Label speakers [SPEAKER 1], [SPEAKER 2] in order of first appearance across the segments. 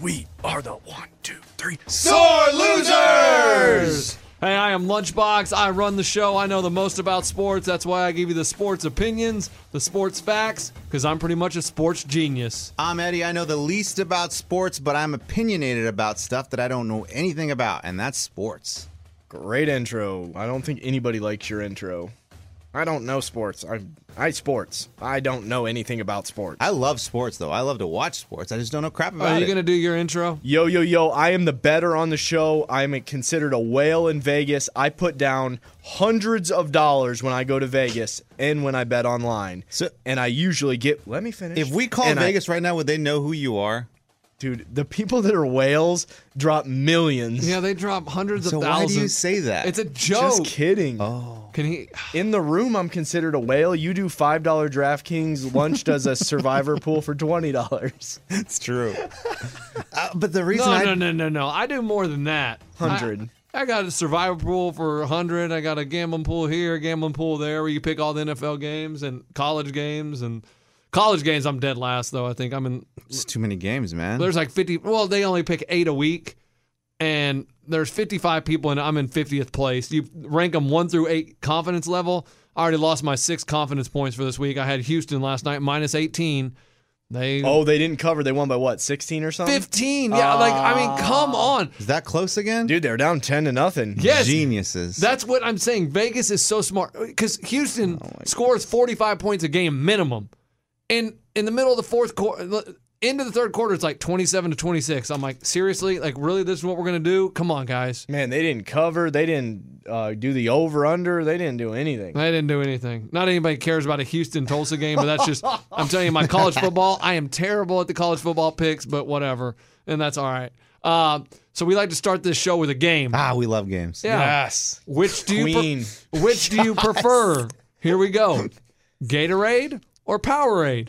[SPEAKER 1] We are the one, two, three.
[SPEAKER 2] Sore losers!
[SPEAKER 3] Hey, I am Lunchbox. I run the show. I know the most about sports. That's why I give you the sports opinions, the sports facts, because I'm pretty much a sports genius.
[SPEAKER 2] I'm Eddie. I know the least about sports, but I'm opinionated about stuff that I don't know anything about, and that's sports.
[SPEAKER 4] Great intro. I don't think anybody likes your intro. I don't know sports. I I sports. I don't know anything about sports.
[SPEAKER 2] I love sports, though. I love to watch sports. I just don't know crap about
[SPEAKER 3] Are
[SPEAKER 2] it.
[SPEAKER 3] you going to do your intro?
[SPEAKER 4] Yo yo yo, I am the better on the show. I'm considered a whale in Vegas. I put down hundreds of dollars when I go to Vegas and when I bet online.
[SPEAKER 2] So-
[SPEAKER 4] and I usually get Let me finish.
[SPEAKER 2] if we call
[SPEAKER 4] And I-
[SPEAKER 2] Vegas right now, would they know who you are?
[SPEAKER 4] dude, the people that are whales drop millions.
[SPEAKER 3] Yeah, they drop hundreds
[SPEAKER 2] So
[SPEAKER 3] of
[SPEAKER 2] why
[SPEAKER 3] thousands.
[SPEAKER 2] do you say that?
[SPEAKER 3] It's a
[SPEAKER 4] Just
[SPEAKER 3] joke.
[SPEAKER 4] kidding.
[SPEAKER 2] Oh.
[SPEAKER 3] Can he?
[SPEAKER 4] In the room, I'm considered a whale. You do $5 DraftKings. Lunch does a survivor pool for $20.
[SPEAKER 2] it's true. uh, but the
[SPEAKER 3] No,
[SPEAKER 2] reason I
[SPEAKER 3] no, no, no, no. I do more than that.
[SPEAKER 4] 100.
[SPEAKER 3] I, I got a survivor pool for 100. I got a gambling pool here, a gambling pool there, where you pick all the NFL games and college games and college games. I'm dead last though. I think I'm in
[SPEAKER 2] it's too many games, man.
[SPEAKER 3] there's like 50 well they only pick eight a week and there's 55 people and i'm in 50th place you rank them one through eight confidence level i already lost my six confidence points for this week i had houston last night minus 18 they
[SPEAKER 4] Oh, they didn't cover. They won by what, 16 or something?
[SPEAKER 3] 15 yeah like i mean come on
[SPEAKER 2] Is that close again?
[SPEAKER 4] Dude, they were down 10 to nothing.
[SPEAKER 3] yes
[SPEAKER 2] Geniuses.
[SPEAKER 3] that's what i'm saying vegas is so smart because houston scores 45 points a game minimum and in the middle of the fourth quarter into the third quarter it's like 27 to 26 i'm like seriously like really this is what we're gonna do come on guys
[SPEAKER 4] Man, they didn't cover. They didn't uh, do the over under. They didn't do anything.
[SPEAKER 3] I didn't do anything. Not anybody cares about a Houston Tulsa game, but that's just I'm telling you, my college football. I am terrible at the college football picks, but whatever, and that's all right. Uh, so we like to start this show with a game.
[SPEAKER 2] ah, we love games.
[SPEAKER 3] Yeah.
[SPEAKER 4] Yes.
[SPEAKER 3] Which do you
[SPEAKER 4] Queen.
[SPEAKER 3] pre- which do you prefer? Here we go. Gatorade or Powerade?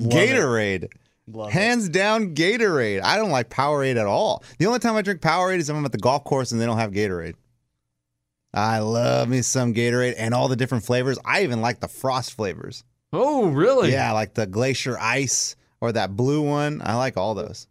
[SPEAKER 2] Gatorade.
[SPEAKER 4] Love it.
[SPEAKER 2] Hands down, Gatorade. I don't like Powerade at all. The only time I drink Powerade is if I'm at the golf course and they don't have Gatorade. I love me some Gatorade and all the different flavors. I even like the frost flavors.
[SPEAKER 3] Oh, really?
[SPEAKER 2] Yeah, like the glacier ice or that blue one. I like all those.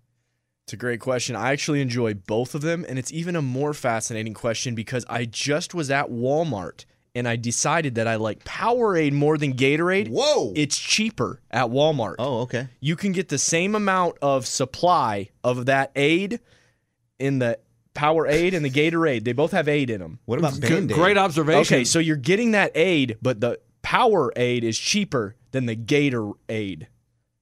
[SPEAKER 4] It's a great question. I actually enjoy both of them, and it's even a more fascinating question because I just was at Walmart and I decided that I like Powerade more than Gatorade.
[SPEAKER 2] Whoa.
[SPEAKER 4] It's cheaper at Walmart.
[SPEAKER 2] Oh, okay.
[SPEAKER 4] You can get the same amount of supply of that aid in the Powerade and the Gatorade. They both have aid in them.
[SPEAKER 2] What about
[SPEAKER 3] Good,
[SPEAKER 2] Band-Aid?
[SPEAKER 3] great observation.
[SPEAKER 4] Okay, so you're getting that aid, but the Powerade is cheaper than the Gatorade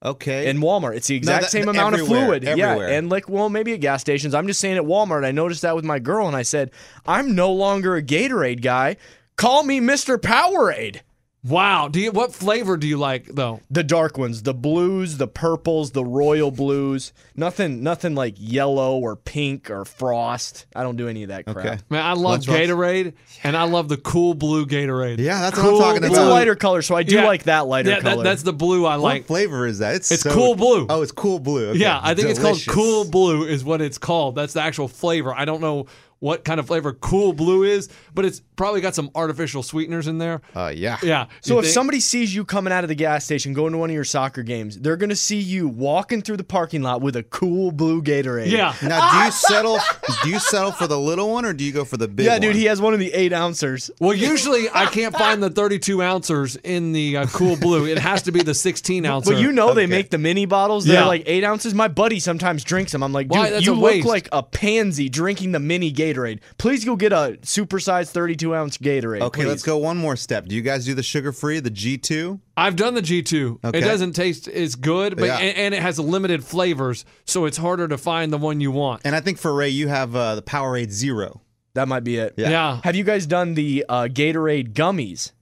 [SPEAKER 2] Okay.
[SPEAKER 4] in Walmart. It's the exact
[SPEAKER 2] that-
[SPEAKER 4] same amount of
[SPEAKER 2] everywhere,
[SPEAKER 4] fluid.
[SPEAKER 2] everywhere.
[SPEAKER 4] Yeah, and like, well, maybe at gas stations. I'm just saying at Walmart, I noticed that with my girl, and I said, I'm no longer a Gatorade guy. Call me Mr. Powerade.
[SPEAKER 3] wow. Do you what flavor do you like though?
[SPEAKER 4] The dark ones, the blues, the purples, the royal blues. Nothing, nothing like yellow or pink or frost. I don't do any of that crap.
[SPEAKER 2] Okay.
[SPEAKER 3] Man, I love
[SPEAKER 2] Lunchbox?
[SPEAKER 3] Gatorade, and I love the cool blue Gatorade.
[SPEAKER 2] Yeah, that's what I'm talking
[SPEAKER 4] It's
[SPEAKER 2] about.
[SPEAKER 4] a lighter color, so I do
[SPEAKER 3] Yeah.
[SPEAKER 4] like that lighter
[SPEAKER 3] yeah, that-
[SPEAKER 4] color.
[SPEAKER 3] that's the blue I
[SPEAKER 2] What
[SPEAKER 3] like.
[SPEAKER 2] flavor is that? It's,
[SPEAKER 3] It's
[SPEAKER 2] so-
[SPEAKER 3] Cool Blue.
[SPEAKER 2] Oh, it's cool blue. Okay.
[SPEAKER 3] Yeah, I think it's
[SPEAKER 2] Delicious.
[SPEAKER 3] called Cool Blue is what it's called. That's the actual flavor. I don't know what kind of flavor Cool Blue is, but it's probably got some artificial sweeteners in there.
[SPEAKER 2] Uh, yeah.
[SPEAKER 3] Yeah.
[SPEAKER 4] So
[SPEAKER 3] You
[SPEAKER 4] if
[SPEAKER 3] think-
[SPEAKER 4] somebody sees you coming out of the gas station going to one of your soccer games, they're gonna see you walking through the parking lot with a cool blue Gatorade.
[SPEAKER 3] yeah,
[SPEAKER 2] Now, do you settle? do you settle for the little one or do you go for the big?
[SPEAKER 4] Yeah,
[SPEAKER 2] one?
[SPEAKER 4] dude, he has one of the eight ouncers.
[SPEAKER 3] well, usually I can't find the 32 ouncers in the uh, Cool Blue. It has to be the 16 ouncer.
[SPEAKER 4] But you know they
[SPEAKER 2] Okay.
[SPEAKER 4] make the mini bottles. They're
[SPEAKER 3] Yeah.
[SPEAKER 4] like eight ounces. My buddy sometimes drinks them. I'm like, dude,
[SPEAKER 3] Why? That's
[SPEAKER 4] you
[SPEAKER 3] a
[SPEAKER 4] look
[SPEAKER 3] waste.
[SPEAKER 4] like a pansy drinking the mini Gatorade. Please go get a supersized 32 ounce Gatorade.
[SPEAKER 2] Okay, let's
[SPEAKER 4] please."
[SPEAKER 2] go one more step. Do you guys do the sugar free, the G two?
[SPEAKER 3] I've done the G2.
[SPEAKER 2] Okay.
[SPEAKER 3] It doesn't taste as good, but
[SPEAKER 2] Yeah.
[SPEAKER 3] and, and it has limited flavors, so it's harder to find the one you want.
[SPEAKER 2] And I think for Ray, you have uh, the Powerade Zero.
[SPEAKER 4] That might be it.
[SPEAKER 2] Yeah.
[SPEAKER 3] yeah.
[SPEAKER 4] Have you guys done the uh, Gatorade gummies?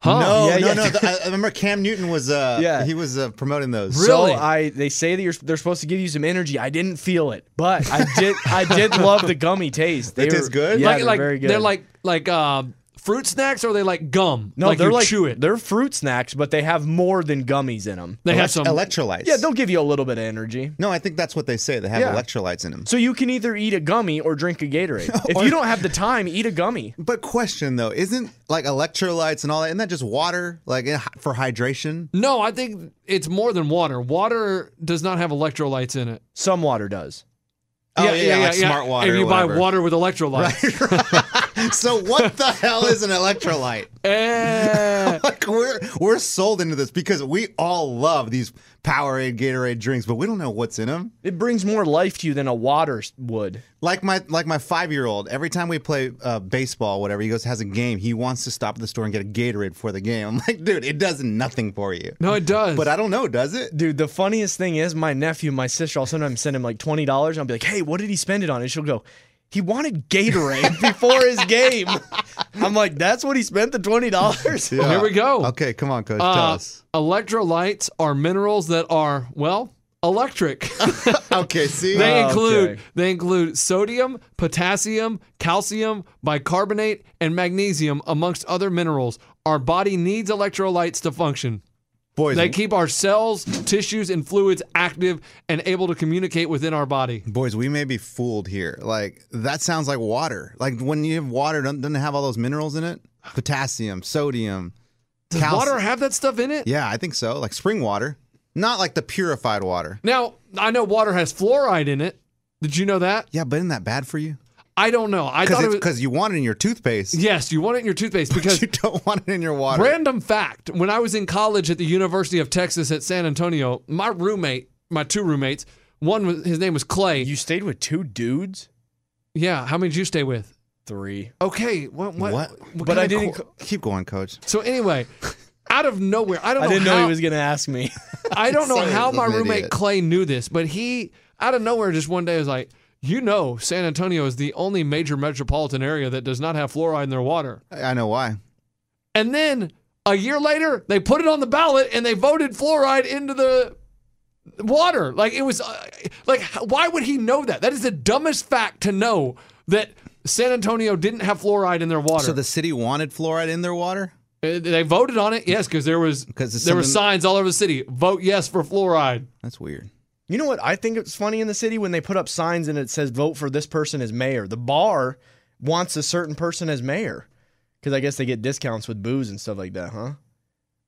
[SPEAKER 3] Huh.
[SPEAKER 2] No,
[SPEAKER 4] yeah,
[SPEAKER 2] no,
[SPEAKER 4] yeah.
[SPEAKER 2] no. the- I, I remember Cam Newton was. Uh,
[SPEAKER 4] Yeah.
[SPEAKER 2] he was uh, promoting those.
[SPEAKER 3] Really?
[SPEAKER 4] So I they say that you're they're supposed to give you some energy. I didn't feel it, but I did I did love the gummy taste. They
[SPEAKER 2] It
[SPEAKER 4] were-
[SPEAKER 2] tastes good?
[SPEAKER 4] Yeah,
[SPEAKER 3] like
[SPEAKER 4] they're
[SPEAKER 3] like
[SPEAKER 4] very good.
[SPEAKER 3] they're like like uh, fruit snacks, or are they like gum.
[SPEAKER 4] no,
[SPEAKER 3] like
[SPEAKER 4] they're
[SPEAKER 3] you
[SPEAKER 4] like
[SPEAKER 3] chew it.
[SPEAKER 4] They're fruit snacks, but they have more than gummies in them.
[SPEAKER 3] They
[SPEAKER 2] Elect-
[SPEAKER 3] have some.
[SPEAKER 2] electrolytes.
[SPEAKER 4] Yeah, they'll give you a little bit of energy.
[SPEAKER 2] No, I think that's what they say. They have
[SPEAKER 4] Yeah.
[SPEAKER 2] electrolytes in them.
[SPEAKER 4] So you can either eat a gummy or drink a Gatorade. If you don't have the time, eat a gummy.
[SPEAKER 2] But question though, isn't like electrolytes and all that? Isn't that just water, like in- for hydration?
[SPEAKER 3] no, I think it's more than water. Water does not have electrolytes in it.
[SPEAKER 4] Some water does.
[SPEAKER 2] Oh, yeah, like smart water
[SPEAKER 3] If
[SPEAKER 2] or
[SPEAKER 3] you buy
[SPEAKER 2] whatever.
[SPEAKER 3] water with electrolytes.
[SPEAKER 2] So what the hell is an electrolyte?
[SPEAKER 3] Eh.
[SPEAKER 2] Like we're we're sold into this because we all love these Powerade, Gatorade drinks, but we don't know what's in them.
[SPEAKER 4] It brings more life to you than a water s- would.
[SPEAKER 2] Like my like my five year old, every time we play uh, baseball, whatever, he goes has a game. He wants to stop at the store and get a Gatorade before the game. I'm like, dude, it does nothing for you.
[SPEAKER 3] no, it does.
[SPEAKER 2] But I don't know, does it?
[SPEAKER 4] Dude, the funniest thing is my nephew, my sister, I'll sometimes send him like twenty dollars. I'll be like, "Hey, what did he spend it on?" And she'll go, "He wanted Gatorade before his game." I'm like, "That's what he spent the twenty dollars."
[SPEAKER 2] Yeah.
[SPEAKER 3] Oh, Here we go.
[SPEAKER 2] Okay, come on, coach, tell
[SPEAKER 3] Uh,
[SPEAKER 2] us.
[SPEAKER 3] electrolytes are minerals that are well electric.
[SPEAKER 2] Okay, see, Uh,
[SPEAKER 3] they
[SPEAKER 4] Oh,
[SPEAKER 3] include
[SPEAKER 4] okay.
[SPEAKER 3] they include sodium, potassium, calcium, bicarbonate, and magnesium, amongst other minerals. Our body needs electrolytes to function.
[SPEAKER 2] boys,
[SPEAKER 3] They keep our cells, tissues, and fluids active and able to communicate within our body.
[SPEAKER 2] boys, we may be fooled here. Like that sounds like water. Like when you have water, doesn't, doesn't it have all those minerals in it? Potassium, sodium,
[SPEAKER 3] Does
[SPEAKER 2] calcium.
[SPEAKER 3] water have that stuff in it?
[SPEAKER 2] Yeah, I think so. Like spring water, not like the purified water.
[SPEAKER 3] Now, I know water has fluoride in it. Did you know that?
[SPEAKER 2] Yeah, but isn't that bad for you?
[SPEAKER 3] I don't know. I thought it was.
[SPEAKER 2] Because you want it in your toothpaste.
[SPEAKER 3] Yes, you want it in your toothpaste because
[SPEAKER 2] You don't want it in your water.
[SPEAKER 3] Random fact: When I was in college at the University of Texas at San Antonio, my roommate, my two roommates, one was his name was Clay.
[SPEAKER 4] You stayed with two dudes,
[SPEAKER 3] yeah, how many did you stay with?
[SPEAKER 4] three.
[SPEAKER 3] Okay, what? What?
[SPEAKER 2] What?
[SPEAKER 4] But
[SPEAKER 3] kind
[SPEAKER 4] I
[SPEAKER 3] of
[SPEAKER 4] didn't
[SPEAKER 3] co-
[SPEAKER 2] Keep going, coach.
[SPEAKER 3] so anyway, out of nowhere, I don't.
[SPEAKER 4] I
[SPEAKER 3] know
[SPEAKER 4] didn't
[SPEAKER 3] how,
[SPEAKER 4] know he was gonna ask me.
[SPEAKER 3] I don't know
[SPEAKER 2] Sorry,
[SPEAKER 3] how
[SPEAKER 2] I'm
[SPEAKER 3] my
[SPEAKER 2] an
[SPEAKER 3] roommate
[SPEAKER 2] idiot.
[SPEAKER 3] Clay knew this, but he out of nowhere just one day was like, "You know, San Antonio is the only major metropolitan area that does not have fluoride in their water."
[SPEAKER 2] I I know why.
[SPEAKER 3] And then a year later, they put it on the ballot and they voted fluoride into the water. Like it was uh, like h- why would he know that? That is the dumbest fact to know that San Antonio didn't have fluoride in their water.
[SPEAKER 2] So the city wanted fluoride in their water.
[SPEAKER 3] Uh, they voted on it, yes, because there was
[SPEAKER 2] 'Cause it's
[SPEAKER 3] there were
[SPEAKER 2] something-
[SPEAKER 3] signs all over the city. Vote yes for fluoride.
[SPEAKER 2] That's weird.
[SPEAKER 4] You know what I think it's funny in the city when they put up signs and it says vote for this person as mayor. The bar wants a certain person as mayor because I guess they get discounts with booze and stuff like that, huh?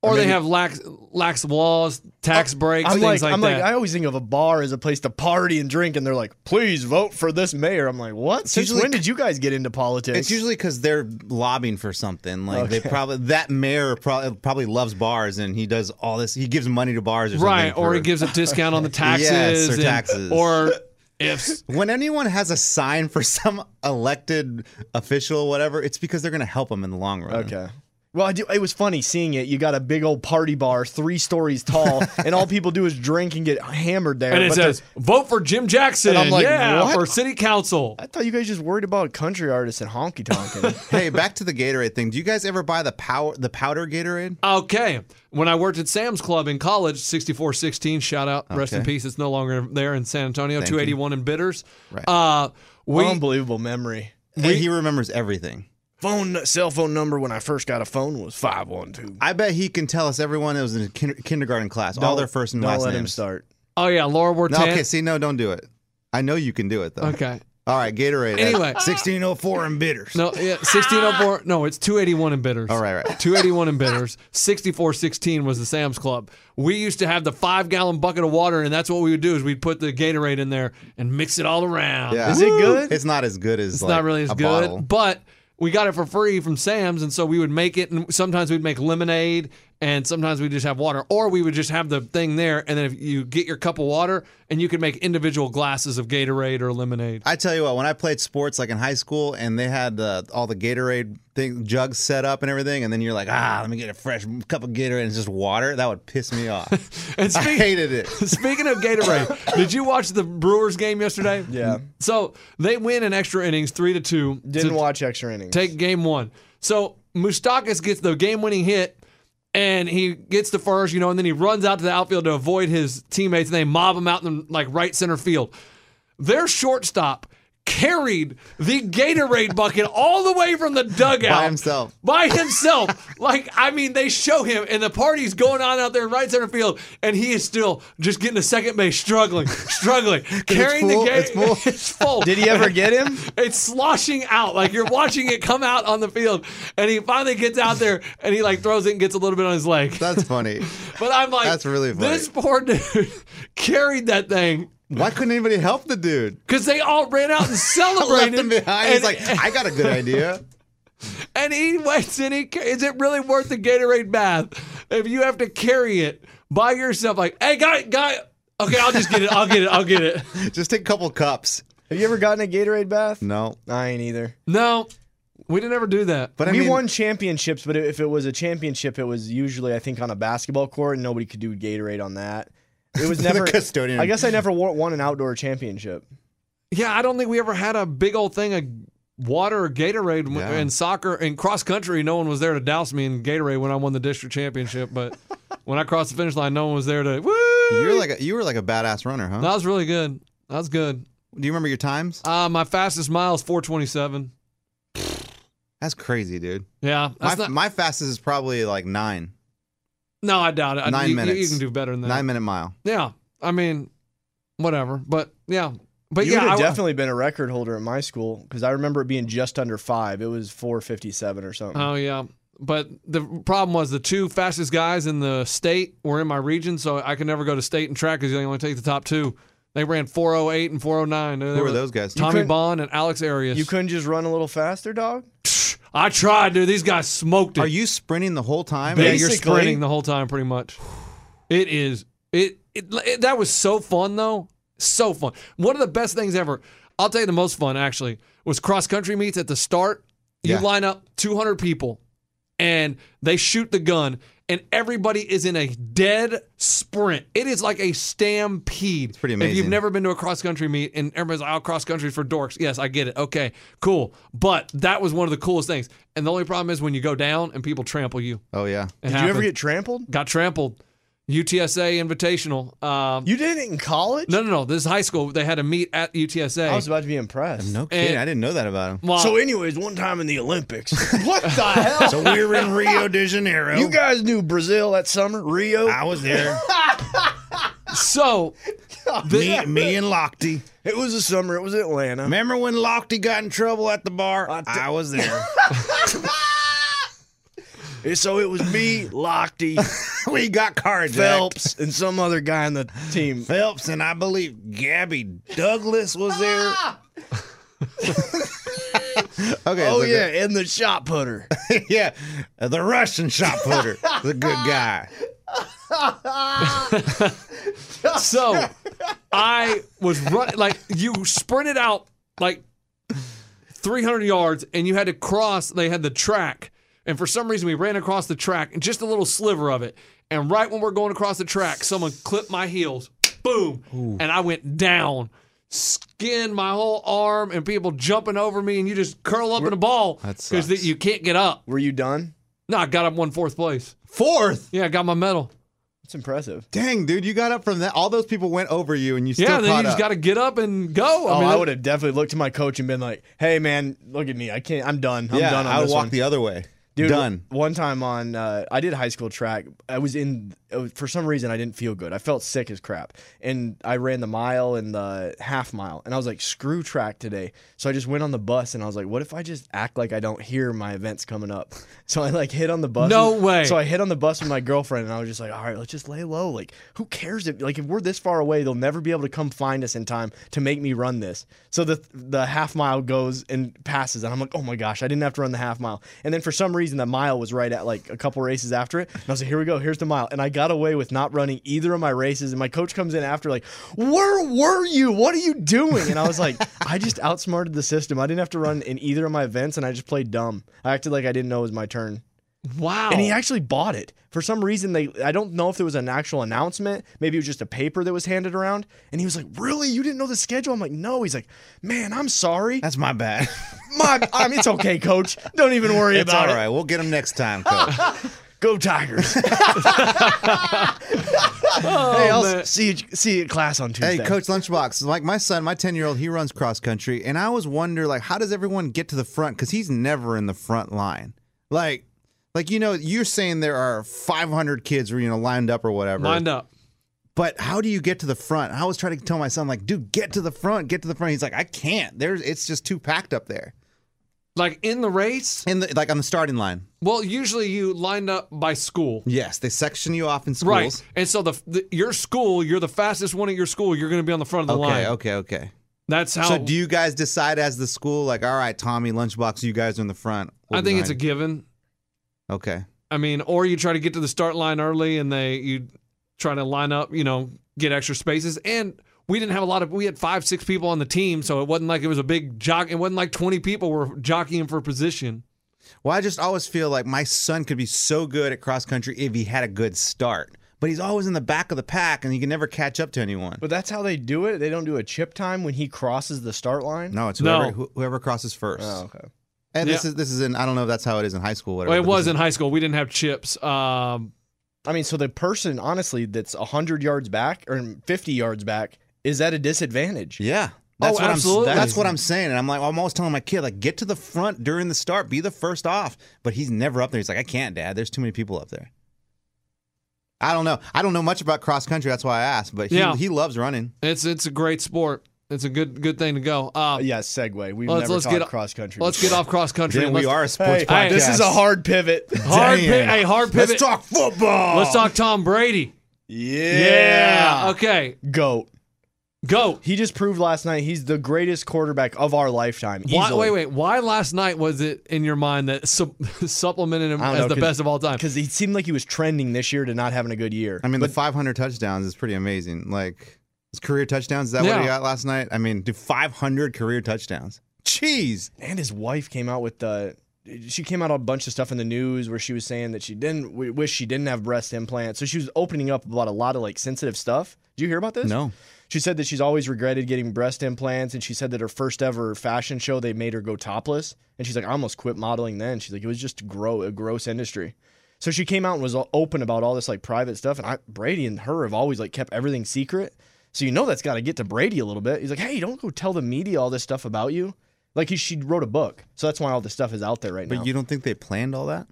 [SPEAKER 3] Or
[SPEAKER 4] mean-
[SPEAKER 3] they have lax lax laws, tax breaks,
[SPEAKER 4] I'm like,
[SPEAKER 3] things like,
[SPEAKER 4] I'm
[SPEAKER 3] that.
[SPEAKER 4] like, I always think of a bar as a place to party and drink, and they're like, please vote for this mayor. I'm like, what? Since
[SPEAKER 2] usually-
[SPEAKER 4] when did you guys get into politics?
[SPEAKER 2] It's usually because they're lobbying for something. Like they probably that mayor probably probably loves bars and he does all this. He gives money to bars or something.
[SPEAKER 3] right, or
[SPEAKER 2] for-
[SPEAKER 3] it gives a discount on the taxes,
[SPEAKER 2] Yes, or
[SPEAKER 3] and-
[SPEAKER 2] taxes.
[SPEAKER 3] or if
[SPEAKER 2] When anyone has a sign for some elected official, whatever, it's because they're going to help them in the long run.
[SPEAKER 4] Okay. Well, I do, it was funny seeing it. You got a big old party bar, three stories tall, and all people do is drink and get hammered there.
[SPEAKER 3] And it
[SPEAKER 4] but
[SPEAKER 3] says,
[SPEAKER 4] they're-
[SPEAKER 3] vote for Jim Jackson.
[SPEAKER 4] And I'm like,
[SPEAKER 3] yeah,
[SPEAKER 4] what?
[SPEAKER 3] for city council.
[SPEAKER 4] I thought you guys just worried about country artists and honky tonkin'.
[SPEAKER 2] Hey, back to the Gatorade thing. Do you guys ever buy the power the powder Gatorade?
[SPEAKER 3] Okay. When I worked at Sam's Club in college, 6416, shout out, rest in
[SPEAKER 2] Okay.
[SPEAKER 3] peace. It's no longer there in San Antonio,
[SPEAKER 2] Thank you.
[SPEAKER 3] 281 in Bitters.
[SPEAKER 2] Right.
[SPEAKER 3] Uh, we,
[SPEAKER 4] Unbelievable memory.
[SPEAKER 2] he remembers everything.
[SPEAKER 4] Phone cell phone number when I first got a phone was five one two.
[SPEAKER 2] I bet he can tell us everyone that was in a kin- kindergarten class, all their first and
[SPEAKER 4] Don't
[SPEAKER 2] last
[SPEAKER 4] let him
[SPEAKER 2] names.
[SPEAKER 4] start.
[SPEAKER 3] oh, yeah, Laura
[SPEAKER 2] no,
[SPEAKER 3] Wartan.
[SPEAKER 2] okay, see, no, don't do it. I know you can do it though.
[SPEAKER 3] okay.
[SPEAKER 2] All right, Gatorade.
[SPEAKER 3] Anyway.
[SPEAKER 2] sixteen oh four and bitters.
[SPEAKER 3] No, yeah, 1604. no, it's 281 in Bitters.
[SPEAKER 2] All Oh, right, right.
[SPEAKER 3] 281 in Bitters. 6416 was the Sam's Club. We used to have the five gallon bucket of water, and that's what we would do is we'd put the Gatorade in there and mix it all around.
[SPEAKER 2] Yeah.
[SPEAKER 4] Is it good?
[SPEAKER 2] It's not as good as
[SPEAKER 3] It's not really as
[SPEAKER 2] a
[SPEAKER 3] good,
[SPEAKER 2] bottle.
[SPEAKER 3] but we got it for free from Sam's, and so we would make it. And sometimes we'd make lemonade, and sometimes we would just have water, or we would just have the thing there. And then if you get your cup of water, and you could make individual glasses of Gatorade or lemonade.
[SPEAKER 2] I tell you what, when I played sports like in high school and they had the, all the Gatorade thing jugs set up and everything, and then you're like, ah, let me get a fresh cup of Gatorade and it's just water, that would piss me off.
[SPEAKER 3] And
[SPEAKER 2] I
[SPEAKER 3] speak,
[SPEAKER 2] hated it.
[SPEAKER 3] speaking of Gatorade, did you watch the Brewers game yesterday?
[SPEAKER 4] Yeah.
[SPEAKER 3] So they win in extra innings, three to two.
[SPEAKER 4] Didn't watch extra innings.
[SPEAKER 3] take game one. So Mustakas gets the game winning hit and he gets the first, you know, and then he runs out to the outfield to avoid his teammates and they mob him out in like right center field. Their shortstop carried the Gatorade bucket all the way from the dugout
[SPEAKER 2] By himself.
[SPEAKER 3] by himself. like, I mean, they show him, and the party's going on out there in right center field, and he is still just getting to second base, struggling, struggling, carrying
[SPEAKER 2] full,
[SPEAKER 3] the game.
[SPEAKER 2] it's full.
[SPEAKER 3] It's full.
[SPEAKER 4] Did he ever get him?
[SPEAKER 3] It's sloshing out. Like you're watching it come out on the field. And he finally gets out there and he like throws it and gets a little bit on his leg.
[SPEAKER 2] That's funny.
[SPEAKER 3] But I'm like,
[SPEAKER 2] That's really funny.
[SPEAKER 3] This poor dude carried that thing
[SPEAKER 2] Why couldn't anybody help the dude?
[SPEAKER 3] because they all ran out and
[SPEAKER 2] Left
[SPEAKER 3] celebrated.
[SPEAKER 2] him behind. He's
[SPEAKER 3] and,
[SPEAKER 2] like, "Ah." I got a good idea.
[SPEAKER 3] and he waits and he. ca- Is it really worth the Gatorade bath if you have to carry it by yourself? Like, hey, got it, got it. Okay, I'll just get it. I'll get it. I'll get it.
[SPEAKER 2] Just take a couple cups.
[SPEAKER 4] Have you ever gotten a Gatorade bath?
[SPEAKER 2] No,
[SPEAKER 4] I ain't either.
[SPEAKER 3] No, we didn't ever do that.
[SPEAKER 2] but I
[SPEAKER 4] we
[SPEAKER 2] mean,
[SPEAKER 4] won championships, but if it was a championship, it was usually I think on a basketball court, and nobody could do Gatorade on that. It was
[SPEAKER 2] The
[SPEAKER 4] never
[SPEAKER 2] custodian.
[SPEAKER 4] I guess I never wa- won an outdoor championship.
[SPEAKER 3] Yeah, I don't think we ever had a big old thing of water or Gatorade w
[SPEAKER 2] Yeah.
[SPEAKER 3] in soccer. In cross country, no one was there to douse me in Gatorade when I won the district championship. But when I crossed the finish line, no one was there to. Woo!
[SPEAKER 2] you're like a, you were like a badass runner, huh?
[SPEAKER 3] that was really good. That was good.
[SPEAKER 2] Do you remember your times?
[SPEAKER 3] Uh, my fastest mile is 427.
[SPEAKER 2] That's crazy, dude.
[SPEAKER 3] Yeah,
[SPEAKER 2] My,
[SPEAKER 3] that's not,
[SPEAKER 2] my fastest is probably like nine,
[SPEAKER 3] no, I doubt it. I-
[SPEAKER 2] Nine
[SPEAKER 3] you, you- You
[SPEAKER 2] minutes.
[SPEAKER 3] can do better than that.
[SPEAKER 2] nine minute mile.
[SPEAKER 3] Yeah, I mean, whatever. But yeah, but
[SPEAKER 4] you
[SPEAKER 3] yeah,
[SPEAKER 4] would
[SPEAKER 3] I,
[SPEAKER 4] have definitely been a record holder at my school because I remember it being just under five. It was four fifty seven or something.
[SPEAKER 3] Oh yeah, but the problem was the two fastest guys in the state were in my region, so I could never go to state and track because you only take the top two. They ran 408 and 409. They
[SPEAKER 2] Who were those guys?
[SPEAKER 3] Tommy
[SPEAKER 4] couldn't-
[SPEAKER 3] Bond and Alex Arias.
[SPEAKER 4] you couldn't just run a little faster, dog.
[SPEAKER 3] I tried, dude. These guys smoked it.
[SPEAKER 2] Are you sprinting the whole time?
[SPEAKER 3] yeah, you're
[SPEAKER 4] Basically-
[SPEAKER 3] sprinting the whole time, pretty much. It is. It, it, it- That was so fun, though. So fun. One of the best things ever. I'll tell you the most fun, actually, was cross country meets at the start. You
[SPEAKER 2] Yeah.
[SPEAKER 3] line up 200 people and they shoot the gun, and everybody is in a dead sprint. It is like a stampede. It's
[SPEAKER 2] pretty
[SPEAKER 3] If you've
[SPEAKER 2] amazing.
[SPEAKER 3] never been to a cross country meet and everybody's like, oh, cross country for dorks. Yes, I get it. Okay, cool. But that was one of the coolest things. And the only problem is when you go down and people trample you.
[SPEAKER 2] Oh yeah.
[SPEAKER 3] It
[SPEAKER 4] Did you ever
[SPEAKER 3] happened.
[SPEAKER 4] get trampled?
[SPEAKER 3] got trampled? UTSA Invitational. Um,
[SPEAKER 4] You did it in college.
[SPEAKER 3] no, no, no. This is high school. They had a meet at UTSA.
[SPEAKER 4] I was about to be impressed.
[SPEAKER 2] No kidding.
[SPEAKER 3] And-
[SPEAKER 2] I didn't know that about him.
[SPEAKER 3] Well,
[SPEAKER 4] So, anyways, one time in the Olympics, what the hell?
[SPEAKER 1] So we were in Rio de Janeiro.
[SPEAKER 4] you guys knew Brazil that summer, Rio.
[SPEAKER 1] I was there.
[SPEAKER 3] so
[SPEAKER 1] me, me and Lochte.
[SPEAKER 4] It was the summer. It was Atlanta.
[SPEAKER 1] Remember when Lochte got in trouble at the bar? I
[SPEAKER 4] I t-
[SPEAKER 1] was there.
[SPEAKER 4] And so it was me, Lochte,
[SPEAKER 1] we got carjacked.
[SPEAKER 4] Phelps, and some other guy on the team.
[SPEAKER 1] Phelps, and I believe Gabby Douglas was there.
[SPEAKER 2] Okay.
[SPEAKER 4] Oh
[SPEAKER 2] so
[SPEAKER 4] yeah, and the shot putter.
[SPEAKER 2] the- yeah.
[SPEAKER 1] The Russian shot putter.
[SPEAKER 2] The good guy.
[SPEAKER 3] So I was running like you sprinted out like 300 yards and you had to cross. They had the track, and for some reason we ran across the track and just a little sliver of it. And right when we're going across the track, someone clipped my heels, boom, and I went down. Skinned my whole arm and people jumping over me, and you just curl up in a ball
[SPEAKER 2] That
[SPEAKER 3] because
[SPEAKER 2] sucks.
[SPEAKER 3] you can't get up.
[SPEAKER 4] Were you done?
[SPEAKER 3] No, I got up one fourth place.
[SPEAKER 2] Fourth.
[SPEAKER 3] Yeah, I got my medal.
[SPEAKER 4] It's impressive.
[SPEAKER 2] Dang, dude, you got up from that. All those people went over you, and you still
[SPEAKER 3] yeah, then
[SPEAKER 2] caught
[SPEAKER 3] you just
[SPEAKER 2] up.
[SPEAKER 3] got to get up and go.
[SPEAKER 4] Oh,
[SPEAKER 3] mean,
[SPEAKER 4] I would have definitely looked to my coach and been like, "Hey, man, look at me. I can't. I'm done. I'm
[SPEAKER 2] yeah,
[SPEAKER 4] done on
[SPEAKER 2] I would
[SPEAKER 4] this
[SPEAKER 2] walk
[SPEAKER 4] one."
[SPEAKER 2] the other way.
[SPEAKER 4] Dude,
[SPEAKER 2] Done.
[SPEAKER 4] One time on, uh, I did high school track. I was in it was- for some reason I didn't feel good. I felt sick as crap, and I ran the mile and the half mile, and I was like, "Screw track today." So I just went on the bus, and I was like, "What if I just act like I don't hear my events coming up?" So I like hit on the bus.
[SPEAKER 3] No way.
[SPEAKER 4] So I hit on the bus with my girlfriend, and I was just like, "All right, let's just lay low. Like, who cares if like if we're this far away, they'll never be able to come find us in time to make me run this." So the the half mile goes and passes, and I'm like, "Oh my gosh, I didn't have to run the half mile." And then for some reason, the mile was right at like a couple races after it, and I was like, "Here we go, here's the mile," and I got away with not running either of my races. And my coach comes in after like, "Where were you? What are you doing?" And I was like, "I just outsmarted the system. I didn't have to run in either of my events, and I just played dumb. I acted like I didn't know it was my turn."
[SPEAKER 3] wow.
[SPEAKER 4] and he actually bought it for some reason they i don't know if there was an actual announcement maybe it was just a paper that was handed around and he was like really you didn't know the schedule i'm like no he's like man i'm sorry
[SPEAKER 2] That's my bad.
[SPEAKER 4] my I mean, it's okay coach don't even worry
[SPEAKER 2] it's all
[SPEAKER 4] about it
[SPEAKER 2] right. We'll get him next time, coach.
[SPEAKER 4] go tigers hey i'll
[SPEAKER 3] man.
[SPEAKER 4] s- see you see you at class on tuesday
[SPEAKER 2] Oh, Hey, Coach Lunchbox. Like my son, my ten-year-old, he runs cross country, and I always wonder, like, how does everyone get to the front? Because he's never in the front line. Like, like you know, you're saying there are 500 kids, you know, lined up or whatever.
[SPEAKER 3] lined up.
[SPEAKER 2] But how do you get to the front? I always try to tell my son, like, dude, get to the front, get to the front. He's like, I can't. There's, it's just too packed up there.
[SPEAKER 3] Like in the race?
[SPEAKER 2] In the like on the starting line.
[SPEAKER 3] Well, usually you lined up by school.
[SPEAKER 2] Yes, they section you off in schools.
[SPEAKER 3] Right. And so the, the your school, you're the fastest one at your school, you're going to be on the front of the
[SPEAKER 2] Okay,
[SPEAKER 3] line.
[SPEAKER 2] okay, okay.
[SPEAKER 3] That's how
[SPEAKER 2] So do you guys decide as the school, like, all right, Tommy, lunchbox, you guys are in the front.
[SPEAKER 3] I think it's a given.
[SPEAKER 2] a okay.
[SPEAKER 3] I mean, or you try to get to the start line early and they you try to line up, you know, get extra spaces. And we didn't have a lot of we had five, six people on the team, so it wasn't like it was a big jock it wasn't like twenty people were jockeying for position.
[SPEAKER 2] Well, I just always feel like my son could be so good at cross country if he had a good start, but he's always in the back of the pack and he can never catch up to anyone.
[SPEAKER 4] But that's how they do it. They don't do a chip time when he crosses the start line.
[SPEAKER 2] No, it's
[SPEAKER 3] No.
[SPEAKER 2] whoever who- whoever crosses first.
[SPEAKER 4] Oh, okay.
[SPEAKER 2] And this
[SPEAKER 3] Yeah.
[SPEAKER 2] is this is in I don't know if that's how it is in high school. Whatever.
[SPEAKER 3] Well, it
[SPEAKER 2] but this is-
[SPEAKER 3] was in high school. We didn't have chips. Um,
[SPEAKER 4] I mean, so the person honestly that's hundred yards back or fifty yards back is at a disadvantage.
[SPEAKER 2] Yeah. That's what
[SPEAKER 3] Oh, absolutely.
[SPEAKER 2] I'm that's what I'm saying. And I'm like I'm always telling my kid, like, get to the front during the start, be the first off. But he's never up there. He's like, I can't, Dad. There's too many people up there. I don't know. I don't know much about cross country, that's why I asked. But he,
[SPEAKER 3] Yeah.
[SPEAKER 2] he loves running.
[SPEAKER 3] it's it's a great sport. It's a good good thing to go. Um,
[SPEAKER 4] Uh, Yeah, segue. We've
[SPEAKER 3] Let's-
[SPEAKER 4] never
[SPEAKER 3] let's
[SPEAKER 4] talked
[SPEAKER 3] get-
[SPEAKER 4] cross country.
[SPEAKER 3] Let's get off cross country.
[SPEAKER 2] Then
[SPEAKER 3] and
[SPEAKER 2] we
[SPEAKER 3] let's-
[SPEAKER 2] are a sports
[SPEAKER 4] Hey,
[SPEAKER 2] podcast.
[SPEAKER 3] Hey,
[SPEAKER 4] this is a hard pivot.
[SPEAKER 3] hard. Pi-
[SPEAKER 2] Damn.
[SPEAKER 3] hey, hard pivot.
[SPEAKER 2] Let's talk football.
[SPEAKER 3] Let's talk Tom Brady.
[SPEAKER 4] Yeah.
[SPEAKER 3] Okay.
[SPEAKER 4] Goat.
[SPEAKER 3] Go.
[SPEAKER 4] He just proved last night he's the greatest quarterback of our lifetime.
[SPEAKER 3] Why, wait, wait. Why last night was it in your mind that sup- supplemented him
[SPEAKER 4] I don't
[SPEAKER 3] as
[SPEAKER 4] know,
[SPEAKER 3] the
[SPEAKER 4] 'cause-
[SPEAKER 3] best of all time?
[SPEAKER 4] Because he seemed like he was trending this year to not having a good year.
[SPEAKER 2] I mean, the 500 touchdowns is pretty amazing. Like his career touchdowns, is that what
[SPEAKER 3] Yeah.
[SPEAKER 2] he got last night? I mean, do 500 career touchdowns? Jeez.
[SPEAKER 4] and his wife came out with the. She came out on a bunch of stuff in the news where she was saying that she didn't w- wish she didn't have breast implants. So she was opening up about a lot of like sensitive stuff. Did you hear about this?
[SPEAKER 2] No.
[SPEAKER 4] She said that she's always regretted getting breast implants, and she said that her first ever fashion show they made her go topless, and she's like, I almost quit modeling then. She's like, it was just gro- a gross industry. So she came out and was all open about all this like private stuff, and I, Brady and her have always like kept everything secret. So you know that's got to get to Brady a little bit. He's like, hey, don't go tell the media all this stuff about you. Like he, she wrote a book, so that's why all this stuff is out there right
[SPEAKER 2] But
[SPEAKER 4] now.
[SPEAKER 2] you don't think they planned all that?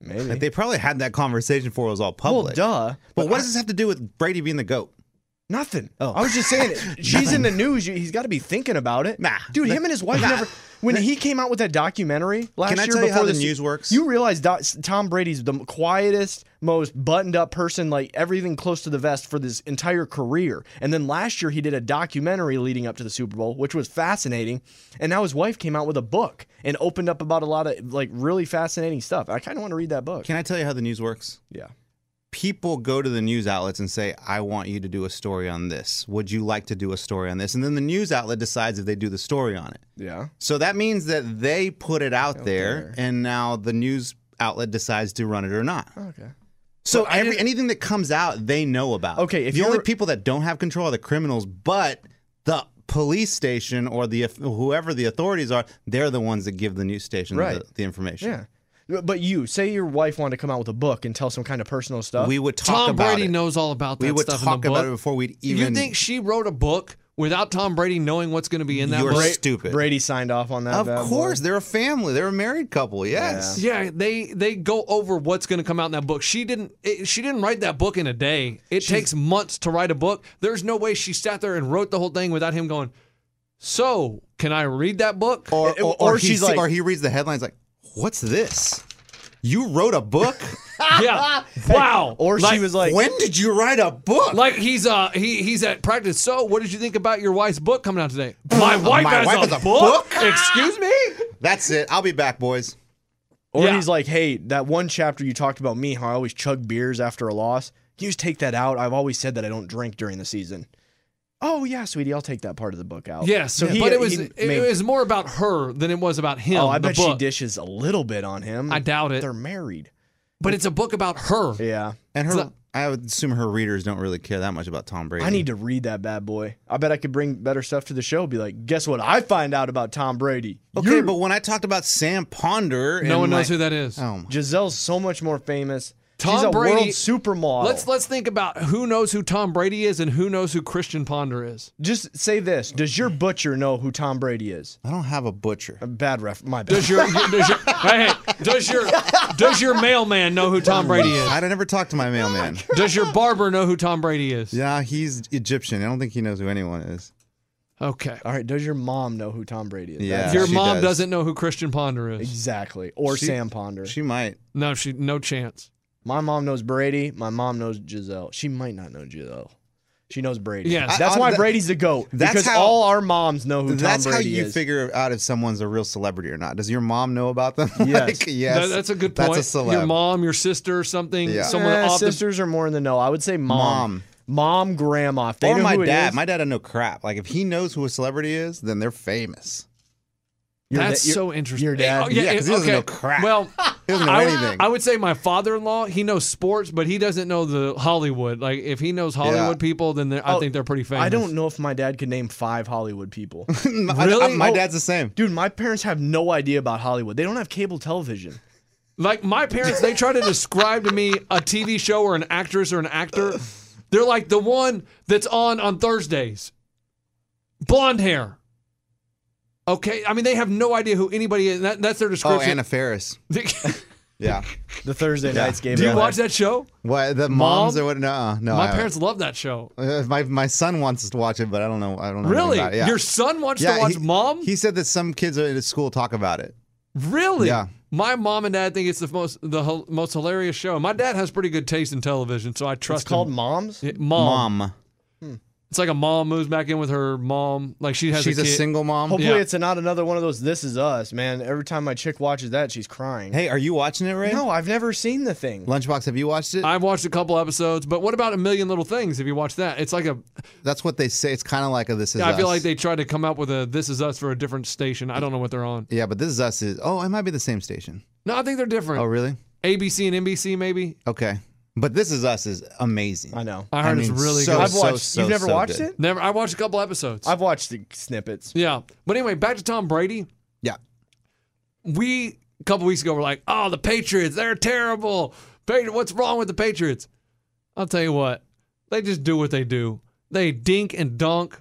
[SPEAKER 4] Maybe.
[SPEAKER 2] Like, they probably had that conversation before it was all
[SPEAKER 4] well,
[SPEAKER 2] public.
[SPEAKER 4] duh.
[SPEAKER 2] But what does this have to do with Brady being the GOAT?
[SPEAKER 4] Nothing. Oh, I was just saying, she's in the news. you- He's got to be thinking about it.
[SPEAKER 2] Nah.
[SPEAKER 4] dude, him and his wife never. When he came out with that documentary last
[SPEAKER 2] Can I
[SPEAKER 4] year,
[SPEAKER 2] tell you
[SPEAKER 4] before
[SPEAKER 2] how the
[SPEAKER 4] se-
[SPEAKER 2] news works?
[SPEAKER 4] You realize Doc, Tom Brady's the quietest, most buttoned-up person, like everything close to the vest for this entire career. And then last year, he did a documentary leading up to the Super Bowl, which was fascinating. And now his wife came out with a book and opened up about a lot of like really fascinating stuff. I kind of want to read that book.
[SPEAKER 2] Can I tell you how the news works?
[SPEAKER 4] yeah.
[SPEAKER 2] People go to the news outlets and say, I want you to do a story on this. Would you like to do a story on this? And then the news outlet decides if they do the story on it.
[SPEAKER 4] Yeah.
[SPEAKER 2] So that means that they put it out, there, and now the news outlet decides to run it or not.
[SPEAKER 4] Okay.
[SPEAKER 2] So every, anything that comes out, they know about.
[SPEAKER 4] Okay, if
[SPEAKER 2] the only
[SPEAKER 4] you're-
[SPEAKER 2] people that don't have control are the criminals, but the police station or the whoever the authorities are, they're the ones that give the news station
[SPEAKER 4] Right.
[SPEAKER 2] the, the information.
[SPEAKER 4] Yeah. But you say your wife wanted to come out with a book and tell some kind of personal stuff.
[SPEAKER 2] we would talk
[SPEAKER 3] Tom
[SPEAKER 2] about
[SPEAKER 3] Brady
[SPEAKER 2] it.
[SPEAKER 3] knows all about that
[SPEAKER 2] we would
[SPEAKER 3] stuff
[SPEAKER 2] talk
[SPEAKER 3] in the book.
[SPEAKER 2] about it before we'd even.
[SPEAKER 3] you think she wrote a book without Tom Brady knowing what's going to be in that
[SPEAKER 2] you're
[SPEAKER 3] book?
[SPEAKER 2] stupid?
[SPEAKER 4] Brady signed off on that.
[SPEAKER 2] of
[SPEAKER 4] bad boy.
[SPEAKER 2] course, they're a family. They're a married couple. Yes.
[SPEAKER 3] Yeah, they they go over what's going to come out in that book. She didn't it, she didn't write that book in a day. It takes months to write a book. There's no way she sat there and wrote the whole thing without him going. So can I read that book?
[SPEAKER 2] Or,
[SPEAKER 4] Or-
[SPEAKER 2] or,
[SPEAKER 4] or
[SPEAKER 2] he
[SPEAKER 4] she's
[SPEAKER 2] see-
[SPEAKER 4] like-
[SPEAKER 2] or he reads the headlines like, "What's this? You wrote a book?
[SPEAKER 3] yeah. Wow.
[SPEAKER 4] Or she was like,
[SPEAKER 2] when did you write a book?
[SPEAKER 3] Like he's uh he he's at practice. So what did you think about your wife's book coming out today? My wife
[SPEAKER 2] My
[SPEAKER 3] has
[SPEAKER 2] wife
[SPEAKER 3] a,
[SPEAKER 2] has a
[SPEAKER 3] book.
[SPEAKER 2] book?
[SPEAKER 3] Excuse me.
[SPEAKER 2] That's it. I'll be back, boys."
[SPEAKER 4] Or
[SPEAKER 3] Yeah.
[SPEAKER 4] he's like, hey, that one chapter you talked about me, how I always chug beers after a loss. Can you just take that out? I've always said that I don't drink during the season. Oh yeah, sweetie, I'll take that part of the book out.
[SPEAKER 3] Yes,
[SPEAKER 4] So he,
[SPEAKER 3] but it was
[SPEAKER 4] he
[SPEAKER 3] it,
[SPEAKER 4] made-
[SPEAKER 3] was more about her than it was about him.
[SPEAKER 4] oh, I
[SPEAKER 3] the
[SPEAKER 4] bet she
[SPEAKER 3] book.
[SPEAKER 4] dishes a little bit on him.
[SPEAKER 3] I doubt it.
[SPEAKER 4] They're married.
[SPEAKER 3] But it's a book about her.
[SPEAKER 4] Yeah.
[SPEAKER 2] And her,
[SPEAKER 3] So-
[SPEAKER 2] I would assume her readers don't really care that much about Tom Brady.
[SPEAKER 4] I need to read that bad boy. I bet I could bring better stuff to the show. Be like, guess what? I find out about Tom Brady.
[SPEAKER 2] Okay,
[SPEAKER 4] You-
[SPEAKER 2] but when I talked about Sam Ponder,
[SPEAKER 3] No
[SPEAKER 2] and
[SPEAKER 3] one knows
[SPEAKER 2] my-
[SPEAKER 3] who that is.
[SPEAKER 4] uh,
[SPEAKER 2] Oh my.
[SPEAKER 4] Giselle's so much more famous.
[SPEAKER 3] Tom
[SPEAKER 4] She's a
[SPEAKER 3] Brady-
[SPEAKER 4] world
[SPEAKER 2] Oh.
[SPEAKER 4] supermodel.
[SPEAKER 3] Let's let's think about who knows who Tom Brady is and who knows who Christian Ponder is.
[SPEAKER 4] Just say this: Does your butcher know who Tom Brady is?
[SPEAKER 2] I don't have a butcher.
[SPEAKER 4] A bad ref. My bad.
[SPEAKER 3] Does your, does your hey, hey, does your does your mailman know who Tom Brady is?
[SPEAKER 2] I don't ever talk to my mailman.
[SPEAKER 3] Does your barber know who Tom Brady is?
[SPEAKER 2] Yeah, he's Egyptian. I don't think he knows who anyone is.
[SPEAKER 3] Okay.
[SPEAKER 4] All right, does your mom know who Tom Brady is?
[SPEAKER 2] Yeah.
[SPEAKER 4] That's-
[SPEAKER 3] Your
[SPEAKER 2] she
[SPEAKER 3] mom
[SPEAKER 2] does.
[SPEAKER 3] does. not know who Christian Ponder is.
[SPEAKER 4] exactly. Or
[SPEAKER 2] She-
[SPEAKER 4] Sam Ponder.
[SPEAKER 2] She might.
[SPEAKER 3] No, she no chance.
[SPEAKER 4] my mom knows Brady. My mom knows Giselle. She might not know Giselle. She knows Brady.
[SPEAKER 3] Yes. I-
[SPEAKER 4] that's
[SPEAKER 2] I-
[SPEAKER 4] why
[SPEAKER 2] that-
[SPEAKER 4] Brady's the goat.
[SPEAKER 2] that's
[SPEAKER 4] because
[SPEAKER 2] how-
[SPEAKER 4] all our moms know who
[SPEAKER 2] That's
[SPEAKER 4] Tom
[SPEAKER 2] how
[SPEAKER 4] Brady
[SPEAKER 2] you
[SPEAKER 4] is.
[SPEAKER 2] figure out if someone's a real celebrity or not. Does your mom know about them?
[SPEAKER 4] Yes.
[SPEAKER 2] like, yes.
[SPEAKER 3] That- that's a good
[SPEAKER 2] That's
[SPEAKER 3] point.
[SPEAKER 2] a celeb.
[SPEAKER 3] Your mom, your sister, or something.
[SPEAKER 2] Yeah.
[SPEAKER 3] Someone
[SPEAKER 4] Eh,
[SPEAKER 3] off the
[SPEAKER 4] sisters are more in the know. I would say mom, mom, grandma. If they
[SPEAKER 2] or
[SPEAKER 4] know
[SPEAKER 2] my
[SPEAKER 4] who it
[SPEAKER 2] dad.
[SPEAKER 4] is,
[SPEAKER 2] My dad doesn't know crap. Like if he knows who a celebrity is, then they're famous.
[SPEAKER 4] your
[SPEAKER 3] That's
[SPEAKER 4] da- your-
[SPEAKER 3] so interesting. Oh,
[SPEAKER 4] your dad-
[SPEAKER 2] Yeah, 'cause he doesn't know crap.
[SPEAKER 3] Well,
[SPEAKER 2] He doesn't know
[SPEAKER 3] I, would-
[SPEAKER 2] anything.
[SPEAKER 3] I would say my father-in-law. He knows sports, but he doesn't know the Hollywood. Like if he knows Hollywood people, then they're- I
[SPEAKER 4] Oh,
[SPEAKER 3] think they're pretty famous.
[SPEAKER 4] I don't know if my dad could name five Hollywood people.
[SPEAKER 2] my,
[SPEAKER 3] Really?
[SPEAKER 2] my
[SPEAKER 3] Oh.
[SPEAKER 2] dad's the same.
[SPEAKER 4] Dude, my parents have no idea about Hollywood. They don't have cable television.
[SPEAKER 3] Like my parents, they try to describe to me a TV show or an actress or an actor. They're like the one that's on on Thursdays. Blonde hair. Okay, I mean they have no idea who anybody is. That, that's their
[SPEAKER 2] Oh,
[SPEAKER 3] description.
[SPEAKER 2] Anna Ferris. Yeah.
[SPEAKER 4] The Thursday night's game.
[SPEAKER 3] Do you
[SPEAKER 4] of
[SPEAKER 3] watch
[SPEAKER 4] life.
[SPEAKER 3] that show?
[SPEAKER 2] What the moms or what? No, no.
[SPEAKER 3] My
[SPEAKER 2] I-
[SPEAKER 3] parents love that show.
[SPEAKER 2] Uh, my my son wants us to watch it, but I don't know. I don't know. anything
[SPEAKER 3] Really?
[SPEAKER 2] about it. Yeah.
[SPEAKER 3] Your son wants
[SPEAKER 2] Yeah,
[SPEAKER 3] to watch
[SPEAKER 2] he-
[SPEAKER 3] Mom?
[SPEAKER 2] He said that some kids at his school talk about it.
[SPEAKER 3] really?
[SPEAKER 2] Yeah.
[SPEAKER 3] My mom and dad think it's the most the hil- most hilarious show. My dad has pretty good taste in television, so I trust
[SPEAKER 4] It's called
[SPEAKER 3] him.
[SPEAKER 4] Moms.
[SPEAKER 3] Yeah, Mom.
[SPEAKER 2] Mom.
[SPEAKER 3] It's like a mom moves back in with her mom. Like she has
[SPEAKER 2] She's
[SPEAKER 3] a
[SPEAKER 2] a
[SPEAKER 3] kid.
[SPEAKER 2] single mom.
[SPEAKER 4] Hopefully,
[SPEAKER 3] Yeah.
[SPEAKER 4] it's not another one of those "This Is Us," man. Every time my chick watches that, she's crying.
[SPEAKER 2] Hey, are you watching it, Ray?
[SPEAKER 4] no, I've never seen the thing.
[SPEAKER 2] Lunchbox, have you watched it?
[SPEAKER 3] I've watched a couple episodes, but what about a million little things? If you watch that, it's like a.
[SPEAKER 2] That's what they say. It's kind of like a This Is
[SPEAKER 3] I feel
[SPEAKER 2] Us.
[SPEAKER 3] like they tried to come up with a "This Is Us" for a different station. I don't know what they're on.
[SPEAKER 2] Yeah, but This Is Us is. Oh, it might be the same station.
[SPEAKER 3] No, I think they're different.
[SPEAKER 2] Oh, really?
[SPEAKER 3] ABC and NBC, maybe.
[SPEAKER 2] Okay. But This Is Us is amazing.
[SPEAKER 4] I know.
[SPEAKER 3] I heard
[SPEAKER 2] I mean,
[SPEAKER 3] it's really
[SPEAKER 2] so-
[SPEAKER 3] good.
[SPEAKER 4] I've watched.
[SPEAKER 2] so,
[SPEAKER 4] You've never
[SPEAKER 2] so
[SPEAKER 4] watched
[SPEAKER 2] good.
[SPEAKER 4] it?
[SPEAKER 3] Never. I watched a couple episodes.
[SPEAKER 4] I've watched the snippets.
[SPEAKER 3] yeah, but anyway, back to Tom Brady.
[SPEAKER 2] Yeah.
[SPEAKER 3] We a couple weeks ago were like, "Oh, the Patriots, they're terrible. Patri- what's wrong with the Patriots?" I'll tell you what, they just do what they do. They dink and dunk.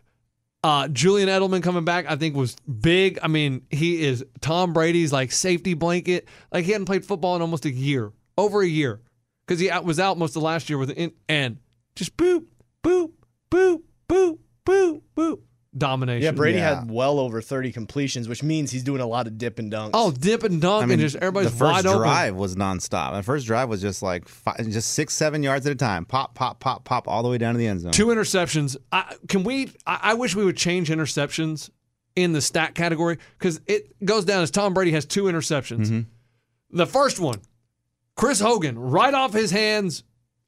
[SPEAKER 3] Uh, Julian Edelman coming back, I think, was big. I mean, he is Tom Brady's like safety blanket. Like he hadn't played football in almost a year, over a year, because he out, was out most of last year with an in, and just boop, boop, boop, boop, boop, boop, domination.
[SPEAKER 4] Yeah, Brady
[SPEAKER 2] Yeah.
[SPEAKER 4] had well over 30 completions, which means he's doing a lot of dip and dunks.
[SPEAKER 3] Oh, dip and dunk, and just everybody's
[SPEAKER 2] the first
[SPEAKER 3] wide open.
[SPEAKER 2] drive was nonstop. The first drive was just like five, just six, seven yards at a time. Pop, pop, pop, pop, all the way down to the end zone.
[SPEAKER 3] Two interceptions. I, can we? I, I wish we would change interceptions in the stat category because it goes down as Tom Brady has two interceptions. The first one, Chris Hogan, right off his hands,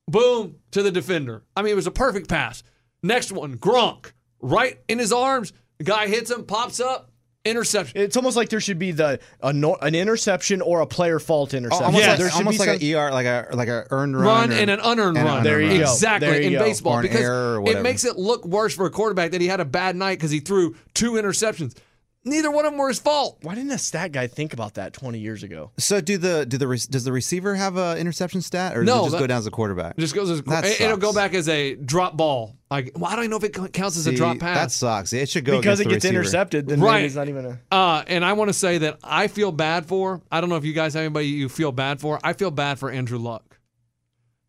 [SPEAKER 3] boom to the defender. I mean, it was a perfect pass. Next one, Gronk, right in his arms. The guy hits him, pops up, interception.
[SPEAKER 4] It's almost like there should be the a no, an interception or a player fault interception.
[SPEAKER 2] Oh, almost
[SPEAKER 3] Yes.
[SPEAKER 2] like,
[SPEAKER 4] there should
[SPEAKER 2] almost
[SPEAKER 4] be
[SPEAKER 2] like
[SPEAKER 4] some-
[SPEAKER 2] an ER, like a like a earned
[SPEAKER 3] Run
[SPEAKER 2] run, or-
[SPEAKER 3] and an
[SPEAKER 2] and
[SPEAKER 3] unearned
[SPEAKER 2] an
[SPEAKER 3] run.
[SPEAKER 2] unearned
[SPEAKER 4] There you
[SPEAKER 2] run.
[SPEAKER 4] go.
[SPEAKER 3] Exactly
[SPEAKER 4] There you
[SPEAKER 3] in
[SPEAKER 4] go.
[SPEAKER 3] baseball
[SPEAKER 2] Or an
[SPEAKER 3] because
[SPEAKER 2] error or
[SPEAKER 3] it
[SPEAKER 2] whatever.
[SPEAKER 3] makes it look worse for a quarterback that he had a bad night because he threw two interceptions. Neither one of them were his fault.
[SPEAKER 4] Why didn't a stat guy think about that 20 years ago?
[SPEAKER 2] So do the do the re- does the receiver have a interception stat, or does
[SPEAKER 3] No,
[SPEAKER 2] it just
[SPEAKER 3] that-
[SPEAKER 2] go down as a quarterback?
[SPEAKER 3] It just goes as
[SPEAKER 2] That
[SPEAKER 3] it, will
[SPEAKER 2] sucks.
[SPEAKER 3] go back as a drop ball. Like, well, I don't even know if it c- counts as a
[SPEAKER 2] See,
[SPEAKER 3] drop
[SPEAKER 2] That
[SPEAKER 3] pass.
[SPEAKER 2] sucks. It should go
[SPEAKER 4] because it
[SPEAKER 2] against
[SPEAKER 4] gets
[SPEAKER 2] the receiver.
[SPEAKER 4] intercepted, then
[SPEAKER 3] Right.
[SPEAKER 4] maybe it's not even a.
[SPEAKER 3] Uh, and I want to say that I feel bad for. I don't know if you guys have anybody you feel bad for. I feel bad for Andrew Luck.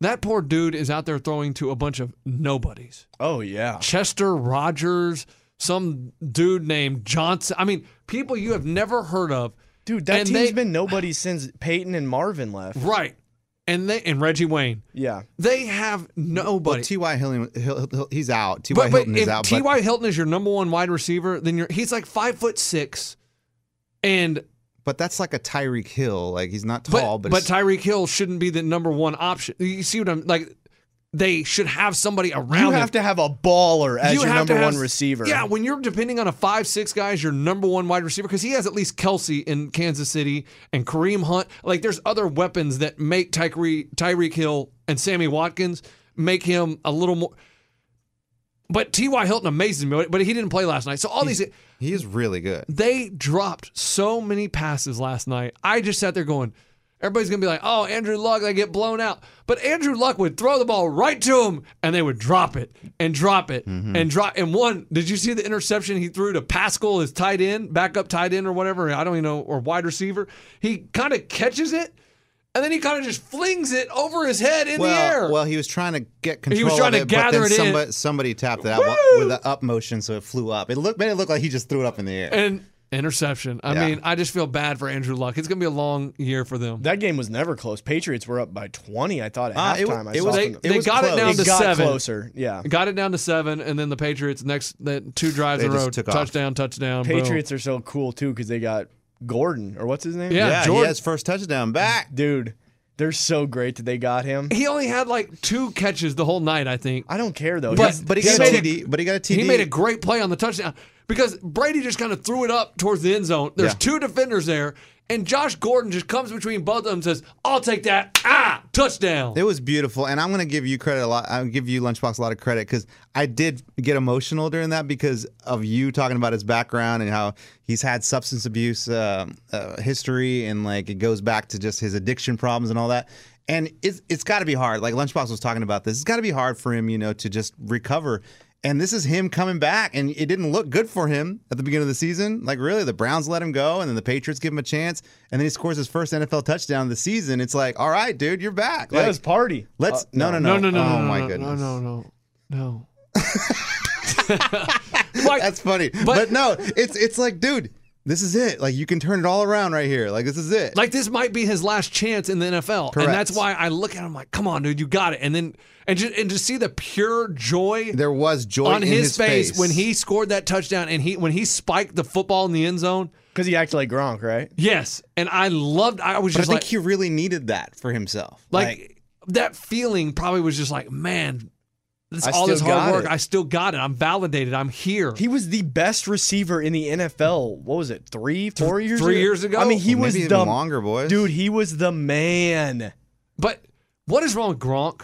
[SPEAKER 3] That poor dude is out there throwing to a bunch of nobodies.
[SPEAKER 4] Oh yeah.
[SPEAKER 3] Chester Rogers, some dude named Johnson. I mean, people you have never heard of.
[SPEAKER 4] Dude, that
[SPEAKER 3] And
[SPEAKER 4] team's
[SPEAKER 3] they-
[SPEAKER 4] been nobody since Peyton and Marvin left.
[SPEAKER 3] Right. And they and Reggie Wayne.
[SPEAKER 4] Yeah.
[SPEAKER 3] They have nobody.
[SPEAKER 2] Well, T.Y. Hilton, Hil- Hil- he's out. T.Y.
[SPEAKER 3] But, but
[SPEAKER 2] Hilton
[SPEAKER 3] if
[SPEAKER 2] is out. but-
[SPEAKER 3] T.Y. Hilton is your number one wide receiver, then you're he's like five foot six, and
[SPEAKER 2] But that's like a Tyreek Hill. Like he's not
[SPEAKER 3] but
[SPEAKER 2] tall, but,
[SPEAKER 3] but
[SPEAKER 2] it's-
[SPEAKER 3] Tyreek Hill shouldn't be the number one option. You see what I'm like? They should have somebody around.
[SPEAKER 4] You
[SPEAKER 3] him.
[SPEAKER 4] have to have a baller as
[SPEAKER 3] You
[SPEAKER 4] your
[SPEAKER 3] have to
[SPEAKER 4] number
[SPEAKER 3] have-
[SPEAKER 4] one receiver.
[SPEAKER 3] Yeah, when you're depending on a five six guy as your number one wide receiver, because he has at least Kelsey in Kansas City and Kareem Hunt. Like there's other weapons that make Tyreek Tyreek Hill and Sammy Watkins make him a little more. But T.Y. Hilton amazes me, but he didn't play last night. So all these
[SPEAKER 2] he is really good.
[SPEAKER 3] they dropped so many passes last night. I just sat there going, everybody's gonna be like, oh, Andrew Luck, they get blown out. But Andrew Luck would throw the ball right to him and they would drop it and drop it
[SPEAKER 2] Mm-hmm.
[SPEAKER 3] and drop and one, did you see the interception he threw to Pascal his tight end, backup tight end or whatever? I don't even know, or wide receiver. He kind of catches it and then he kind of just flings it over his head in the
[SPEAKER 2] Well,
[SPEAKER 3] air.
[SPEAKER 2] well, he was trying to get control.
[SPEAKER 3] trying to
[SPEAKER 2] of it,
[SPEAKER 3] gather
[SPEAKER 2] but
[SPEAKER 3] it
[SPEAKER 2] then
[SPEAKER 3] in.
[SPEAKER 2] somebody, Somebody tapped it out wa-
[SPEAKER 3] Woo!
[SPEAKER 2] with an up motion, so it flew up. It looked made it look like he just threw it up in the air.
[SPEAKER 3] and interception. I
[SPEAKER 2] Yeah.
[SPEAKER 3] mean, I just feel bad for Andrew Luck. It's gonna be a long year for them.
[SPEAKER 4] That game was never close. Patriots were up by 20, I thought, at
[SPEAKER 2] Uh, it w-
[SPEAKER 4] halftime. I
[SPEAKER 2] it
[SPEAKER 4] saw
[SPEAKER 2] was-
[SPEAKER 4] something.
[SPEAKER 3] they
[SPEAKER 2] was
[SPEAKER 3] got it
[SPEAKER 2] close.
[SPEAKER 3] down
[SPEAKER 4] it
[SPEAKER 3] to
[SPEAKER 4] got
[SPEAKER 3] seven.
[SPEAKER 4] closer. Yeah.
[SPEAKER 3] Got it down to seven, and then the Patriots next the two drives
[SPEAKER 2] They
[SPEAKER 3] in a
[SPEAKER 2] just
[SPEAKER 3] row,
[SPEAKER 2] took off.
[SPEAKER 3] touchdown, touchdown. boom.
[SPEAKER 4] Patriots are so cool, too, because they got Gordon, or what's his name?
[SPEAKER 3] Yeah,
[SPEAKER 2] yeah, he
[SPEAKER 3] Jordan-
[SPEAKER 2] had his first touchdown back.
[SPEAKER 4] Dude, they're so great that they got him.
[SPEAKER 3] He only had like two catches the whole night, I think.
[SPEAKER 4] I don't care, though.
[SPEAKER 3] But-
[SPEAKER 4] He's-
[SPEAKER 2] But he
[SPEAKER 3] He
[SPEAKER 2] got
[SPEAKER 3] made
[SPEAKER 2] a
[SPEAKER 3] a-
[SPEAKER 2] TD. but he got a TD.
[SPEAKER 3] He made a great play on the touchdown because Brady just kind of threw it up towards the end zone. There's
[SPEAKER 2] Yeah.
[SPEAKER 3] two defenders there, and Josh Gordon just comes between both of them and says, I'll take that. Ah, touchdown.
[SPEAKER 2] It was beautiful, and I'm going to give you credit a lot. I'll give you Lunchbox a lot of credit because I did get emotional during that because of you talking about his background and how he's had substance abuse uh, uh, history, and like it goes back to just his addiction problems and all that. And it's it's got to be hard. Like Lunchbox was talking about this, it's got to be hard for him, you know, to just recover. And this is him coming back, and it didn't look good for him at the beginning of the season. Like really, the Browns let him go, and then the Patriots give him a chance, and then he scores his first NFL touchdown of the season. It's like, all right, dude, you're back.
[SPEAKER 4] That
[SPEAKER 2] Like,
[SPEAKER 4] was party.
[SPEAKER 2] Let's
[SPEAKER 4] Uh,
[SPEAKER 2] no, no,
[SPEAKER 3] no,
[SPEAKER 2] no,
[SPEAKER 3] no, no,
[SPEAKER 2] Oh
[SPEAKER 3] no, no,
[SPEAKER 2] my
[SPEAKER 3] no,
[SPEAKER 2] goodness,
[SPEAKER 3] no, no, no, no. like,
[SPEAKER 2] that's funny. But, no, it's it's like, dude, this is it. Like you can turn it all around right here. Like this is it.
[SPEAKER 3] like this might be his last chance in the NFL,
[SPEAKER 2] Correct.
[SPEAKER 3] and that's why I look at him like, "Come on, dude, you got it!" And then and just and just see the pure joy
[SPEAKER 2] there was joy
[SPEAKER 3] on
[SPEAKER 2] in
[SPEAKER 3] his, face,
[SPEAKER 2] face
[SPEAKER 3] when he scored that touchdown and he when he spiked the football in the end zone.
[SPEAKER 4] Because he acted like Gronk, right?
[SPEAKER 3] Yes, and I loved. I was
[SPEAKER 2] But I
[SPEAKER 3] just
[SPEAKER 2] think
[SPEAKER 3] like,
[SPEAKER 2] he really needed that for himself.
[SPEAKER 3] like, that feeling probably was just like, man, this
[SPEAKER 4] I
[SPEAKER 3] all this
[SPEAKER 4] still
[SPEAKER 3] hard
[SPEAKER 4] got
[SPEAKER 3] work,
[SPEAKER 4] it."
[SPEAKER 3] I still got it. I'm validated. I'm here.
[SPEAKER 4] He was the best receiver in the NFL. What was it? Three, four years?
[SPEAKER 3] three years ago?
[SPEAKER 4] I mean, he
[SPEAKER 2] Well,
[SPEAKER 4] was
[SPEAKER 2] maybe
[SPEAKER 4] the
[SPEAKER 2] even longer, boys.
[SPEAKER 4] dude. He was the man. Did
[SPEAKER 3] but what is wrong with Gronk?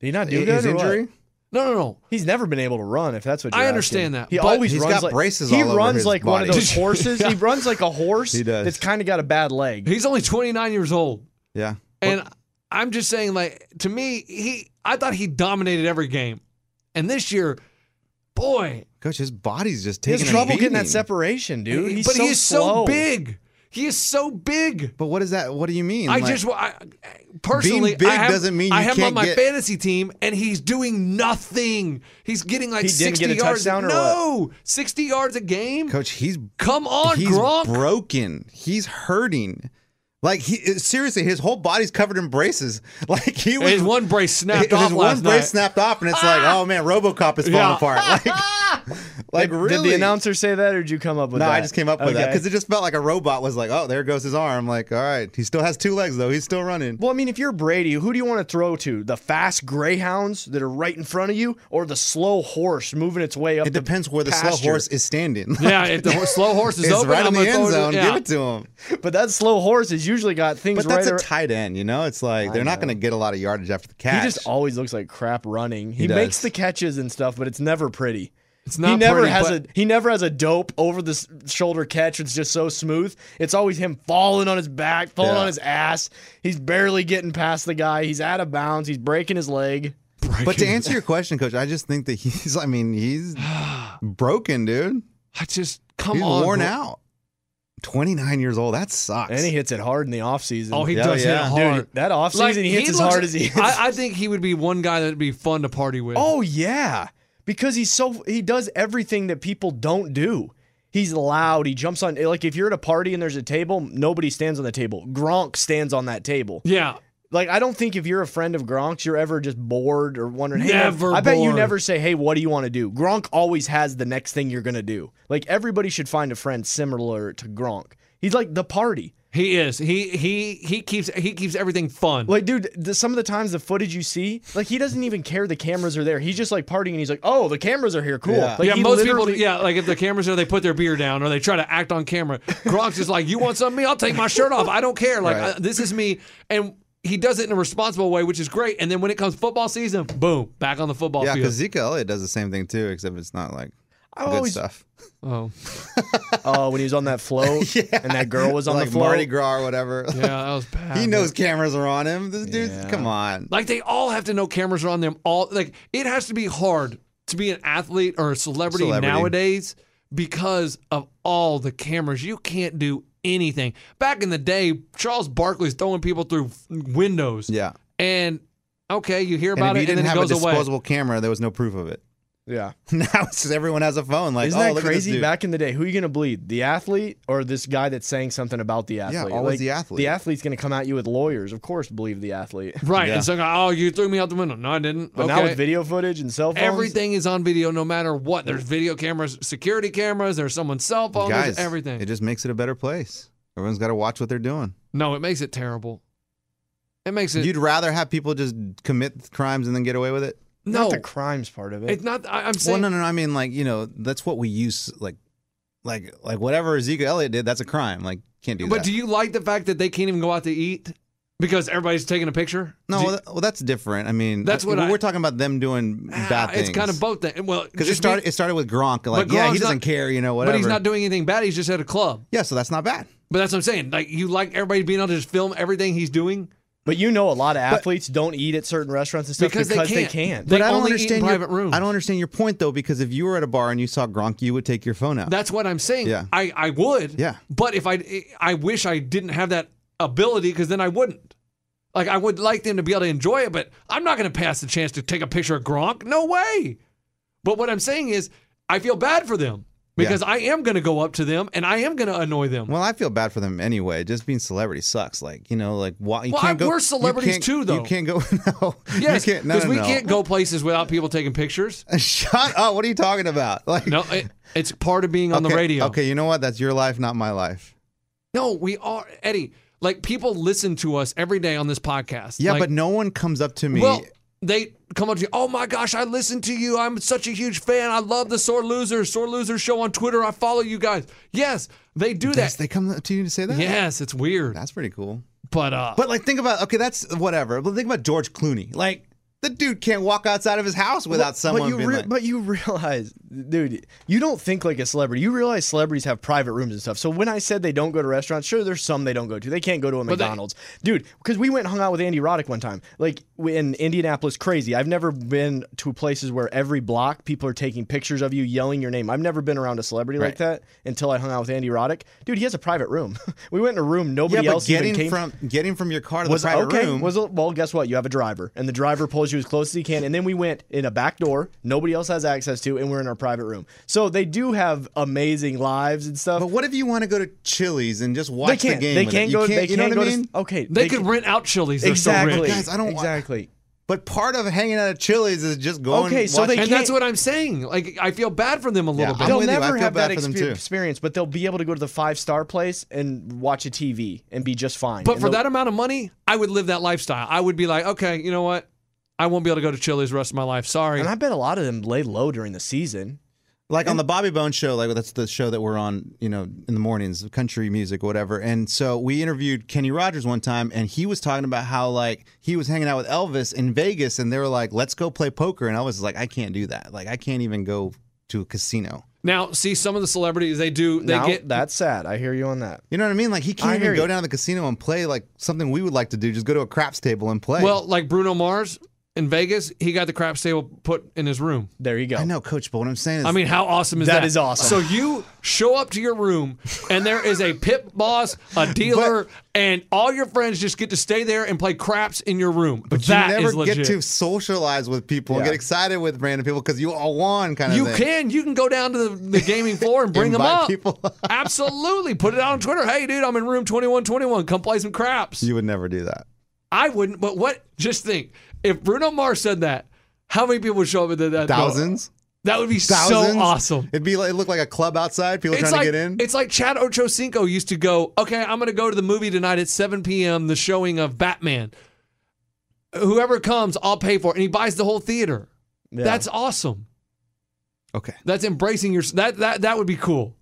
[SPEAKER 4] he not do
[SPEAKER 2] his,
[SPEAKER 4] good? or what?
[SPEAKER 2] injury.
[SPEAKER 3] No, no, no.
[SPEAKER 4] He's never been able to run. If that's what
[SPEAKER 3] I
[SPEAKER 4] you're
[SPEAKER 3] understand
[SPEAKER 4] asking.
[SPEAKER 3] that,
[SPEAKER 4] He
[SPEAKER 3] but-
[SPEAKER 4] always
[SPEAKER 2] He's
[SPEAKER 4] runs
[SPEAKER 2] got
[SPEAKER 4] like,
[SPEAKER 2] braces
[SPEAKER 4] He
[SPEAKER 2] all over
[SPEAKER 4] runs
[SPEAKER 2] his
[SPEAKER 4] like one of
[SPEAKER 2] body.
[SPEAKER 4] those horses. He runs like a horse.
[SPEAKER 2] He does.
[SPEAKER 4] That's kind of got a bad leg.
[SPEAKER 3] He's only 29 years old,
[SPEAKER 2] Yeah.
[SPEAKER 3] and I'm just saying, like to me, he I thought he dominated every game, and this year, boy,
[SPEAKER 2] Coach, his body's just
[SPEAKER 4] he
[SPEAKER 2] taking
[SPEAKER 4] has
[SPEAKER 2] a
[SPEAKER 4] trouble getting that
[SPEAKER 2] beating.
[SPEAKER 4] separation, dude. He's
[SPEAKER 3] but
[SPEAKER 4] so
[SPEAKER 3] he is
[SPEAKER 4] slow.
[SPEAKER 3] so big. He is so big.
[SPEAKER 2] But what is that? What do you mean?
[SPEAKER 3] I
[SPEAKER 2] Like,
[SPEAKER 3] just wa- I, personally
[SPEAKER 2] Being big
[SPEAKER 3] I have,
[SPEAKER 2] doesn't mean
[SPEAKER 3] I
[SPEAKER 2] you
[SPEAKER 3] have him on
[SPEAKER 2] can't
[SPEAKER 3] my
[SPEAKER 2] get-
[SPEAKER 3] fantasy team, and he's doing nothing. He's getting like
[SPEAKER 4] He didn't
[SPEAKER 3] sixty
[SPEAKER 4] get a
[SPEAKER 3] yards.
[SPEAKER 4] touchdown or
[SPEAKER 3] no, sixty yards a game.
[SPEAKER 2] Coach, he's
[SPEAKER 3] Come on,
[SPEAKER 2] he's
[SPEAKER 3] Gronk.
[SPEAKER 2] broken. He's hurting. Like he seriously, his whole body's covered in braces. Like he was
[SPEAKER 3] his one brace snapped
[SPEAKER 2] His
[SPEAKER 3] off
[SPEAKER 2] one
[SPEAKER 3] last
[SPEAKER 2] brace
[SPEAKER 3] night.
[SPEAKER 2] snapped off, and it's like, oh man, RoboCop is falling
[SPEAKER 3] Yeah.
[SPEAKER 2] apart. Like, like
[SPEAKER 4] Ah! Did-
[SPEAKER 2] really?
[SPEAKER 4] Did the announcer say that, or did you come up with
[SPEAKER 2] No,
[SPEAKER 4] that?
[SPEAKER 2] I just came up with that
[SPEAKER 4] Okay.
[SPEAKER 2] because it just felt like a robot was like, oh, there goes his arm. Like, all right, he still has two legs though. He's still running.
[SPEAKER 4] Well, I mean, if you're Brady, who do you want to throw to? The fast greyhounds that are right in front of you, or the slow horse moving its way up?
[SPEAKER 2] It depends where the
[SPEAKER 4] pasture?
[SPEAKER 2] slow horse is standing.
[SPEAKER 3] Yeah, if the ho- slow horse is
[SPEAKER 2] It's
[SPEAKER 3] open,
[SPEAKER 2] right
[SPEAKER 3] I'm
[SPEAKER 2] in the
[SPEAKER 3] gonna
[SPEAKER 2] end
[SPEAKER 3] throw
[SPEAKER 2] zone.
[SPEAKER 3] It, yeah.
[SPEAKER 2] Give it to him.
[SPEAKER 4] But that slow horse has usually got things
[SPEAKER 2] But that's
[SPEAKER 4] right.
[SPEAKER 2] a tight end, you know. It's like they're not going to get a lot of yardage after the
[SPEAKER 4] ar-
[SPEAKER 2] catch.
[SPEAKER 4] he just always looks like crap running. He,
[SPEAKER 2] does.
[SPEAKER 4] makes the catches and stuff, but it's never pretty.
[SPEAKER 3] It's not
[SPEAKER 4] he never
[SPEAKER 3] pretty,
[SPEAKER 4] has
[SPEAKER 3] but-
[SPEAKER 4] a he never has a dope over the s- shoulder catch. It's just so smooth. It's always him falling on his back, falling
[SPEAKER 2] Yeah.
[SPEAKER 4] on his ass. He's barely getting past the guy. He's out of bounds. He's breaking his leg.
[SPEAKER 2] but to answer your question, Coach, I just think that he's. I mean, he's broken, dude.
[SPEAKER 3] I just come
[SPEAKER 2] He's
[SPEAKER 3] on.
[SPEAKER 2] worn
[SPEAKER 3] Gronk.
[SPEAKER 2] out. Twenty nine years old. That sucks.
[SPEAKER 4] And he hits it hard in the offseason.
[SPEAKER 3] Oh, he
[SPEAKER 2] Yeah,
[SPEAKER 3] does
[SPEAKER 2] yeah.
[SPEAKER 3] hit hard.
[SPEAKER 4] Dude, that offseason he hits as
[SPEAKER 3] looks-
[SPEAKER 4] hard as he hits.
[SPEAKER 3] I, I think he would be one guy that'd be fun to party with.
[SPEAKER 4] oh yeah. Because he's so he does everything that people don't do. He's loud. He jumps on like if you're at a party and there's a table, nobody stands on the table. Gronk stands on that table.
[SPEAKER 3] yeah.
[SPEAKER 4] Like I don't think if you're a friend of Gronk's, you're ever just bored or wondering. Hey, man,
[SPEAKER 3] Never
[SPEAKER 4] I bet you
[SPEAKER 3] bored.
[SPEAKER 4] never say, "Hey, what do you want to do?" Gronk always has the next thing you're gonna do. Like everybody should find a friend similar to Gronk. He's like the party.
[SPEAKER 3] He is. He he he keeps he keeps everything fun.
[SPEAKER 4] Like, dude, the, some of the times the footage you see, like he doesn't even care the cameras are there. He's just like partying, and he's like, "Oh, the cameras are here, cool."
[SPEAKER 2] Yeah.
[SPEAKER 4] Like,
[SPEAKER 3] yeah,
[SPEAKER 4] he
[SPEAKER 3] most people.
[SPEAKER 4] literally-
[SPEAKER 3] Yeah, like if the cameras are, they put their beer down or they try to act on camera. Gronk's just like, "You want some of me? I'll take my shirt off. I don't care. Like
[SPEAKER 2] Right.
[SPEAKER 3] I- this is me." And he does it in a responsible way, which is great. And then when it comes football season, boom, back on the football
[SPEAKER 2] Yeah, because
[SPEAKER 3] field.
[SPEAKER 2] Zeke Elliott does the same thing too, except it's not like
[SPEAKER 4] I
[SPEAKER 2] good
[SPEAKER 4] always,
[SPEAKER 2] stuff.
[SPEAKER 3] Oh,
[SPEAKER 4] oh, when he was on that float, and that girl was on
[SPEAKER 2] like
[SPEAKER 4] the float.
[SPEAKER 2] Mardi Gras or whatever.
[SPEAKER 3] yeah, that was bad.
[SPEAKER 2] he
[SPEAKER 3] man.
[SPEAKER 2] knows cameras are on him. This dude's come on.
[SPEAKER 3] Like they all have to know cameras are on them. All like it has to be hard to be an athlete or a celebrity,
[SPEAKER 2] Celebrity.
[SPEAKER 3] nowadays because of all the cameras. You can't do anything. Back in the day, Charles Barkley's throwing people through f- windows.
[SPEAKER 2] Yeah.
[SPEAKER 3] And okay, you hear
[SPEAKER 2] And
[SPEAKER 3] about
[SPEAKER 2] if you
[SPEAKER 3] it and
[SPEAKER 2] didn't
[SPEAKER 3] then it
[SPEAKER 2] have a
[SPEAKER 3] goes away.
[SPEAKER 2] disposable camera, there was no proof of it.
[SPEAKER 4] Yeah.
[SPEAKER 2] Now it's just everyone has a phone. Like,
[SPEAKER 4] Isn't
[SPEAKER 2] oh,
[SPEAKER 4] that
[SPEAKER 2] look at this
[SPEAKER 4] crazy?
[SPEAKER 2] dude.
[SPEAKER 4] Back in the day, who are you going to bleed? The athlete or this guy that's saying something about the athlete?
[SPEAKER 2] always
[SPEAKER 4] Like,
[SPEAKER 2] the athlete.
[SPEAKER 4] The athlete's going to come at you with lawyers. Of course, believe the athlete.
[SPEAKER 3] Right.
[SPEAKER 2] Yeah.
[SPEAKER 3] And so oh, you threw me out the window. No, I didn't.
[SPEAKER 4] But
[SPEAKER 3] okay.
[SPEAKER 4] now with video footage and cell phones,
[SPEAKER 3] Everything is on video no matter what. There's video cameras, security cameras, there's someone's cell phone,
[SPEAKER 2] Guys,
[SPEAKER 3] there's everything.
[SPEAKER 2] It just makes it a better place. Everyone's got to watch what they're doing.
[SPEAKER 3] no, it makes it terrible. It makes it
[SPEAKER 2] You'd rather have people just commit crimes and then get away with it?
[SPEAKER 4] Not
[SPEAKER 3] no.
[SPEAKER 4] the crimes part of it.
[SPEAKER 3] It's not I, I'm
[SPEAKER 2] Well,
[SPEAKER 3] saying
[SPEAKER 2] no, no, no. I mean, like you know, that's what we use. Like, like, like whatever Ezekiel Elliott did, that's a crime. Like, can't do
[SPEAKER 3] But
[SPEAKER 2] that.
[SPEAKER 3] do you like the fact that they can't even go out to eat because everybody's taking a picture?
[SPEAKER 2] no,
[SPEAKER 3] Do you-
[SPEAKER 2] well, that- well, that's different. I mean,
[SPEAKER 3] That's what
[SPEAKER 2] we're,
[SPEAKER 3] I-
[SPEAKER 2] we're talking about them doing bad
[SPEAKER 3] Ah,
[SPEAKER 2] things.
[SPEAKER 3] It's kind of both things. Well,
[SPEAKER 2] because it
[SPEAKER 3] just
[SPEAKER 2] started.
[SPEAKER 3] be-
[SPEAKER 2] It started with Gronk. Like, yeah, he
[SPEAKER 3] Gronk's not-
[SPEAKER 2] doesn't care. You know, whatever.
[SPEAKER 3] but he's not doing anything bad. He's just at a club.
[SPEAKER 2] yeah, so that's not bad.
[SPEAKER 3] But that's what I'm saying. Like you like everybody being able to just film everything he's doing
[SPEAKER 4] but you know, a lot of athletes don't eat at certain restaurants and stuff
[SPEAKER 3] because,
[SPEAKER 4] because,
[SPEAKER 3] they can't.
[SPEAKER 4] can.
[SPEAKER 3] They
[SPEAKER 2] but I don't
[SPEAKER 3] only eat
[SPEAKER 2] understand
[SPEAKER 3] in
[SPEAKER 2] your,
[SPEAKER 3] private rooms.
[SPEAKER 2] I don't understand your point though, because if you were at a bar and you saw Gronk, you would take your phone out.
[SPEAKER 3] That's what I'm saying.
[SPEAKER 2] Yeah.
[SPEAKER 3] I I would.
[SPEAKER 2] Yeah.
[SPEAKER 3] But if I I wish I didn't have that ability because then I wouldn't. Like I would like them to be able to enjoy it, but I'm not going to pass the chance to take a picture of Gronk. No way. But what I'm saying is, I feel bad for them because I am going to go up to them and I am going to annoy them.
[SPEAKER 2] Well, I feel bad for them anyway. Just being celebrity sucks. Like you know, like why you
[SPEAKER 3] Well,
[SPEAKER 2] can't
[SPEAKER 3] I-
[SPEAKER 2] go.
[SPEAKER 3] we're
[SPEAKER 2] you
[SPEAKER 3] celebrities
[SPEAKER 2] can't-
[SPEAKER 3] too, though.
[SPEAKER 2] You can't go. No, you
[SPEAKER 3] yes, because
[SPEAKER 2] can't. No, no,
[SPEAKER 3] we
[SPEAKER 2] no.
[SPEAKER 3] can't go places without people taking pictures.
[SPEAKER 2] Shut up! What are you talking about? Like
[SPEAKER 3] No, it, it's part of being on
[SPEAKER 2] okay,
[SPEAKER 3] the radio.
[SPEAKER 2] Okay, you know what? That's your life, not my life.
[SPEAKER 3] No, we are Eddie. Like people listen to us every day on this podcast.
[SPEAKER 2] Yeah,
[SPEAKER 3] Like,
[SPEAKER 2] but no one comes up to me.
[SPEAKER 3] Well, they come up to you. Oh my gosh, I listen to you. I'm such a huge fan. I love the Sore Losers, Sore Losers show on Twitter. I follow you guys. Yes, they do
[SPEAKER 2] Yes,
[SPEAKER 3] that.
[SPEAKER 2] they come up to you to say that.
[SPEAKER 3] yes, it's weird.
[SPEAKER 2] that's pretty cool.
[SPEAKER 3] But uh
[SPEAKER 2] But like, think about okay, that's whatever. But think about George Clooney. Like the dude can't walk outside of his house without someone
[SPEAKER 4] But you,
[SPEAKER 2] being
[SPEAKER 4] rea-
[SPEAKER 2] like,
[SPEAKER 4] but you realize, dude, you don't think like a celebrity. You realize celebrities have private rooms and stuff. So when I said they don't go to restaurants, sure, there's some they don't go to. They can't go to a
[SPEAKER 3] they-
[SPEAKER 4] McDonald's, dude. Because we went and hung out with Andy Roddick one time, like we- in Indianapolis, crazy. I've never been to places where every block people are taking pictures of you, yelling your name. I've never been around a celebrity like that until I hung out with Andy Roddick, dude. He has a private room. we went in a room
[SPEAKER 2] yeah,
[SPEAKER 4] nobody
[SPEAKER 2] but
[SPEAKER 4] else even
[SPEAKER 2] getting
[SPEAKER 4] came
[SPEAKER 2] from getting from your car to
[SPEAKER 4] was
[SPEAKER 2] the private
[SPEAKER 4] okay.
[SPEAKER 2] room.
[SPEAKER 4] Was well, guess what? You have a driver, and the driver pulls you as close as he can, and then we went in a back door nobody else has access to, and we're in our private room. So they do have amazing lives and stuff.
[SPEAKER 2] but what if you want to go to Chili's and just watch
[SPEAKER 4] they can't.
[SPEAKER 2] the game?
[SPEAKER 4] they
[SPEAKER 2] with
[SPEAKER 4] can't
[SPEAKER 2] it?
[SPEAKER 4] go.
[SPEAKER 2] You can't,
[SPEAKER 4] they
[SPEAKER 2] you know
[SPEAKER 4] can't
[SPEAKER 2] what
[SPEAKER 4] go
[SPEAKER 2] I mean?
[SPEAKER 4] to. Okay.
[SPEAKER 3] they, could rent out Chili's. They're
[SPEAKER 4] exactly.
[SPEAKER 3] so rich.
[SPEAKER 2] Guys, I don't want-
[SPEAKER 4] exactly.
[SPEAKER 2] But part of hanging out at Chili's is just going.
[SPEAKER 4] Okay, so they
[SPEAKER 2] watching-
[SPEAKER 3] And that's what I'm saying. Like I feel bad for them a little
[SPEAKER 2] Yeah, I'm
[SPEAKER 3] bit.
[SPEAKER 4] They'll
[SPEAKER 2] with you. I
[SPEAKER 4] never
[SPEAKER 2] feel
[SPEAKER 4] have
[SPEAKER 2] bad
[SPEAKER 4] that
[SPEAKER 2] for them,
[SPEAKER 4] expe-
[SPEAKER 2] too.
[SPEAKER 4] experience, but they'll be able to go to the five star place and watch a TV and be just fine.
[SPEAKER 3] But
[SPEAKER 4] And
[SPEAKER 3] for
[SPEAKER 4] they'll-
[SPEAKER 3] that amount of money, I would live that lifestyle. I would be like, okay, you know what? I won't be able to go to Chili's the rest of my life. Sorry.
[SPEAKER 4] and I bet a lot of them lay low during the season.
[SPEAKER 2] like on the Bobby Bones show, like that's the show that we're on, you know, in the mornings, country music, whatever. And so we interviewed Kenny Rogers one time, and he was talking about how like he was hanging out with Elvis in Vegas, and they were like, "Let's go play poker," and Elvis is like, "I can't do that. Like, I can't even go to a casino."
[SPEAKER 3] now, see some of the celebrities they do they
[SPEAKER 4] now,
[SPEAKER 3] get
[SPEAKER 4] that's sad. I hear you on that.
[SPEAKER 2] You know what I mean? Like he
[SPEAKER 4] I
[SPEAKER 2] can't
[SPEAKER 4] hear
[SPEAKER 2] even go
[SPEAKER 4] you.
[SPEAKER 2] down to the casino and play like something we would like to do. Just go to a craps table and play.
[SPEAKER 3] well, like Bruno Mars in Vegas, he got the crap table put in his room.
[SPEAKER 4] There you go.
[SPEAKER 2] I know, Coach, but what I'm saying is,
[SPEAKER 3] I mean, how awesome is that?
[SPEAKER 4] That is awesome.
[SPEAKER 3] So you show up to your room, and there is a pip boss, a dealer, and all your friends just get to stay there and play craps in your room. But
[SPEAKER 2] you never get to socialize with people and
[SPEAKER 4] Yeah.
[SPEAKER 2] get excited with random people because you all won kind of.
[SPEAKER 3] You
[SPEAKER 2] thing.
[SPEAKER 3] can. You can go down to the, the gaming floor and bring them
[SPEAKER 2] Invite
[SPEAKER 3] up.
[SPEAKER 2] people.
[SPEAKER 3] Absolutely. Put it out on Twitter. Hey, dude, I'm in room 2121. Come play some craps.
[SPEAKER 2] You would never do that.
[SPEAKER 3] I wouldn't, but what? Just think if Bruno Mars said that, how many people would show up at that? that-
[SPEAKER 2] Thousands.
[SPEAKER 3] That would be
[SPEAKER 2] thousands.
[SPEAKER 3] so awesome.
[SPEAKER 2] It'd be like it looked like a club outside, people
[SPEAKER 3] it's
[SPEAKER 2] trying
[SPEAKER 3] like,
[SPEAKER 2] to get in.
[SPEAKER 3] It's like Chad Ochocinco used to go, okay, I'm going to go to the movie tonight at 7 p.m., the showing of Batman. Whoever comes, I'll pay for it. And he buys the whole theater.
[SPEAKER 4] Yeah.
[SPEAKER 3] That's awesome.
[SPEAKER 2] Okay.
[SPEAKER 3] That's embracing your, that, that, that would be cool.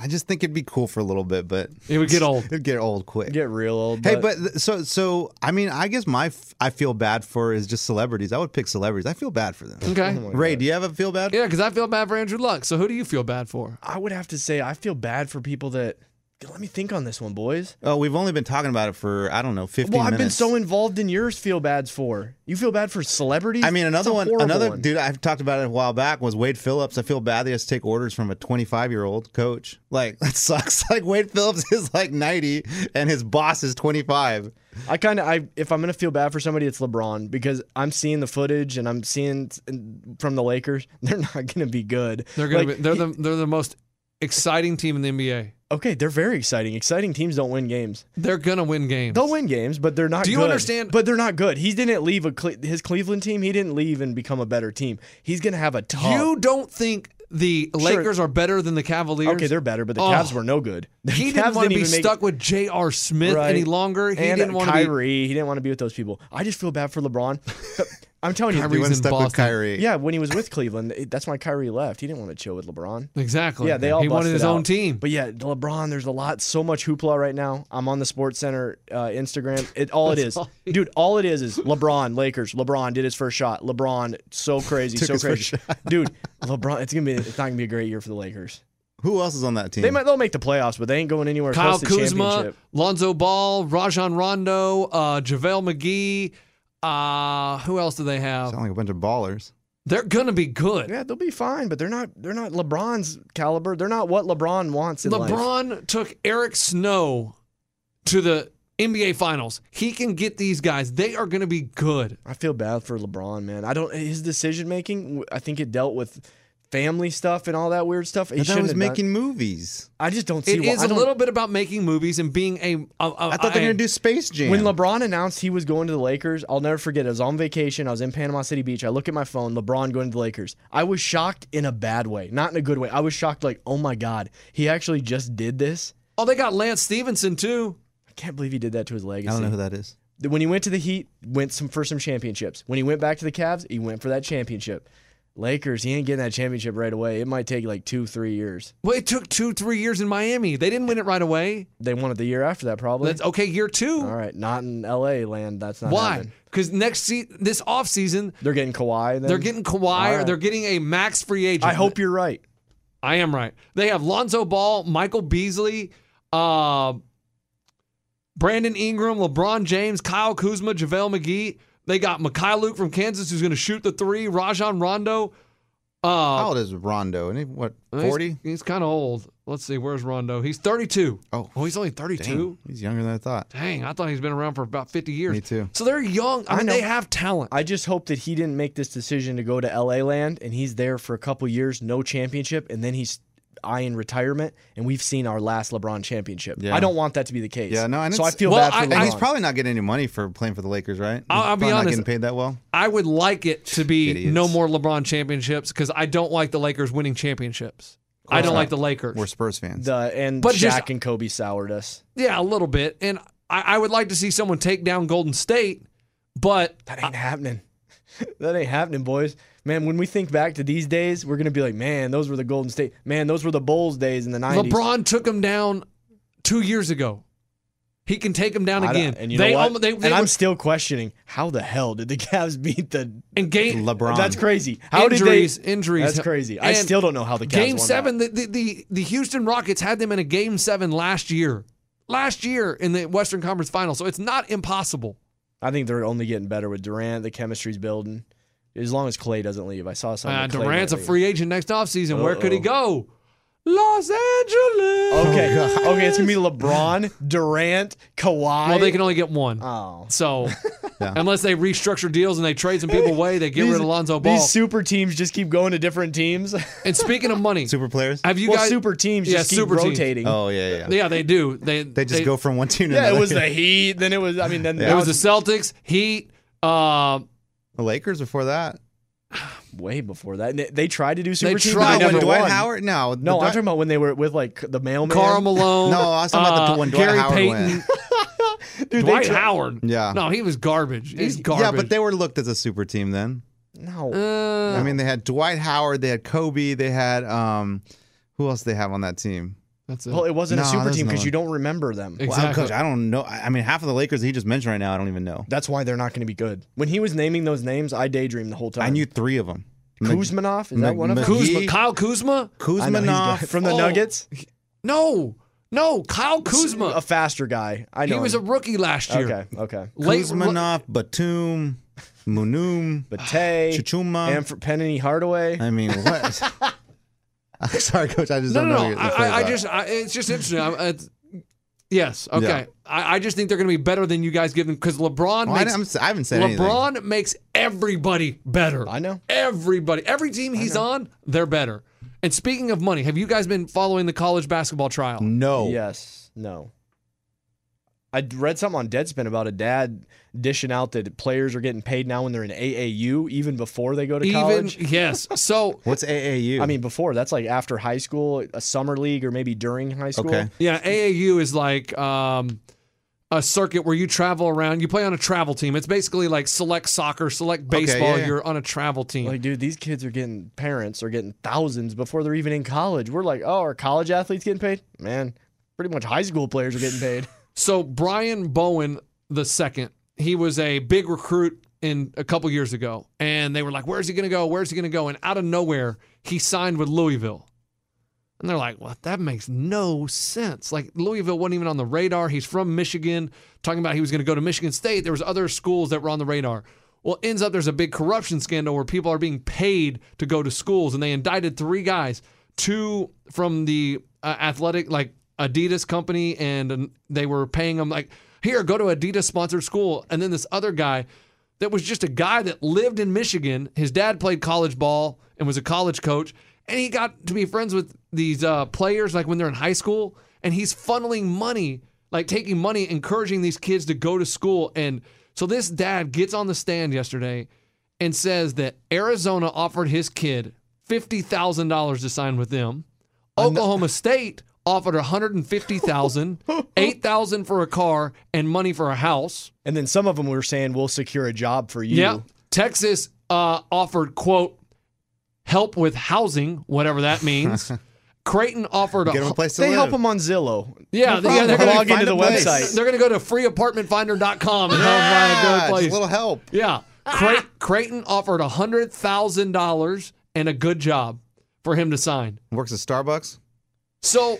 [SPEAKER 2] I just think it'd be cool for a little bit, but
[SPEAKER 3] It would get old.
[SPEAKER 2] it'd get old quick.
[SPEAKER 4] get real old.
[SPEAKER 2] Hey, but th- so so I mean, I guess my f- I feel bad for is just celebrities. I would pick celebrities. I feel bad for them.
[SPEAKER 3] Okay.
[SPEAKER 4] Oh my
[SPEAKER 2] Ray, do you have a feel bad?
[SPEAKER 3] Yeah, because I feel bad for Andrew Luck. So who do you feel bad for?
[SPEAKER 4] I would have to say I feel bad for people that let me think on this one, boys.
[SPEAKER 2] Oh, we've only been talking about it for I don't know fifteen.
[SPEAKER 4] Well, I've been
[SPEAKER 2] minutes.
[SPEAKER 4] so involved in yours feel bads for. You feel bad for celebrities?
[SPEAKER 2] I mean,
[SPEAKER 4] That's
[SPEAKER 2] another
[SPEAKER 4] a
[SPEAKER 2] one,
[SPEAKER 4] horrible
[SPEAKER 2] another
[SPEAKER 4] one.
[SPEAKER 2] dude I've talked about it a while back was Wade Phillips. I feel bad that he has to take orders from a 25 year old coach. Like, that sucks. Like, Wade Phillips is like 90 and his boss is 25.
[SPEAKER 4] I kind of, I if I'm gonna feel bad for somebody, it's LeBron because I'm seeing the footage and I'm seeing t- from the Lakers, they're not gonna be good.
[SPEAKER 3] They're gonna
[SPEAKER 4] Like,
[SPEAKER 3] be, they're
[SPEAKER 4] he-
[SPEAKER 3] the they're the most exciting team in the NBA.
[SPEAKER 4] okay. They're very exciting. Exciting teams don't win games.
[SPEAKER 3] They're gonna win games.
[SPEAKER 4] They'll win games, but they're not.
[SPEAKER 3] Do you
[SPEAKER 4] good.
[SPEAKER 3] understand-
[SPEAKER 4] But they're not good. He didn't leave a Cle- his Cleveland team. He didn't leave and become a better team. He's gonna have a tough.
[SPEAKER 3] You don't think the Lakers are better than the Cavaliers?
[SPEAKER 4] okay, they're better, but the
[SPEAKER 3] Oh.
[SPEAKER 4] Cavs were no good. The
[SPEAKER 3] he
[SPEAKER 4] Cavs
[SPEAKER 3] didn't want to be
[SPEAKER 4] even make-
[SPEAKER 3] stuck with J.R. Smith
[SPEAKER 4] Right.
[SPEAKER 3] any longer. He
[SPEAKER 4] and
[SPEAKER 3] didn't want to be.
[SPEAKER 4] Kyrie. He didn't want to be with those people. I just feel bad for LeBron. I'm telling you,
[SPEAKER 3] Kyrie's
[SPEAKER 2] He went
[SPEAKER 3] in
[SPEAKER 2] stuck with
[SPEAKER 3] Boston.
[SPEAKER 2] Kyrie.
[SPEAKER 4] yeah, when he was with Cleveland, it- that's why Kyrie left. He didn't want to chill with LeBron.
[SPEAKER 3] Exactly.
[SPEAKER 4] Yeah, they all
[SPEAKER 3] He wanted
[SPEAKER 4] busted
[SPEAKER 3] his own
[SPEAKER 4] out.
[SPEAKER 3] team.
[SPEAKER 4] But yeah, LeBron, there's a lot, so much hoopla right now. I'm on the Sports Center uh, Instagram. It all it is,
[SPEAKER 3] all he-
[SPEAKER 4] dude. All it is is LeBron, Lakers. LeBron did his first shot. LeBron, so crazy, so
[SPEAKER 2] his
[SPEAKER 4] crazy,
[SPEAKER 2] first
[SPEAKER 4] dude. LeBron, it's gonna be, it's not gonna be a great year for the Lakers.
[SPEAKER 2] Who else is on that team?
[SPEAKER 4] They might, they'll make the playoffs, but they ain't going anywhere
[SPEAKER 3] Kyle
[SPEAKER 4] close to
[SPEAKER 3] Kuzma,
[SPEAKER 4] championship.
[SPEAKER 3] Lonzo Ball, Rajon Rondo, uh, JaVale McGee. Uh, who else do they have?
[SPEAKER 2] Sound like a bunch of ballers.
[SPEAKER 3] They're gonna be good.
[SPEAKER 4] Yeah, they'll be fine, but they're not. They're not LeBron's caliber. They're not what LeBron wants in life.
[SPEAKER 3] LeBron took Eric Snow to the NBA Finals. He can get these guys. They are going to be good.
[SPEAKER 4] I feel bad for LeBron, man. I don't his decision making. I think it dealt with family stuff and all that weird stuff. He
[SPEAKER 2] I thought
[SPEAKER 4] shouldn't
[SPEAKER 2] was
[SPEAKER 4] have done-
[SPEAKER 2] making movies.
[SPEAKER 4] I just don't see.
[SPEAKER 3] It
[SPEAKER 4] why-
[SPEAKER 3] is
[SPEAKER 4] I
[SPEAKER 3] a
[SPEAKER 4] don't-
[SPEAKER 3] little bit about making movies and being a. a- a-
[SPEAKER 2] I thought they were
[SPEAKER 3] a-
[SPEAKER 2] going to do Space Jam.
[SPEAKER 4] Uh, When LeBron announced he was going to the Lakers, I'll never forget. I was on vacation. I was in Panama City Beach. I look at my phone. LeBron going to the Lakers. I was shocked in a bad way, not in a good way. I was shocked, like, oh my god, he actually just did this.
[SPEAKER 3] Oh, they got Lance Stevenson too.
[SPEAKER 4] I can't believe he did that to his legacy.
[SPEAKER 2] I don't know who that is.
[SPEAKER 4] when he went to the Heat, went some for some championships. When he went back to the Cavs, he went for that championship. Lakers, he ain't getting that championship right away. It might take like two, three years.
[SPEAKER 3] Well, it took two, three years in Miami. They didn't win it right away.
[SPEAKER 4] They won it the year after that, probably.
[SPEAKER 3] That's okay. Year two.
[SPEAKER 4] All right, not in L.A. land. That's not
[SPEAKER 3] Why?
[SPEAKER 4] happening.
[SPEAKER 3] Because next se- this offseason,
[SPEAKER 4] They're getting Kawhi. Then.
[SPEAKER 3] they're getting Kawhi or
[SPEAKER 4] Hmm. right.
[SPEAKER 3] they're getting a max free agent.
[SPEAKER 4] I hope you're right.
[SPEAKER 3] I am right. They have Lonzo Ball, Michael Beasley, uh, Brandon Ingram, LeBron James, Kyle Kuzma, JaVale McGee. They got Makai Luke from Kansas who's going to shoot the three. Rajon Rondo. Uh,
[SPEAKER 2] How old is Rondo? And he, what,
[SPEAKER 3] he's-
[SPEAKER 2] 40?
[SPEAKER 3] He's, kind of old. Let's see. Where's Rondo? He's 32.
[SPEAKER 2] Oh,
[SPEAKER 3] he's only 32.
[SPEAKER 2] He's younger than I thought.
[SPEAKER 3] Dang, I thought he's been around for about 50 years.
[SPEAKER 2] Me too.
[SPEAKER 3] So they're young. I,
[SPEAKER 4] I
[SPEAKER 3] mean,
[SPEAKER 4] know.
[SPEAKER 3] they have talent.
[SPEAKER 4] I just hope that he didn't make this decision to go to L.A. land, and he's there for a couple years, no championship, and then he's eyeing retirement. And we've seen our last LeBron championship.
[SPEAKER 2] Yeah.
[SPEAKER 4] I don't want that to be the case.
[SPEAKER 2] Yeah, no, and
[SPEAKER 4] so I
[SPEAKER 2] it's-
[SPEAKER 4] feel
[SPEAKER 3] Well,
[SPEAKER 4] bad for
[SPEAKER 3] I-
[SPEAKER 2] And
[SPEAKER 4] LeBron.
[SPEAKER 2] he's probably not getting any money for playing for the Lakers, right?
[SPEAKER 3] I'll-
[SPEAKER 2] He's
[SPEAKER 3] I'll be
[SPEAKER 2] probably
[SPEAKER 3] honest.
[SPEAKER 2] Not getting paid that well.
[SPEAKER 3] I would like it to be
[SPEAKER 2] Idiots.
[SPEAKER 3] no more LeBron championships because I don't like the Lakers winning championships. I don't like the Lakers.
[SPEAKER 2] We're Spurs fans.
[SPEAKER 4] the uh, and
[SPEAKER 3] But
[SPEAKER 4] Shaq
[SPEAKER 3] just-
[SPEAKER 4] and Kobe soured us.
[SPEAKER 3] Yeah, a little bit. And I, I would like to see someone take down Golden State, but
[SPEAKER 4] That ain't happening. that ain't happening, boys. Man, when we think back to these days, we're gonna be like, man, those were the Golden State. Man, those were the Bulls days in the nineties.
[SPEAKER 3] LeBron took him down two years ago. He can take him down again.
[SPEAKER 4] and you
[SPEAKER 3] they
[SPEAKER 4] know what?
[SPEAKER 3] almo- they- they
[SPEAKER 4] and I'm
[SPEAKER 3] were-
[SPEAKER 4] still questioning how the hell did the Cavs beat the?
[SPEAKER 3] and game
[SPEAKER 2] LeBron.
[SPEAKER 4] That's crazy. How
[SPEAKER 3] injuries,
[SPEAKER 4] did they?
[SPEAKER 3] injuries.
[SPEAKER 4] That's crazy. I
[SPEAKER 3] And
[SPEAKER 4] still don't know how the Cavs
[SPEAKER 3] Game
[SPEAKER 4] won
[SPEAKER 3] seven, the, the, the, the Houston Rockets had them in a game seven last year. Last year in the Western Conference Finals. So it's not impossible.
[SPEAKER 4] That. I think they're only getting better with Durant. The chemistry's building. As long as Clay doesn't leave, I saw something.
[SPEAKER 3] Uh,
[SPEAKER 4] that Klay
[SPEAKER 3] Durant's a
[SPEAKER 4] might leave.
[SPEAKER 3] free agent next offseason. Where could he
[SPEAKER 4] Uh-oh.
[SPEAKER 3] go? Los Angeles.
[SPEAKER 4] Okay, okay, it's gonna be LeBron, Durant, Kawhi.
[SPEAKER 3] Well, they can only get one.
[SPEAKER 4] Oh.
[SPEAKER 3] So,
[SPEAKER 2] Ah. Yeah.
[SPEAKER 3] unless they restructure deals and they trade some people away, they get rid of Lonzo Ball.
[SPEAKER 4] These super teams just keep going to different teams.
[SPEAKER 3] and speaking of money,
[SPEAKER 2] Super players?
[SPEAKER 3] have you
[SPEAKER 4] well,
[SPEAKER 3] guys?
[SPEAKER 4] super teams
[SPEAKER 3] Yeah,
[SPEAKER 4] just keep
[SPEAKER 3] super teams.
[SPEAKER 4] rotating.
[SPEAKER 2] oh, yeah, yeah.
[SPEAKER 3] yeah, they do. They
[SPEAKER 2] They just go from one team to
[SPEAKER 4] Yeah,
[SPEAKER 2] another.
[SPEAKER 4] it was the Heat. Then it was. I mean, then
[SPEAKER 2] Yeah.
[SPEAKER 3] It
[SPEAKER 4] that
[SPEAKER 3] was the Celtics, Heat. Uh,
[SPEAKER 2] The Lakers before that.
[SPEAKER 4] way before that. And They, they tried to do super teams.
[SPEAKER 3] tried. No,
[SPEAKER 4] but they never
[SPEAKER 2] when Dwight
[SPEAKER 4] won.
[SPEAKER 2] Howard? No, the
[SPEAKER 4] No, I'm
[SPEAKER 2] Dwight-
[SPEAKER 4] talking about when they were with like the mailman.
[SPEAKER 3] Carl Malone.
[SPEAKER 2] No, I was talking about the
[SPEAKER 3] uh,
[SPEAKER 2] one Dwight
[SPEAKER 3] Gary
[SPEAKER 2] Howard
[SPEAKER 3] Payton,
[SPEAKER 2] went.
[SPEAKER 4] Dude, they
[SPEAKER 3] Dwight
[SPEAKER 4] tried-
[SPEAKER 3] Howard.
[SPEAKER 2] Yeah.
[SPEAKER 3] No, he was garbage. He's garbage.
[SPEAKER 2] yeah, but they were looked as a super team then.
[SPEAKER 4] No,
[SPEAKER 3] Uh,
[SPEAKER 2] I mean, they had Dwight Howard, they had Kobe, they had um, who else they have on that team?
[SPEAKER 3] that's it.
[SPEAKER 4] well, it wasn't a
[SPEAKER 2] No,
[SPEAKER 4] super
[SPEAKER 2] there's
[SPEAKER 4] team
[SPEAKER 2] no
[SPEAKER 4] because
[SPEAKER 2] one.
[SPEAKER 4] you don't remember them.
[SPEAKER 2] Well,
[SPEAKER 3] exactly.
[SPEAKER 2] coach, I don't know. I I mean, half of the Lakers that he just mentioned right now, I don't even know.
[SPEAKER 4] That's why they're not going to be good. When he was naming those names, I daydreamed the whole time.
[SPEAKER 2] I knew three of them.
[SPEAKER 4] Kuzmanov is that
[SPEAKER 2] Mc-
[SPEAKER 4] one of them?
[SPEAKER 2] Mc-
[SPEAKER 3] Kuzma,
[SPEAKER 2] he-
[SPEAKER 3] Kyle Kuzma.
[SPEAKER 4] I know he's
[SPEAKER 2] Kuzmanov
[SPEAKER 4] good. from the
[SPEAKER 3] Oh.
[SPEAKER 4] Nuggets.
[SPEAKER 3] No, No, Kyle Kuzma.
[SPEAKER 4] a faster guy. I know.
[SPEAKER 3] he was a
[SPEAKER 4] him.
[SPEAKER 3] rookie last year.
[SPEAKER 4] okay. Okay.
[SPEAKER 3] Late-
[SPEAKER 2] Kuzmanov, Batum, Munum,
[SPEAKER 4] Bate,
[SPEAKER 2] Chichuma.
[SPEAKER 4] and for Penny
[SPEAKER 3] Uh,
[SPEAKER 4] Hardaway.
[SPEAKER 2] I mean, what? I'm sorry, coach. I just
[SPEAKER 3] No,
[SPEAKER 2] don't know.
[SPEAKER 3] no,
[SPEAKER 2] your-
[SPEAKER 3] no.
[SPEAKER 2] your
[SPEAKER 3] I,
[SPEAKER 2] phrase
[SPEAKER 3] I, I
[SPEAKER 2] out.
[SPEAKER 3] just, I, it's just interesting. I, it's, yes. Okay.
[SPEAKER 2] Yeah.
[SPEAKER 3] I, I just think they're going to be better than you guys give them because LeBron
[SPEAKER 2] Well, I,
[SPEAKER 3] makes
[SPEAKER 2] didn't- I'm, s- I haven't said anything.
[SPEAKER 3] LeBron makes everybody better.
[SPEAKER 4] I know.
[SPEAKER 3] Everybody. Every team he's on, they're better. And speaking of money, have you guys been following the college basketball trial?
[SPEAKER 2] No.
[SPEAKER 4] Yes. No. I d- read something on Deadspin about a dad dishing out that players are getting paid now when they're in AAU, even before they go to
[SPEAKER 3] Even
[SPEAKER 4] college.
[SPEAKER 3] yes. So
[SPEAKER 2] What's AAU?
[SPEAKER 4] I mean, before that's like after high school, a summer league, or maybe during high school.
[SPEAKER 2] Okay.
[SPEAKER 3] yeah, AAU is like um, a circuit where you travel around. You play on a travel team. It's basically like select soccer, select
[SPEAKER 2] yeah,
[SPEAKER 3] baseball.
[SPEAKER 2] yeah.
[SPEAKER 3] You're on a travel team.
[SPEAKER 4] Like, dude, these kids are getting parents are getting thousands before they're even in college. We're like, oh, are college athletes getting paid? Man, pretty much high school players are getting paid.
[SPEAKER 3] So Brian Bowen the second, he was a big recruit in a couple years ago, and they were like, "Where's he gonna go? Where's he gonna go?" And out of nowhere, he signed with Louisville, and they're like, "What? That makes no sense. Like Louisville wasn't even on the radar. He's from Michigan, talking about he was gonna go to Michigan State. There was other schools that were on the radar." Well, ends up there's a big corruption scandal where people are being paid to go to schools, and they indicted three guys, two from the uh, athletic like Adidas company and um, they were paying him like, here, go to Adidas sponsored school. And then this other guy that was just a guy that lived in Michigan. His dad played college ball and was a college coach. And he got to be friends with these uh, players like when they're in high school. And he's funneling money, like taking money, encouraging these kids to go to school. And so this dad gets on the stand yesterday and says that Arizona offered his kid $50,000 to sign with them. Oklahoma State offered 150,000, 8,000 for a car and money for a house.
[SPEAKER 4] and then some of them were saying, we'll secure a job for you.
[SPEAKER 3] Yeah. Texas uh, offered quote help with housing, whatever that means. Creighton offered a
[SPEAKER 2] Get them a place to
[SPEAKER 4] They
[SPEAKER 2] live.
[SPEAKER 4] help them on Zillow.
[SPEAKER 3] Yeah, they-
[SPEAKER 2] problem.
[SPEAKER 3] yeah,
[SPEAKER 2] Log
[SPEAKER 3] they're going
[SPEAKER 2] in.
[SPEAKER 4] log into
[SPEAKER 2] find
[SPEAKER 4] the
[SPEAKER 2] a place.
[SPEAKER 4] website.
[SPEAKER 3] they're going to go to freeapartmentfinder.com and
[SPEAKER 2] Ah,
[SPEAKER 3] help
[SPEAKER 2] just
[SPEAKER 3] find a good
[SPEAKER 2] a
[SPEAKER 3] place.
[SPEAKER 2] little help.
[SPEAKER 3] Yeah. Cre- Creighton offered $100,000 and a good job for him to sign.
[SPEAKER 2] Works at Starbucks.
[SPEAKER 3] So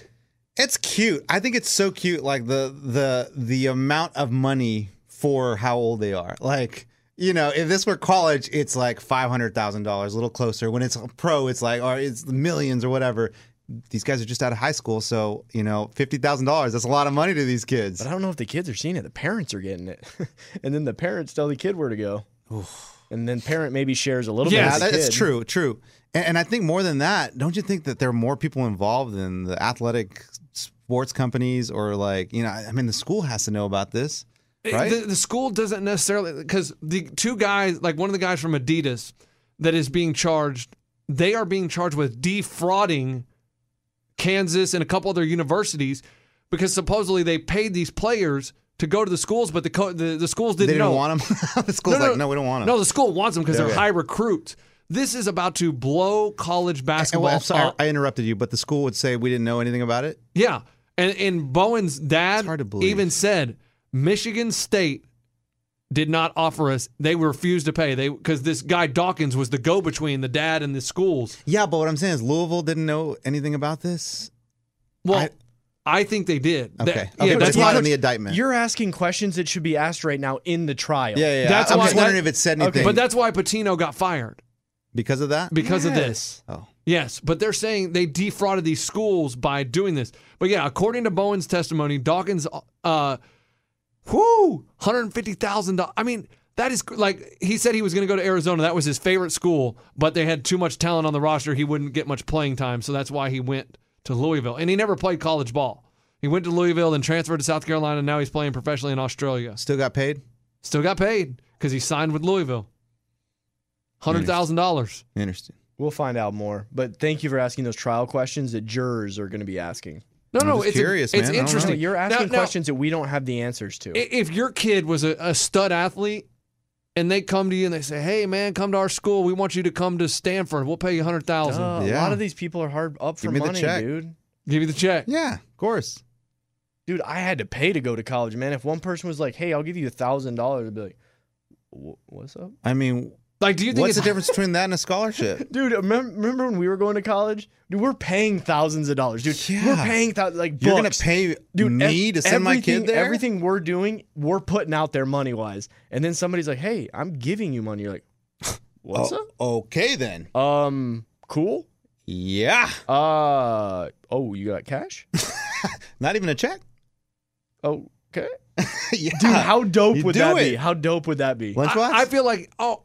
[SPEAKER 2] It's cute. I think it's so cute. Like the the the amount of money for how old they are. Like you know, if this were college, it's like five hundred thousand dollars, a little closer. When it's a pro, it's like or it's millions or whatever. These guys are just out of high school, so you know, fifty thousand dollars. That's a lot of money to these kids.
[SPEAKER 4] But I don't know if the kids are seeing it. The parents are getting it. and then the parents tell the kid where to go. And then parent maybe shares a little
[SPEAKER 3] Yeah,
[SPEAKER 4] bit.
[SPEAKER 2] Yeah,
[SPEAKER 4] with the
[SPEAKER 2] that's
[SPEAKER 4] kid.
[SPEAKER 2] true. True. And, and I think more than that, don't you think that there are more people involved in the athletic sports companies or like you know? I I mean, the school has to know about this, right?
[SPEAKER 3] The, the school doesn't necessarily because the two guys, like one of the guys from Adidas, that is being charged, they are being charged with defrauding Kansas and a couple other universities because supposedly they paid these players to go to the schools, but the co- the, the schools
[SPEAKER 2] they
[SPEAKER 3] didn't,
[SPEAKER 2] didn't
[SPEAKER 3] know.
[SPEAKER 2] want them. the school's like, no, we don't want them.
[SPEAKER 3] No, the school wants them because they're
[SPEAKER 2] Okay.
[SPEAKER 3] high recruits. This is about to blow college
[SPEAKER 2] And
[SPEAKER 3] basketball
[SPEAKER 2] well, I'm sorry,
[SPEAKER 3] up.
[SPEAKER 2] I interrupted you, but the school would say we didn't know anything about it.
[SPEAKER 3] Yeah. And and Bowen's dad
[SPEAKER 2] It's hard to believe.
[SPEAKER 3] even said Michigan State did not offer us. They refused to pay. They because this guy Dawkins was the go between the dad and the schools.
[SPEAKER 2] Yeah, but what I'm saying is Louisville didn't know anything about this.
[SPEAKER 3] Well, I,
[SPEAKER 2] I-
[SPEAKER 3] think they did. That-
[SPEAKER 2] Okay, okay,
[SPEAKER 3] yeah,
[SPEAKER 2] but
[SPEAKER 3] that's
[SPEAKER 2] it's
[SPEAKER 3] why.
[SPEAKER 2] not in the indictment.
[SPEAKER 4] You're asking questions that should be asked right now in the trial.
[SPEAKER 2] yeah, yeah, yeah.
[SPEAKER 3] That's
[SPEAKER 2] I- I'm
[SPEAKER 3] why-
[SPEAKER 2] just wondering
[SPEAKER 3] that-
[SPEAKER 2] if it said
[SPEAKER 4] okay.
[SPEAKER 2] anything
[SPEAKER 3] But that's why Patino got fired
[SPEAKER 2] because of that.
[SPEAKER 3] because of
[SPEAKER 4] Yes.
[SPEAKER 3] this.
[SPEAKER 2] Oh.
[SPEAKER 3] Yes, but they're saying they defrauded these schools by doing this. But yeah, according to Bowen's testimony, Dawkins, uh, whoo, hundred fifty thousand dollars. I mean, that is like he said he was going to go to Arizona. That was his favorite school, but they had too much talent on the roster. He wouldn't get much playing time, so that's why he went to Louisville. And he never played college ball. He went to Louisville, then transferred to South Carolina. and Now he's playing professionally in Australia.
[SPEAKER 2] Still got paid.
[SPEAKER 3] Still got paid because he signed with Louisville. Hundred thousand dollars.
[SPEAKER 2] Interesting.
[SPEAKER 4] We'll find out more. But thank you for asking those trial questions that jurors are going to be asking.
[SPEAKER 3] No, no,
[SPEAKER 2] just
[SPEAKER 3] it's
[SPEAKER 2] curious,
[SPEAKER 3] a,
[SPEAKER 2] man.
[SPEAKER 3] It's
[SPEAKER 2] I don't know.
[SPEAKER 4] No,
[SPEAKER 3] interesting.
[SPEAKER 4] you're
[SPEAKER 3] Now-
[SPEAKER 4] asking
[SPEAKER 3] now-
[SPEAKER 4] questions that we don't have the answers to.
[SPEAKER 3] I- if your kid was a, a stud athlete and they come to you and they say, "Hey, man, come to our school. We want you to come to Stanford. We'll pay you a hundred thousand.
[SPEAKER 4] Duh, A
[SPEAKER 2] Yeah.
[SPEAKER 4] lot of these people are hard up for
[SPEAKER 2] Give me the
[SPEAKER 4] money,
[SPEAKER 2] check.
[SPEAKER 4] dude.
[SPEAKER 3] Give you the check."
[SPEAKER 2] Yeah, of course.
[SPEAKER 4] Dude, I had to pay to go to college, man. If one person was like, "Hey, I'll give you a thousand dollars," I'd be like, "Wh- "What's up?"
[SPEAKER 2] I mean,
[SPEAKER 3] Like, do you think
[SPEAKER 2] What's the
[SPEAKER 3] it's
[SPEAKER 2] difference between that and a scholarship?
[SPEAKER 4] Dude, remember, remember when we were going to college? Dude, we're paying thousands of dollars. Dude, we're
[SPEAKER 2] Yeah.
[SPEAKER 4] paying thousands like
[SPEAKER 2] You're gonna
[SPEAKER 4] books.
[SPEAKER 2] pay
[SPEAKER 4] Dude,
[SPEAKER 2] me
[SPEAKER 4] ev-
[SPEAKER 2] to send my
[SPEAKER 4] everything-
[SPEAKER 2] kid there?
[SPEAKER 4] Everything we're doing, we're putting out there money wise, and then somebody's like, "Hey, I'm giving you money." You're like, "What's
[SPEAKER 2] Oh, okay then.
[SPEAKER 4] up?" Um, cool.
[SPEAKER 2] Yeah.
[SPEAKER 4] Uh, oh, you got cash?
[SPEAKER 2] Not even a check.
[SPEAKER 4] Okay,
[SPEAKER 2] yeah.
[SPEAKER 4] dude, how dope
[SPEAKER 2] you
[SPEAKER 4] would
[SPEAKER 2] do
[SPEAKER 4] that be?
[SPEAKER 2] it.
[SPEAKER 4] How dope would that be,
[SPEAKER 2] Lunchbox?
[SPEAKER 3] I, oh. I feel like oh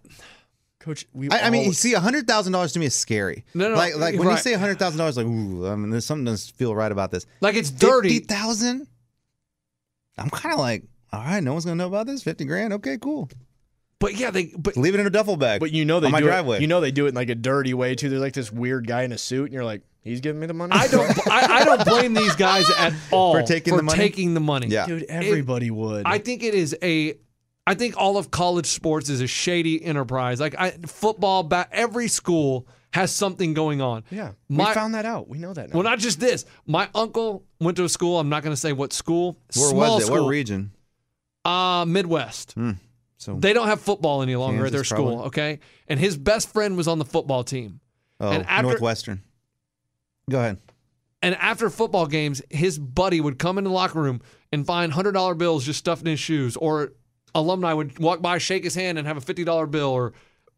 [SPEAKER 4] Coach? We,
[SPEAKER 2] I, I mean,
[SPEAKER 4] all-
[SPEAKER 2] you see, hundred thousand dollars to me is scary.
[SPEAKER 3] No, no,
[SPEAKER 2] like, like when
[SPEAKER 3] right.
[SPEAKER 2] you say hundred thousand dollars, like, ooh, I mean, there's something doesn't feel right about this.
[SPEAKER 3] like it's dirty.
[SPEAKER 2] Fifty thousand. I'm kind of like, all right, no one's gonna know about this. Fifty grand, okay, cool.
[SPEAKER 3] But yeah, they but
[SPEAKER 2] Leave it in a duffel bag.
[SPEAKER 4] but you know they
[SPEAKER 2] on my
[SPEAKER 4] do
[SPEAKER 2] driveway.
[SPEAKER 4] It, you know they do it in like a dirty way too. There's like this weird guy in a suit, and you're like, "He's giving me the money."
[SPEAKER 3] I don't I, I don't blame these guys at all
[SPEAKER 2] For taking the money?
[SPEAKER 3] taking the money.
[SPEAKER 2] yeah.
[SPEAKER 4] dude. Everybody would.
[SPEAKER 3] I think it is a. I think all of college sports is a shady enterprise. Like I, football, ba- every school has something going on.
[SPEAKER 4] yeah,
[SPEAKER 3] My-
[SPEAKER 4] we found that out. We know that now.
[SPEAKER 3] Well, not just this. My uncle went to a school. I'm not going to say what school.
[SPEAKER 2] Where
[SPEAKER 3] small
[SPEAKER 2] was it?
[SPEAKER 3] School,
[SPEAKER 2] What region? Hmm.
[SPEAKER 3] uh, Midwest.
[SPEAKER 2] So
[SPEAKER 3] They don't have football any longer at their
[SPEAKER 2] Kansas,
[SPEAKER 3] school.
[SPEAKER 2] probably.
[SPEAKER 3] Okay, and his best friend was on the football team.
[SPEAKER 2] oh,
[SPEAKER 3] and after-
[SPEAKER 2] Northwestern. Go ahead.
[SPEAKER 3] And after football games, his buddy would come in the locker room and find hundred dollar bills just stuffed in his shoes, or alumni would walk by, shake his hand, and have a fifty dollar bill, or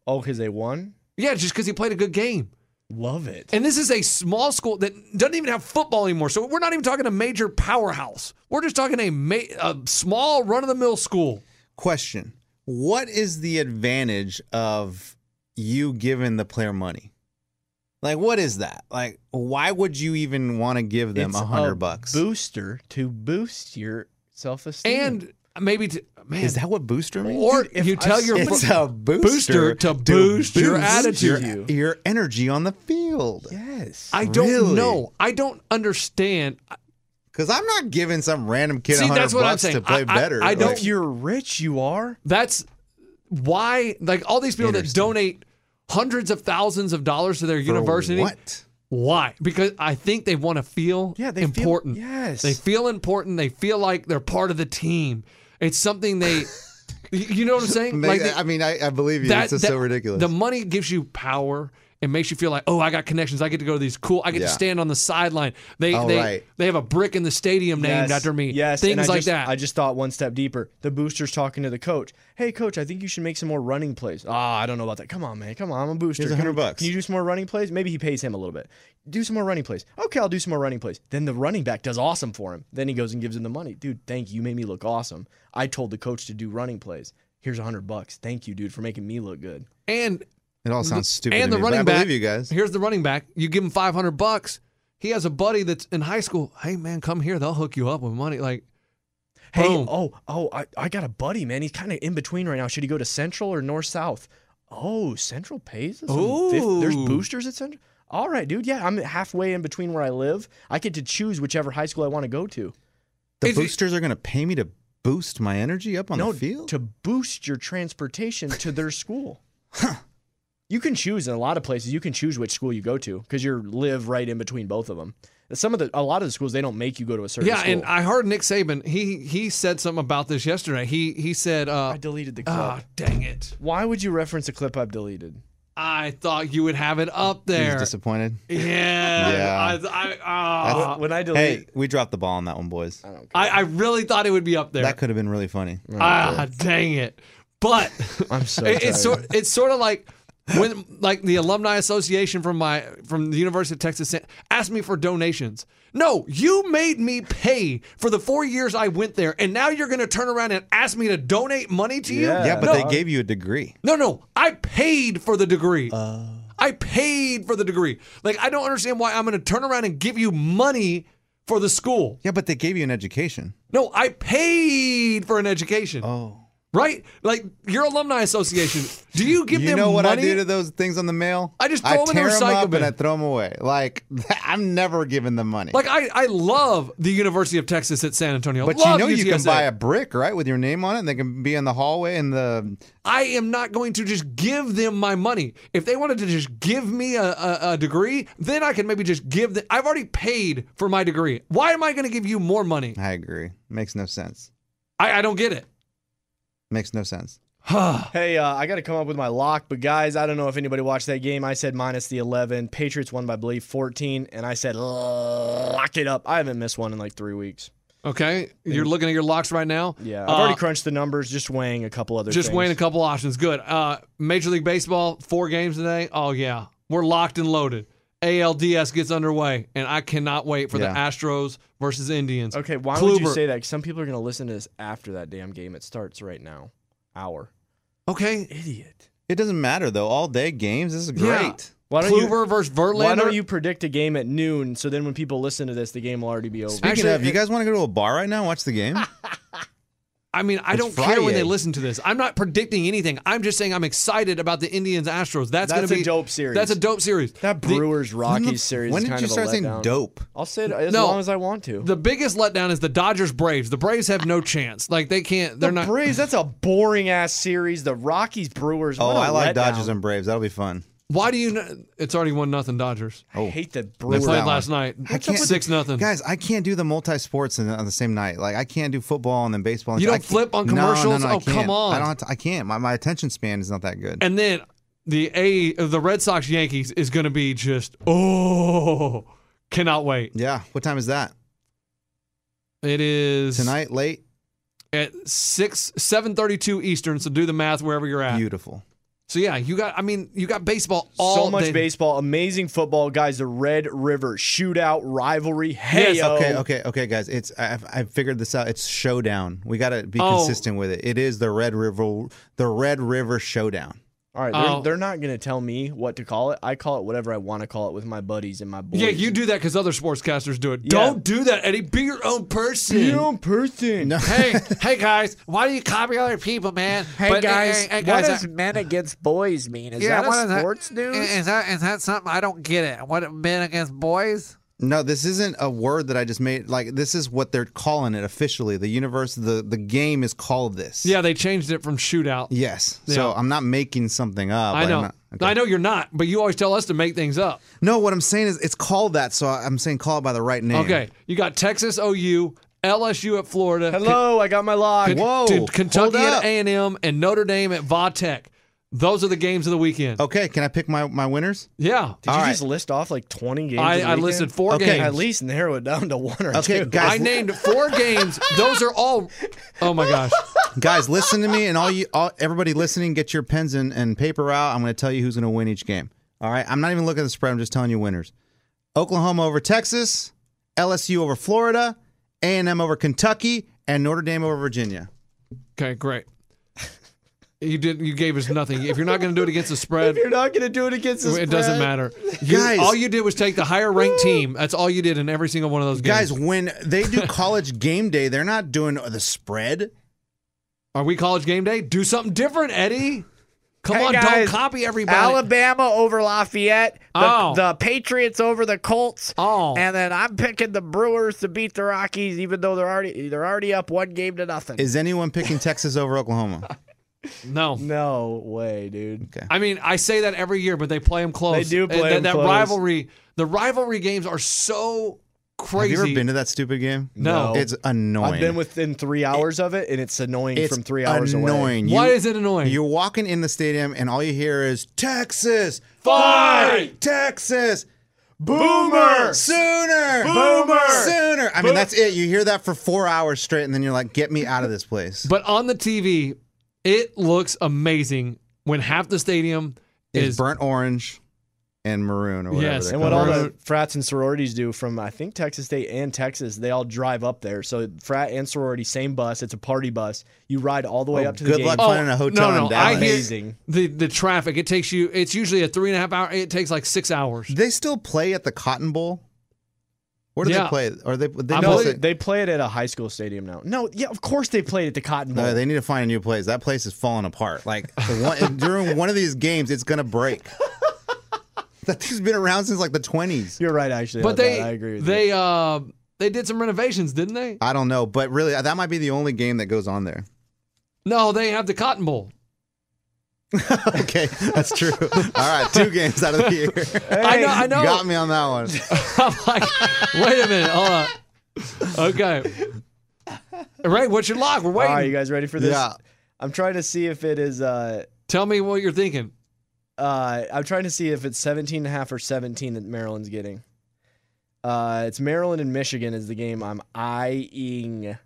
[SPEAKER 4] oh, because they won.
[SPEAKER 3] yeah, just because he played a good game.
[SPEAKER 4] Love it.
[SPEAKER 3] And this is a small school that doesn't even have football anymore. So we're not even talking a major powerhouse. We're just talking a ma- a small run of the mill school.
[SPEAKER 2] Question: What is the advantage of you giving the player money? Like, what is that? Like, why would you even want to give them
[SPEAKER 4] It's
[SPEAKER 2] a hundred bucks?
[SPEAKER 4] booster to boost your self esteem.
[SPEAKER 3] And maybe to, man,
[SPEAKER 2] Is that what booster means?
[SPEAKER 3] or
[SPEAKER 4] Dude, if
[SPEAKER 3] you
[SPEAKER 4] I
[SPEAKER 3] tell your
[SPEAKER 2] it's a booster,
[SPEAKER 3] booster to boost your
[SPEAKER 2] your,
[SPEAKER 4] attitude.
[SPEAKER 2] your energy on the field.
[SPEAKER 4] yes,
[SPEAKER 3] I don't
[SPEAKER 2] Really?
[SPEAKER 3] know. I don't understand.
[SPEAKER 2] Because I'm not giving some random kid
[SPEAKER 3] See,
[SPEAKER 2] a hundred
[SPEAKER 3] that's what I'm
[SPEAKER 2] bucks to
[SPEAKER 3] saying.
[SPEAKER 2] play
[SPEAKER 3] I- I-
[SPEAKER 2] better.
[SPEAKER 3] I don't-
[SPEAKER 4] if you're rich, you are.
[SPEAKER 3] That's why like all these people that
[SPEAKER 2] Interesting.
[SPEAKER 3] donate hundreds of thousands of dollars to their university.
[SPEAKER 2] What?
[SPEAKER 3] Why? Because I think they want to feel
[SPEAKER 4] Yeah, they feel-
[SPEAKER 3] important.
[SPEAKER 4] yes.
[SPEAKER 3] They feel important. They feel like they're part of the team. It's something they you you know what I'm saying?
[SPEAKER 2] They-
[SPEAKER 3] like they-
[SPEAKER 2] I mean, I, I believe you. it's just so ridiculous.
[SPEAKER 3] The money gives you power and makes you feel like, oh, I got connections. I get to go to these cool. I get to
[SPEAKER 2] Yeah.
[SPEAKER 3] stand on the sideline. They
[SPEAKER 2] Oh,
[SPEAKER 3] they
[SPEAKER 2] right.
[SPEAKER 3] they have a brick in the stadium named
[SPEAKER 4] Yes,
[SPEAKER 3] after me.
[SPEAKER 4] Yes, and
[SPEAKER 3] things
[SPEAKER 4] I
[SPEAKER 3] like
[SPEAKER 4] just-
[SPEAKER 3] that.
[SPEAKER 4] I just thought one step deeper. The booster's talking to the coach. Hey, coach, I think you should make some more running plays. Ah, I don't know about that. Come on, man. Come on, I'm a booster.
[SPEAKER 2] Here's a
[SPEAKER 4] Can
[SPEAKER 2] hundred
[SPEAKER 4] we-
[SPEAKER 2] bucks.
[SPEAKER 4] Can you do some more running plays? Maybe he pays him a little bit. Do some more running plays. Okay, I'll do some more running plays. Then the running back does awesome for him. Then he goes and gives him the money. Dude, thank you. You made me look awesome. I told the coach to do running plays. Here's a hundred bucks. Thank you, dude, for making me look good.
[SPEAKER 3] and
[SPEAKER 2] it all sounds stupid.
[SPEAKER 3] and
[SPEAKER 2] to
[SPEAKER 3] the
[SPEAKER 2] me,
[SPEAKER 3] running
[SPEAKER 2] but I
[SPEAKER 3] back.
[SPEAKER 2] believe you guys.
[SPEAKER 3] Here's the running back. You give him five hundred bucks. He has a buddy that's in high school. Hey man, come here. They'll hook you up with money. Like,
[SPEAKER 4] Hey,
[SPEAKER 3] Boom.
[SPEAKER 4] oh, oh, I, I got a buddy, man. He's kind of in between right now. Should he go to Central or North South? Oh, Central pays us. on fif- There's
[SPEAKER 3] Ooh.
[SPEAKER 4] boosters at Central. All right, dude. Yeah, I'm halfway in between where I live. I get to choose whichever high school I want to go to.
[SPEAKER 2] The
[SPEAKER 3] If you-
[SPEAKER 2] boosters are going to pay me to boost my energy up on
[SPEAKER 4] no,
[SPEAKER 2] the field.
[SPEAKER 4] to boost your transportation to their school. You can choose in a lot of places. You can choose which school you go to because you live right in between both of them. Some of the, a lot of the schools they don't make you go to a certain
[SPEAKER 3] yeah.
[SPEAKER 4] school.
[SPEAKER 3] And I heard Nick Saban. He he said something about this yesterday. He he said, uh,
[SPEAKER 4] I deleted the clip.
[SPEAKER 3] ah, dang it.
[SPEAKER 4] Why would you reference a clip I've deleted?
[SPEAKER 3] I thought you would have it up
[SPEAKER 2] He's
[SPEAKER 3] there.
[SPEAKER 2] disappointed.
[SPEAKER 3] Yeah.
[SPEAKER 2] Yeah.
[SPEAKER 3] I, I, ah.
[SPEAKER 4] when I delete,
[SPEAKER 2] Hey, we dropped the ball on that one, boys.
[SPEAKER 4] I don't care.
[SPEAKER 3] I, I really thought it would be up there.
[SPEAKER 2] That could have been really funny.
[SPEAKER 3] ah, dang it. But
[SPEAKER 4] I'm so
[SPEAKER 3] it, it's
[SPEAKER 4] tired.
[SPEAKER 3] sort it's sort of like when like the alumni association from my from the University of Texas sent- asked me for donations. No, you made me pay for the four years I went there, and now you're going to turn around and ask me to donate money to you?
[SPEAKER 4] Yeah.
[SPEAKER 2] Yeah, but
[SPEAKER 3] no,
[SPEAKER 2] they gave you a degree.
[SPEAKER 3] no, no. I paid for the degree.
[SPEAKER 4] Uh.
[SPEAKER 3] I paid for the degree. Like I don't understand why I'm going to turn around and give you money for the school.
[SPEAKER 2] Yeah, but they gave you an education.
[SPEAKER 3] No, I paid for an education.
[SPEAKER 2] Oh.
[SPEAKER 3] Right? Like your alumni association. Do you give
[SPEAKER 2] You
[SPEAKER 3] them
[SPEAKER 2] know what
[SPEAKER 3] money?
[SPEAKER 2] I do to those things on the mail?
[SPEAKER 3] I just throw
[SPEAKER 2] I
[SPEAKER 3] 'em in the
[SPEAKER 2] tear 'em
[SPEAKER 3] recycle
[SPEAKER 2] up
[SPEAKER 3] bin.
[SPEAKER 2] and I throw them away. Like I'm never giving them money.
[SPEAKER 3] like I, I love the University of Texas at San Antonio.
[SPEAKER 2] but you
[SPEAKER 3] Love
[SPEAKER 2] know you can
[SPEAKER 3] UTSA.
[SPEAKER 2] buy a brick, right, with your name on it, and they can be in the hallway and the
[SPEAKER 3] I am not going to just give them my money. If they wanted to just give me a, a, a degree, then I can maybe just give them. I've already paid for my degree. Why am I going to give you more money?
[SPEAKER 2] I agree. Makes no sense.
[SPEAKER 3] I, I don't get it.
[SPEAKER 2] Makes no sense.
[SPEAKER 4] Hey, uh, I got to come up with my lock, but guys, I don't know if anybody watched that game. I said minus the 11. Patriots won by, I believe, 14, and I said lock it up. I haven't missed one in like three weeks.
[SPEAKER 3] Okay, you're looking at your locks right now.
[SPEAKER 4] Yeah, I've
[SPEAKER 3] Uh,
[SPEAKER 4] already crunched the numbers, just weighing a couple other
[SPEAKER 3] Just
[SPEAKER 4] things.
[SPEAKER 3] weighing a couple options. Good. Uh, Major League Baseball, four games today. Oh yeah, we're locked and loaded. ALDS gets underway, and I cannot wait for
[SPEAKER 2] Yeah.
[SPEAKER 3] the Astros versus Indians.
[SPEAKER 4] Okay, why would you
[SPEAKER 3] Kluber.
[SPEAKER 4] say that? 'Cause some people are going to listen to this after that damn game. It starts right now. Hour.
[SPEAKER 3] Okay.
[SPEAKER 4] Idiot.
[SPEAKER 2] It doesn't matter though. All day games. This is
[SPEAKER 3] Yeah.
[SPEAKER 2] great.
[SPEAKER 4] Why don't you,
[SPEAKER 3] Kluber versus Verlander.
[SPEAKER 4] why don't you predict a game at noon so then when people listen to this, the game will already be over?
[SPEAKER 2] Speaking
[SPEAKER 3] Actually,
[SPEAKER 2] of, you guys want to go to a bar right now and watch the game?
[SPEAKER 3] I mean, I
[SPEAKER 2] It's
[SPEAKER 3] don't care when they
[SPEAKER 2] Friday.
[SPEAKER 3] listen to this. I'm not predicting anything. I'm just saying I'm excited about the Indians Astros. That's, going
[SPEAKER 4] That's
[SPEAKER 3] to
[SPEAKER 4] a
[SPEAKER 3] be
[SPEAKER 4] dope series.
[SPEAKER 3] That's a dope series.
[SPEAKER 4] that Brewers Rockies series.
[SPEAKER 2] when
[SPEAKER 4] is
[SPEAKER 2] did
[SPEAKER 4] kind
[SPEAKER 2] you
[SPEAKER 4] of a
[SPEAKER 2] start saying
[SPEAKER 4] letdown.
[SPEAKER 2] dope?
[SPEAKER 4] I'll say it as
[SPEAKER 3] No.
[SPEAKER 4] long as I want to.
[SPEAKER 3] The biggest letdown is the Dodgers Braves. The Braves have no chance. Like they can't. They're
[SPEAKER 4] the
[SPEAKER 3] not.
[SPEAKER 4] Braves, that's a boring ass series. The Rockies, Brewers.
[SPEAKER 2] Oh,
[SPEAKER 4] what a
[SPEAKER 2] I like
[SPEAKER 4] letdown.
[SPEAKER 2] Dodgers and Braves. That'll be fun.
[SPEAKER 3] Why do you? kn- It's already one nothing Dodgers.
[SPEAKER 4] I hate the
[SPEAKER 3] They
[SPEAKER 4] Brewers.
[SPEAKER 2] that
[SPEAKER 3] played
[SPEAKER 2] one.
[SPEAKER 3] last night.
[SPEAKER 2] can't-
[SPEAKER 3] Six nothing.
[SPEAKER 2] Guys, I can't do the multi sports on the same night. Like I can't do football and then baseball. and
[SPEAKER 3] You
[SPEAKER 2] I
[SPEAKER 3] don't
[SPEAKER 2] can't-
[SPEAKER 3] flip on
[SPEAKER 2] No, no, no,
[SPEAKER 3] commercials?
[SPEAKER 2] I
[SPEAKER 3] Oh, come
[SPEAKER 2] can't.
[SPEAKER 3] on.
[SPEAKER 2] I don't. Have to, I can't. My, my attention span is not that good.
[SPEAKER 3] And then the A the Red Sox Yankees is going to be just oh cannot wait.
[SPEAKER 2] yeah. What time is that
[SPEAKER 3] It is
[SPEAKER 2] tonight? Late.
[SPEAKER 3] at six seven thirty two Eastern. So do the math wherever you're at.
[SPEAKER 2] Beautiful.
[SPEAKER 3] So yeah, you got. I mean, you got baseball all
[SPEAKER 4] so much
[SPEAKER 3] day.
[SPEAKER 4] baseball, amazing football, guys. The Red River shootout rivalry. Hey,
[SPEAKER 3] Yes,
[SPEAKER 2] Okay, okay, okay, guys. It's I've, I've figured this out. It's showdown. We got to be
[SPEAKER 3] Oh.
[SPEAKER 2] consistent with it. It is the Red River, the Red River Showdown.
[SPEAKER 4] All right,
[SPEAKER 3] Oh.
[SPEAKER 4] they're, they're not gonna tell me what to call it. I call it whatever I want to call it with my buddies and my boys.
[SPEAKER 3] Yeah, you do that because other sportscasters do it.
[SPEAKER 4] Yeah.
[SPEAKER 3] Don't do that, Eddie. Be your own person.
[SPEAKER 4] Be your own person.
[SPEAKER 3] hey, hey guys, why do you copy other people, man?
[SPEAKER 5] Hey
[SPEAKER 3] But-
[SPEAKER 5] guys,
[SPEAKER 3] hey, hey, guys,
[SPEAKER 5] what does
[SPEAKER 3] I-
[SPEAKER 5] men against boys mean? Is
[SPEAKER 3] Yeah,
[SPEAKER 5] that
[SPEAKER 3] what is
[SPEAKER 5] a
[SPEAKER 3] that? eh,
[SPEAKER 5] sports news?
[SPEAKER 3] Is
[SPEAKER 5] that is that something I don't get it? What men against boys?
[SPEAKER 2] No, this isn't a word that I just made. Like this is what they're calling it officially. The universe, the the game is called this.
[SPEAKER 3] yeah, they changed it from shootout.
[SPEAKER 2] Yes. So
[SPEAKER 3] Yeah.
[SPEAKER 2] I'm not making something up.
[SPEAKER 3] I
[SPEAKER 2] I'm
[SPEAKER 3] know.
[SPEAKER 2] not- okay.
[SPEAKER 3] I know you're not, but you always tell us to make things up.
[SPEAKER 2] No, what I'm saying is it's called that. So I- I'm saying call it by the right name.
[SPEAKER 3] Okay, you got Texas OU, LSU at Florida,
[SPEAKER 4] Hello, I got my lock.
[SPEAKER 3] K-
[SPEAKER 2] Whoa,
[SPEAKER 3] dude, Kentucky
[SPEAKER 2] hold
[SPEAKER 3] at
[SPEAKER 2] up.
[SPEAKER 3] A&M, and Notre Dame at Va Tech. Those are the games of the weekend.
[SPEAKER 2] Okay. Can I pick my my winners?
[SPEAKER 3] Yeah,
[SPEAKER 4] Did you
[SPEAKER 2] all
[SPEAKER 4] just list off like 20 games?
[SPEAKER 3] I,
[SPEAKER 4] of the
[SPEAKER 3] I
[SPEAKER 4] weekend?
[SPEAKER 3] listed four
[SPEAKER 2] Okay,
[SPEAKER 3] games.
[SPEAKER 4] At least narrow it down to one or
[SPEAKER 2] Okay,
[SPEAKER 4] two.
[SPEAKER 2] guys.
[SPEAKER 3] I named four games. Those are all. Oh my gosh.
[SPEAKER 2] guys, listen to me, and all you, all, everybody listening, get your pens and, and paper out. I'm going to tell you who's going to win each game. All right, I'm not even looking at the spread. I'm just telling you winners: Oklahoma over Texas, LSU over Florida, A and M over Kentucky, and Notre Dame over Virginia.
[SPEAKER 3] Okay, great. You did. You gave us nothing. If you're not going to do it against the spread,
[SPEAKER 4] You're not gonna do it against this.
[SPEAKER 3] it doesn't matter. You,
[SPEAKER 2] Guys.
[SPEAKER 3] all you did was take the higher ranked team. That's all you did in every single one of those games.
[SPEAKER 2] Guys, when they do college game day, they're not doing the spread.
[SPEAKER 3] are we college game day? Do something different, Eddie. Come
[SPEAKER 5] Hey,
[SPEAKER 3] on, don't
[SPEAKER 5] guys.
[SPEAKER 3] copy everybody.
[SPEAKER 5] Alabama over Lafayette, the,
[SPEAKER 3] Oh.
[SPEAKER 5] the Patriots over the Colts,
[SPEAKER 3] Oh.
[SPEAKER 5] and then I'm picking the Brewers to beat the Rockies, even though they're already they're already up one game to nothing.
[SPEAKER 2] Is anyone picking Texas over Oklahoma?
[SPEAKER 3] No.
[SPEAKER 4] No way, dude.
[SPEAKER 3] I mean, I say that every year, but they play them close.
[SPEAKER 4] They do
[SPEAKER 3] And
[SPEAKER 4] play
[SPEAKER 3] that,
[SPEAKER 4] 'em
[SPEAKER 3] that
[SPEAKER 4] close.
[SPEAKER 3] rivalry. The rivalry games are so
[SPEAKER 2] Have
[SPEAKER 3] crazy.
[SPEAKER 2] you ever been to that stupid game?
[SPEAKER 3] No.
[SPEAKER 2] it's annoying.
[SPEAKER 4] I've been within three hours of it, and it's annoying
[SPEAKER 2] it's
[SPEAKER 4] from three hours away.
[SPEAKER 2] annoying.
[SPEAKER 3] Why
[SPEAKER 2] You-
[SPEAKER 3] is it annoying?
[SPEAKER 2] You're walking in the stadium and all you hear is Texas,
[SPEAKER 3] Fight!
[SPEAKER 2] Texas, Boomer, Sooner, Boomer, Sooner. I mean, that's it. You hear that for four hours straight, and then you're like, "Get me out of this place."
[SPEAKER 3] But on the TV, it looks amazing when half the stadium
[SPEAKER 2] It's
[SPEAKER 3] is
[SPEAKER 2] burnt orange and maroon or whatever.
[SPEAKER 3] Yes,
[SPEAKER 2] they're
[SPEAKER 4] And what all
[SPEAKER 2] called.
[SPEAKER 4] the frats and sororities do from I think Texas State and Texas, they all drive up there. So frat and sorority, same bus. It's a party bus. You ride all the way
[SPEAKER 2] Oh,
[SPEAKER 4] up to the
[SPEAKER 2] good
[SPEAKER 4] game.
[SPEAKER 2] luck.
[SPEAKER 3] Oh,
[SPEAKER 2] finding a hotel
[SPEAKER 3] no,
[SPEAKER 2] in
[SPEAKER 3] no,
[SPEAKER 2] Dallas.
[SPEAKER 3] I hear
[SPEAKER 4] Amazing.
[SPEAKER 3] the the traffic. It takes you. It's usually a three and a half hour. It takes like six hours.
[SPEAKER 2] they still play at the Cotton Bowl. Where do
[SPEAKER 3] Yeah.
[SPEAKER 2] they play? Or they they
[SPEAKER 3] I
[SPEAKER 2] must-
[SPEAKER 4] No,
[SPEAKER 3] believe-
[SPEAKER 4] they play it at a high school stadium now. No, yeah, of course they played at the Cotton Bowl.
[SPEAKER 2] No, they need to find a new place. That place is falling apart. Like the one, during one of these games, it's gonna break. That thing's been around since like the twenties.
[SPEAKER 4] You're right, actually.
[SPEAKER 3] But
[SPEAKER 4] on that.
[SPEAKER 3] they
[SPEAKER 4] I agree with
[SPEAKER 3] they
[SPEAKER 4] you.
[SPEAKER 3] uh they did some renovations, didn't they?
[SPEAKER 2] I don't know, but really, uh, that might be the only game that goes on there.
[SPEAKER 3] No, they have the Cotton Bowl.
[SPEAKER 2] okay, that's true. All right, two games out of the year.
[SPEAKER 3] I know. I know.
[SPEAKER 2] Got me on that one.
[SPEAKER 3] I'm like, wait a minute. Hold on. Okay. All right. What's your lock? We're
[SPEAKER 4] All
[SPEAKER 3] waiting.
[SPEAKER 4] right, you guys ready for this?
[SPEAKER 2] Yeah.
[SPEAKER 4] I'm trying to see if it is. Uh,
[SPEAKER 3] Tell me what you're thinking.
[SPEAKER 4] uh, I'm trying to see if it's 17 and a half or 17 that Maryland's getting. Uh, it's Maryland and Michigan is the game I'm eyeing.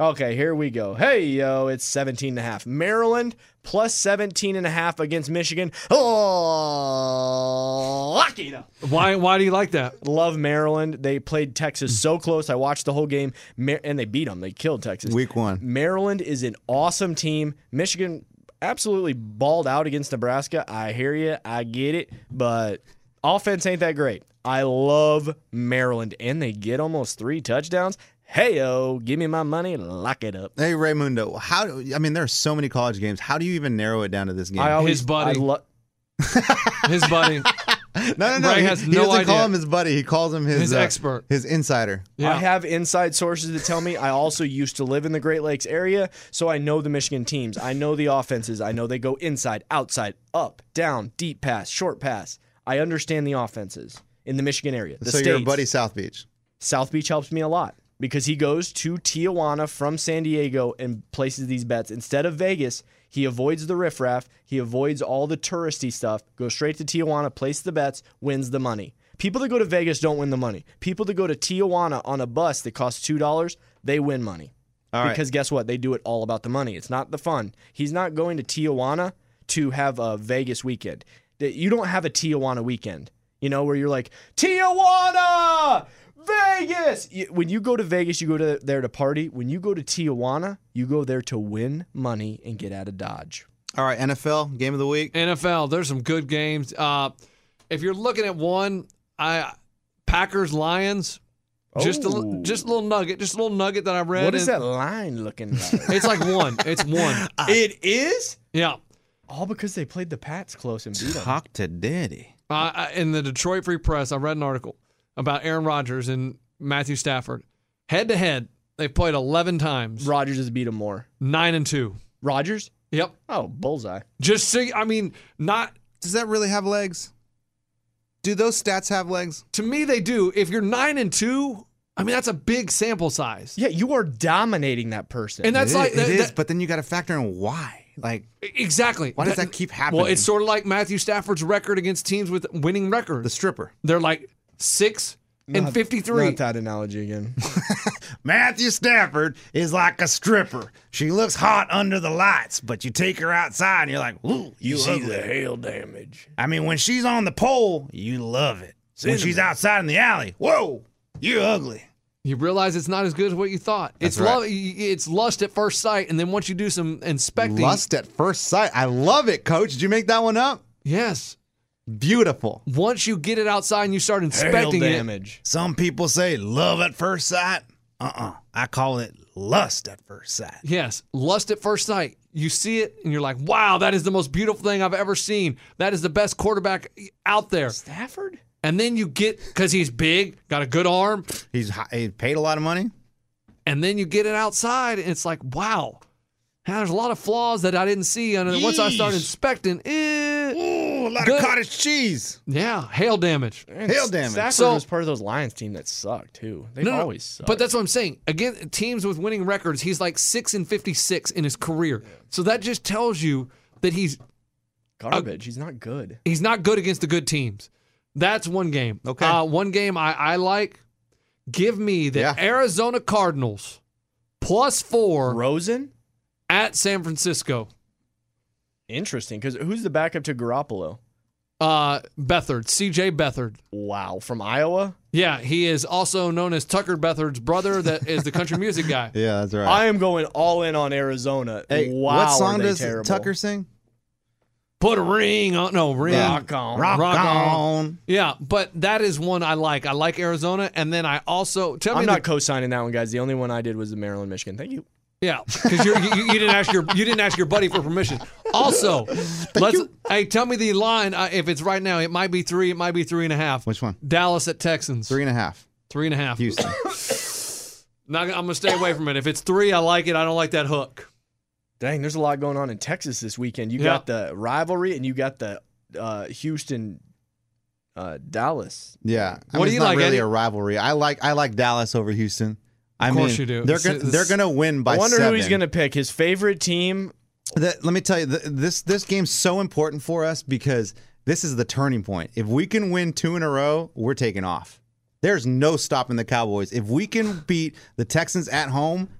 [SPEAKER 4] Okay, here we go. Hey, yo, it's 17 and a half. Maryland plus 17 and a half against Michigan. Oh, lucky though.
[SPEAKER 3] Why? Why do you like that?
[SPEAKER 4] Love Maryland. They played Texas so close. I watched the whole game, Mar- and they beat them. They killed Texas.
[SPEAKER 2] Week one.
[SPEAKER 4] Maryland is an awesome team. Michigan absolutely balled out against Nebraska. I hear you. I get it. But offense ain't that great. I love Maryland, and they get almost three touchdowns. Hey, yo, give me my money. Lock it up.
[SPEAKER 2] Hey Raymundo, how? do- I mean, there are so many college games. How do you even narrow it down to this game?
[SPEAKER 4] I always,
[SPEAKER 3] His buddy.
[SPEAKER 4] I lo-
[SPEAKER 3] His buddy.
[SPEAKER 2] no, no, no.
[SPEAKER 3] Ray
[SPEAKER 2] he,
[SPEAKER 3] has
[SPEAKER 2] he
[SPEAKER 3] no
[SPEAKER 2] doesn't call
[SPEAKER 3] idea.
[SPEAKER 2] him his buddy. He calls him his,
[SPEAKER 3] His
[SPEAKER 2] uh,
[SPEAKER 3] expert.
[SPEAKER 2] his insider.
[SPEAKER 3] Yeah.
[SPEAKER 4] I have inside sources that tell me I also used to live in the Great Lakes area, so I know the Michigan teams. I know the offenses. I know they go inside, outside, up, down, deep pass, short pass. I understand the offenses in the Michigan area. The
[SPEAKER 2] so
[SPEAKER 4] states.
[SPEAKER 2] your buddy South Beach.
[SPEAKER 4] South Beach helps me a lot because he goes to Tijuana from San Diego and places these bets. Instead of Vegas, he avoids the riffraff, he avoids all the touristy stuff, goes straight to Tijuana, places the bets, wins the money. People that go to Vegas don't win the money. People that go to Tijuana on a bus that costs $2, they win money.
[SPEAKER 2] All right.
[SPEAKER 4] because guess what? They do it all about the money. It's not the fun. He's not going to Tijuana to have a Vegas weekend. That- You don't have a Tijuana weekend, you know, where you're like, Tijuana, Vegas. You- When you go to Vegas, you go to there to party. When you go to Tijuana, you go there to win money and get out of Dodge.
[SPEAKER 2] All right. NFL game of the week.
[SPEAKER 3] NFL. There's some good games. Uh, if you're looking at one, I Packers Lions. Just a li-
[SPEAKER 4] Oh.
[SPEAKER 3] just a little nugget. Just a little nugget that I read.
[SPEAKER 4] What is
[SPEAKER 3] and-
[SPEAKER 4] that line looking like?
[SPEAKER 3] It's like one. It's one.
[SPEAKER 4] it is?
[SPEAKER 3] Yeah.
[SPEAKER 4] All because they played the Pats close and beat them.
[SPEAKER 2] Talk to Daddy.
[SPEAKER 3] Uh, I- in the Detroit Free Press, I read an article about Aaron Rodgers and Matthew Stafford. Head to head, they've played 11 times,
[SPEAKER 4] Rodgers has beat them more.
[SPEAKER 3] nine and two.
[SPEAKER 4] Rodgers?
[SPEAKER 3] Yep.
[SPEAKER 4] Oh, bullseye.
[SPEAKER 3] Just see, I mean, not
[SPEAKER 2] Does that really have legs? Do those stats have legs?
[SPEAKER 3] to me, they do. If you're nine and two, I mean, that's a big sample size.
[SPEAKER 4] Yeah, you are dominating that person.
[SPEAKER 3] And that's
[SPEAKER 2] It i-
[SPEAKER 3] like,
[SPEAKER 2] it
[SPEAKER 3] that-
[SPEAKER 2] is,
[SPEAKER 3] that-
[SPEAKER 2] but then you got to factor in why. Like,
[SPEAKER 3] exactly.
[SPEAKER 2] why does that keep happening?
[SPEAKER 3] Well, it's sort of like Matthew Stafford's record against teams with winning
[SPEAKER 2] the
[SPEAKER 3] records.
[SPEAKER 2] stripper.
[SPEAKER 3] They're like six and 53.
[SPEAKER 4] Not that analogy again.
[SPEAKER 1] Matthew Stafford is like a stripper. She looks hot under the lights, but you take her outside and you're like, ooh, you,
[SPEAKER 5] see
[SPEAKER 1] ugly.
[SPEAKER 5] the hail damage.
[SPEAKER 1] I mean, when she's on the pole, you love it. When she's outside in the alley, whoa, you're ugly.
[SPEAKER 3] you realize it's not as good as what you thought. it's
[SPEAKER 2] right.
[SPEAKER 3] love, it's lust at first sight, and then once you do some inspecting,
[SPEAKER 2] Lust at first sight. I love it, coach. Did you make that one up?
[SPEAKER 3] yes.
[SPEAKER 2] Beautiful.
[SPEAKER 3] Once you get it outside and you start
[SPEAKER 4] Hail
[SPEAKER 3] inspecting it,
[SPEAKER 4] damage.
[SPEAKER 1] Some people say love at first sight. Uh
[SPEAKER 2] Uh-uh.
[SPEAKER 1] uh I call it lust at first sight.
[SPEAKER 3] yes, lust at first sight. You see it and you're like, "Wow, that is the most beautiful thing I've ever seen. That is the best quarterback out there."
[SPEAKER 4] Stafford?
[SPEAKER 3] And then you get because he's big, got a good arm,
[SPEAKER 2] He's hi- he paid a lot of money.
[SPEAKER 3] and then you get it outside and it's like, "Wow, now there's a lot of flaws that I didn't see." And then once I start
[SPEAKER 1] Yeesh.
[SPEAKER 3] inspecting, eh,
[SPEAKER 2] Ooh, a lot
[SPEAKER 3] Good.
[SPEAKER 2] of cottage cheese.
[SPEAKER 3] yeah, hail damage.
[SPEAKER 2] Hail damage.
[SPEAKER 4] Stafford
[SPEAKER 3] So-
[SPEAKER 4] was part of those Lions team that sucked too. They
[SPEAKER 3] No, no, no.
[SPEAKER 4] always suck.
[SPEAKER 3] But that's what I'm saying. Again, teams with winning records, he's like six and fifty-six in his career. So that just tells you that he's
[SPEAKER 4] garbage. He's not good.
[SPEAKER 3] he's not good against the good teams. That's one game.
[SPEAKER 2] Okay.
[SPEAKER 3] Uh, one game I, I like. Give me the
[SPEAKER 2] Yeah.
[SPEAKER 3] Arizona Cardinals plus four
[SPEAKER 4] Rosen?
[SPEAKER 3] at San Francisco.
[SPEAKER 4] Interesting, because who's the backup to Garoppolo?
[SPEAKER 3] Uh, Bethard, CJ Bethard.
[SPEAKER 4] Wow, from Iowa.
[SPEAKER 3] Yeah, he is also known as Tucker Bethard's brother. That is the country music guy.
[SPEAKER 2] Yeah, that's right.
[SPEAKER 4] I am going all in on Arizona.
[SPEAKER 2] hey,
[SPEAKER 4] wow,
[SPEAKER 2] what song
[SPEAKER 4] are they
[SPEAKER 2] does
[SPEAKER 4] terrible.
[SPEAKER 2] Tucker sing?
[SPEAKER 3] Put a ring on. No ring.
[SPEAKER 2] Yeah.
[SPEAKER 4] Rock on.
[SPEAKER 1] Rock,
[SPEAKER 3] Rock
[SPEAKER 1] on.
[SPEAKER 2] On.
[SPEAKER 3] Yeah, but that is one I like. I like Arizona, and then I also tell me
[SPEAKER 4] I'm
[SPEAKER 3] the-
[SPEAKER 4] not co-signing that one, guys. The only one I did was the Maryland Michigan. Thank you.
[SPEAKER 3] yeah because you, you you didn't ask your you didn't ask your buddy for permission. Also, let's hey tell me the line uh, if it's right now. It might be three. It might be three and a half.
[SPEAKER 2] Which one?
[SPEAKER 3] Dallas at Texans.
[SPEAKER 2] Three and a half.
[SPEAKER 3] Three and a half.
[SPEAKER 2] Houston.
[SPEAKER 3] Not gonna- I'm gonna stay away from it. If it's three, I like it. I don't like that hook.
[SPEAKER 4] Dang, there's a lot going on in Texas this weekend. You
[SPEAKER 3] Yeah.
[SPEAKER 4] got the rivalry, and you got the uh, Houston, uh, Dallas.
[SPEAKER 2] Yeah. I mean,
[SPEAKER 3] What do
[SPEAKER 2] it's
[SPEAKER 3] you
[SPEAKER 2] not
[SPEAKER 3] like,
[SPEAKER 2] really
[SPEAKER 3] Eddie?
[SPEAKER 2] a rivalry. I like I like Dallas over Houston. I
[SPEAKER 3] course
[SPEAKER 2] mean,
[SPEAKER 3] you do.
[SPEAKER 2] They're
[SPEAKER 3] It's-
[SPEAKER 2] gonna,
[SPEAKER 3] it's-
[SPEAKER 2] they're gonna win by
[SPEAKER 4] I wonder
[SPEAKER 2] seven.
[SPEAKER 4] who he's going to pick. His favorite team.
[SPEAKER 2] the, let me tell you, th this this game's so important for us because this is the turning point. If we can win two in a row, we're taking off. There's no stopping the Cowboys. If we can beat the Texans at home,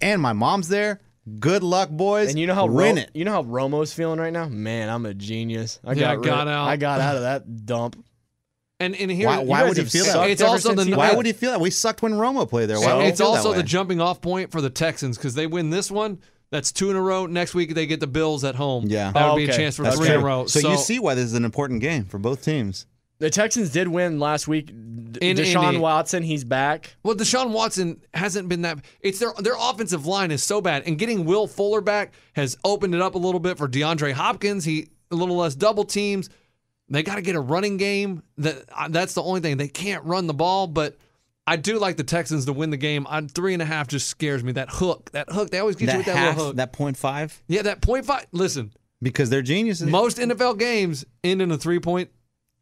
[SPEAKER 2] and my mom's there, good luck, boys.
[SPEAKER 4] And you know how
[SPEAKER 2] win
[SPEAKER 4] Ro-
[SPEAKER 2] it.
[SPEAKER 4] You know how Romo's feeling right now? Man, I'm a genius. I
[SPEAKER 3] Yeah, I
[SPEAKER 4] got, rid-
[SPEAKER 3] got out.
[SPEAKER 4] I got out of that dump.
[SPEAKER 3] And and here,
[SPEAKER 2] Why- why
[SPEAKER 4] guys
[SPEAKER 2] would he
[SPEAKER 4] have
[SPEAKER 2] feel that?
[SPEAKER 4] sucked
[SPEAKER 3] It's
[SPEAKER 4] ever
[SPEAKER 3] also
[SPEAKER 4] since
[SPEAKER 3] the-
[SPEAKER 4] he
[SPEAKER 2] Why
[SPEAKER 4] left.
[SPEAKER 2] would he feel that? We sucked when Roma played there. Why
[SPEAKER 4] So-
[SPEAKER 2] would he
[SPEAKER 3] it's
[SPEAKER 2] feel that
[SPEAKER 3] also
[SPEAKER 2] way?
[SPEAKER 3] the jumping off point for the Texans because they win this one. That's two in a row. Next week they get the Bills at home.
[SPEAKER 2] Yeah.
[SPEAKER 3] that would
[SPEAKER 4] Oh,
[SPEAKER 3] be a
[SPEAKER 4] okay.
[SPEAKER 3] chance for
[SPEAKER 2] That's
[SPEAKER 3] three in a
[SPEAKER 2] true.
[SPEAKER 3] row.
[SPEAKER 2] So, you see why this is an important game for both teams.
[SPEAKER 4] The Texans did win last week. D-
[SPEAKER 3] In
[SPEAKER 4] Deshaun
[SPEAKER 3] Indy.
[SPEAKER 4] Watson, he's back.
[SPEAKER 3] Well, Deshaun Watson hasn't been that. It's their their offensive line is so bad, and getting Will Fuller back has opened it up a little bit for DeAndre Hopkins. He a little less double teams. They got to get a running game. That uh, that's the only thing they can't run the ball. But I do like the Texans to win the game. On three and a half just scares me. That hook, that hook. They always get you with that little hook.
[SPEAKER 2] that point five,
[SPEAKER 3] yeah, that point five. Listen,
[SPEAKER 2] because they're geniuses.
[SPEAKER 3] most NFL games end in a three point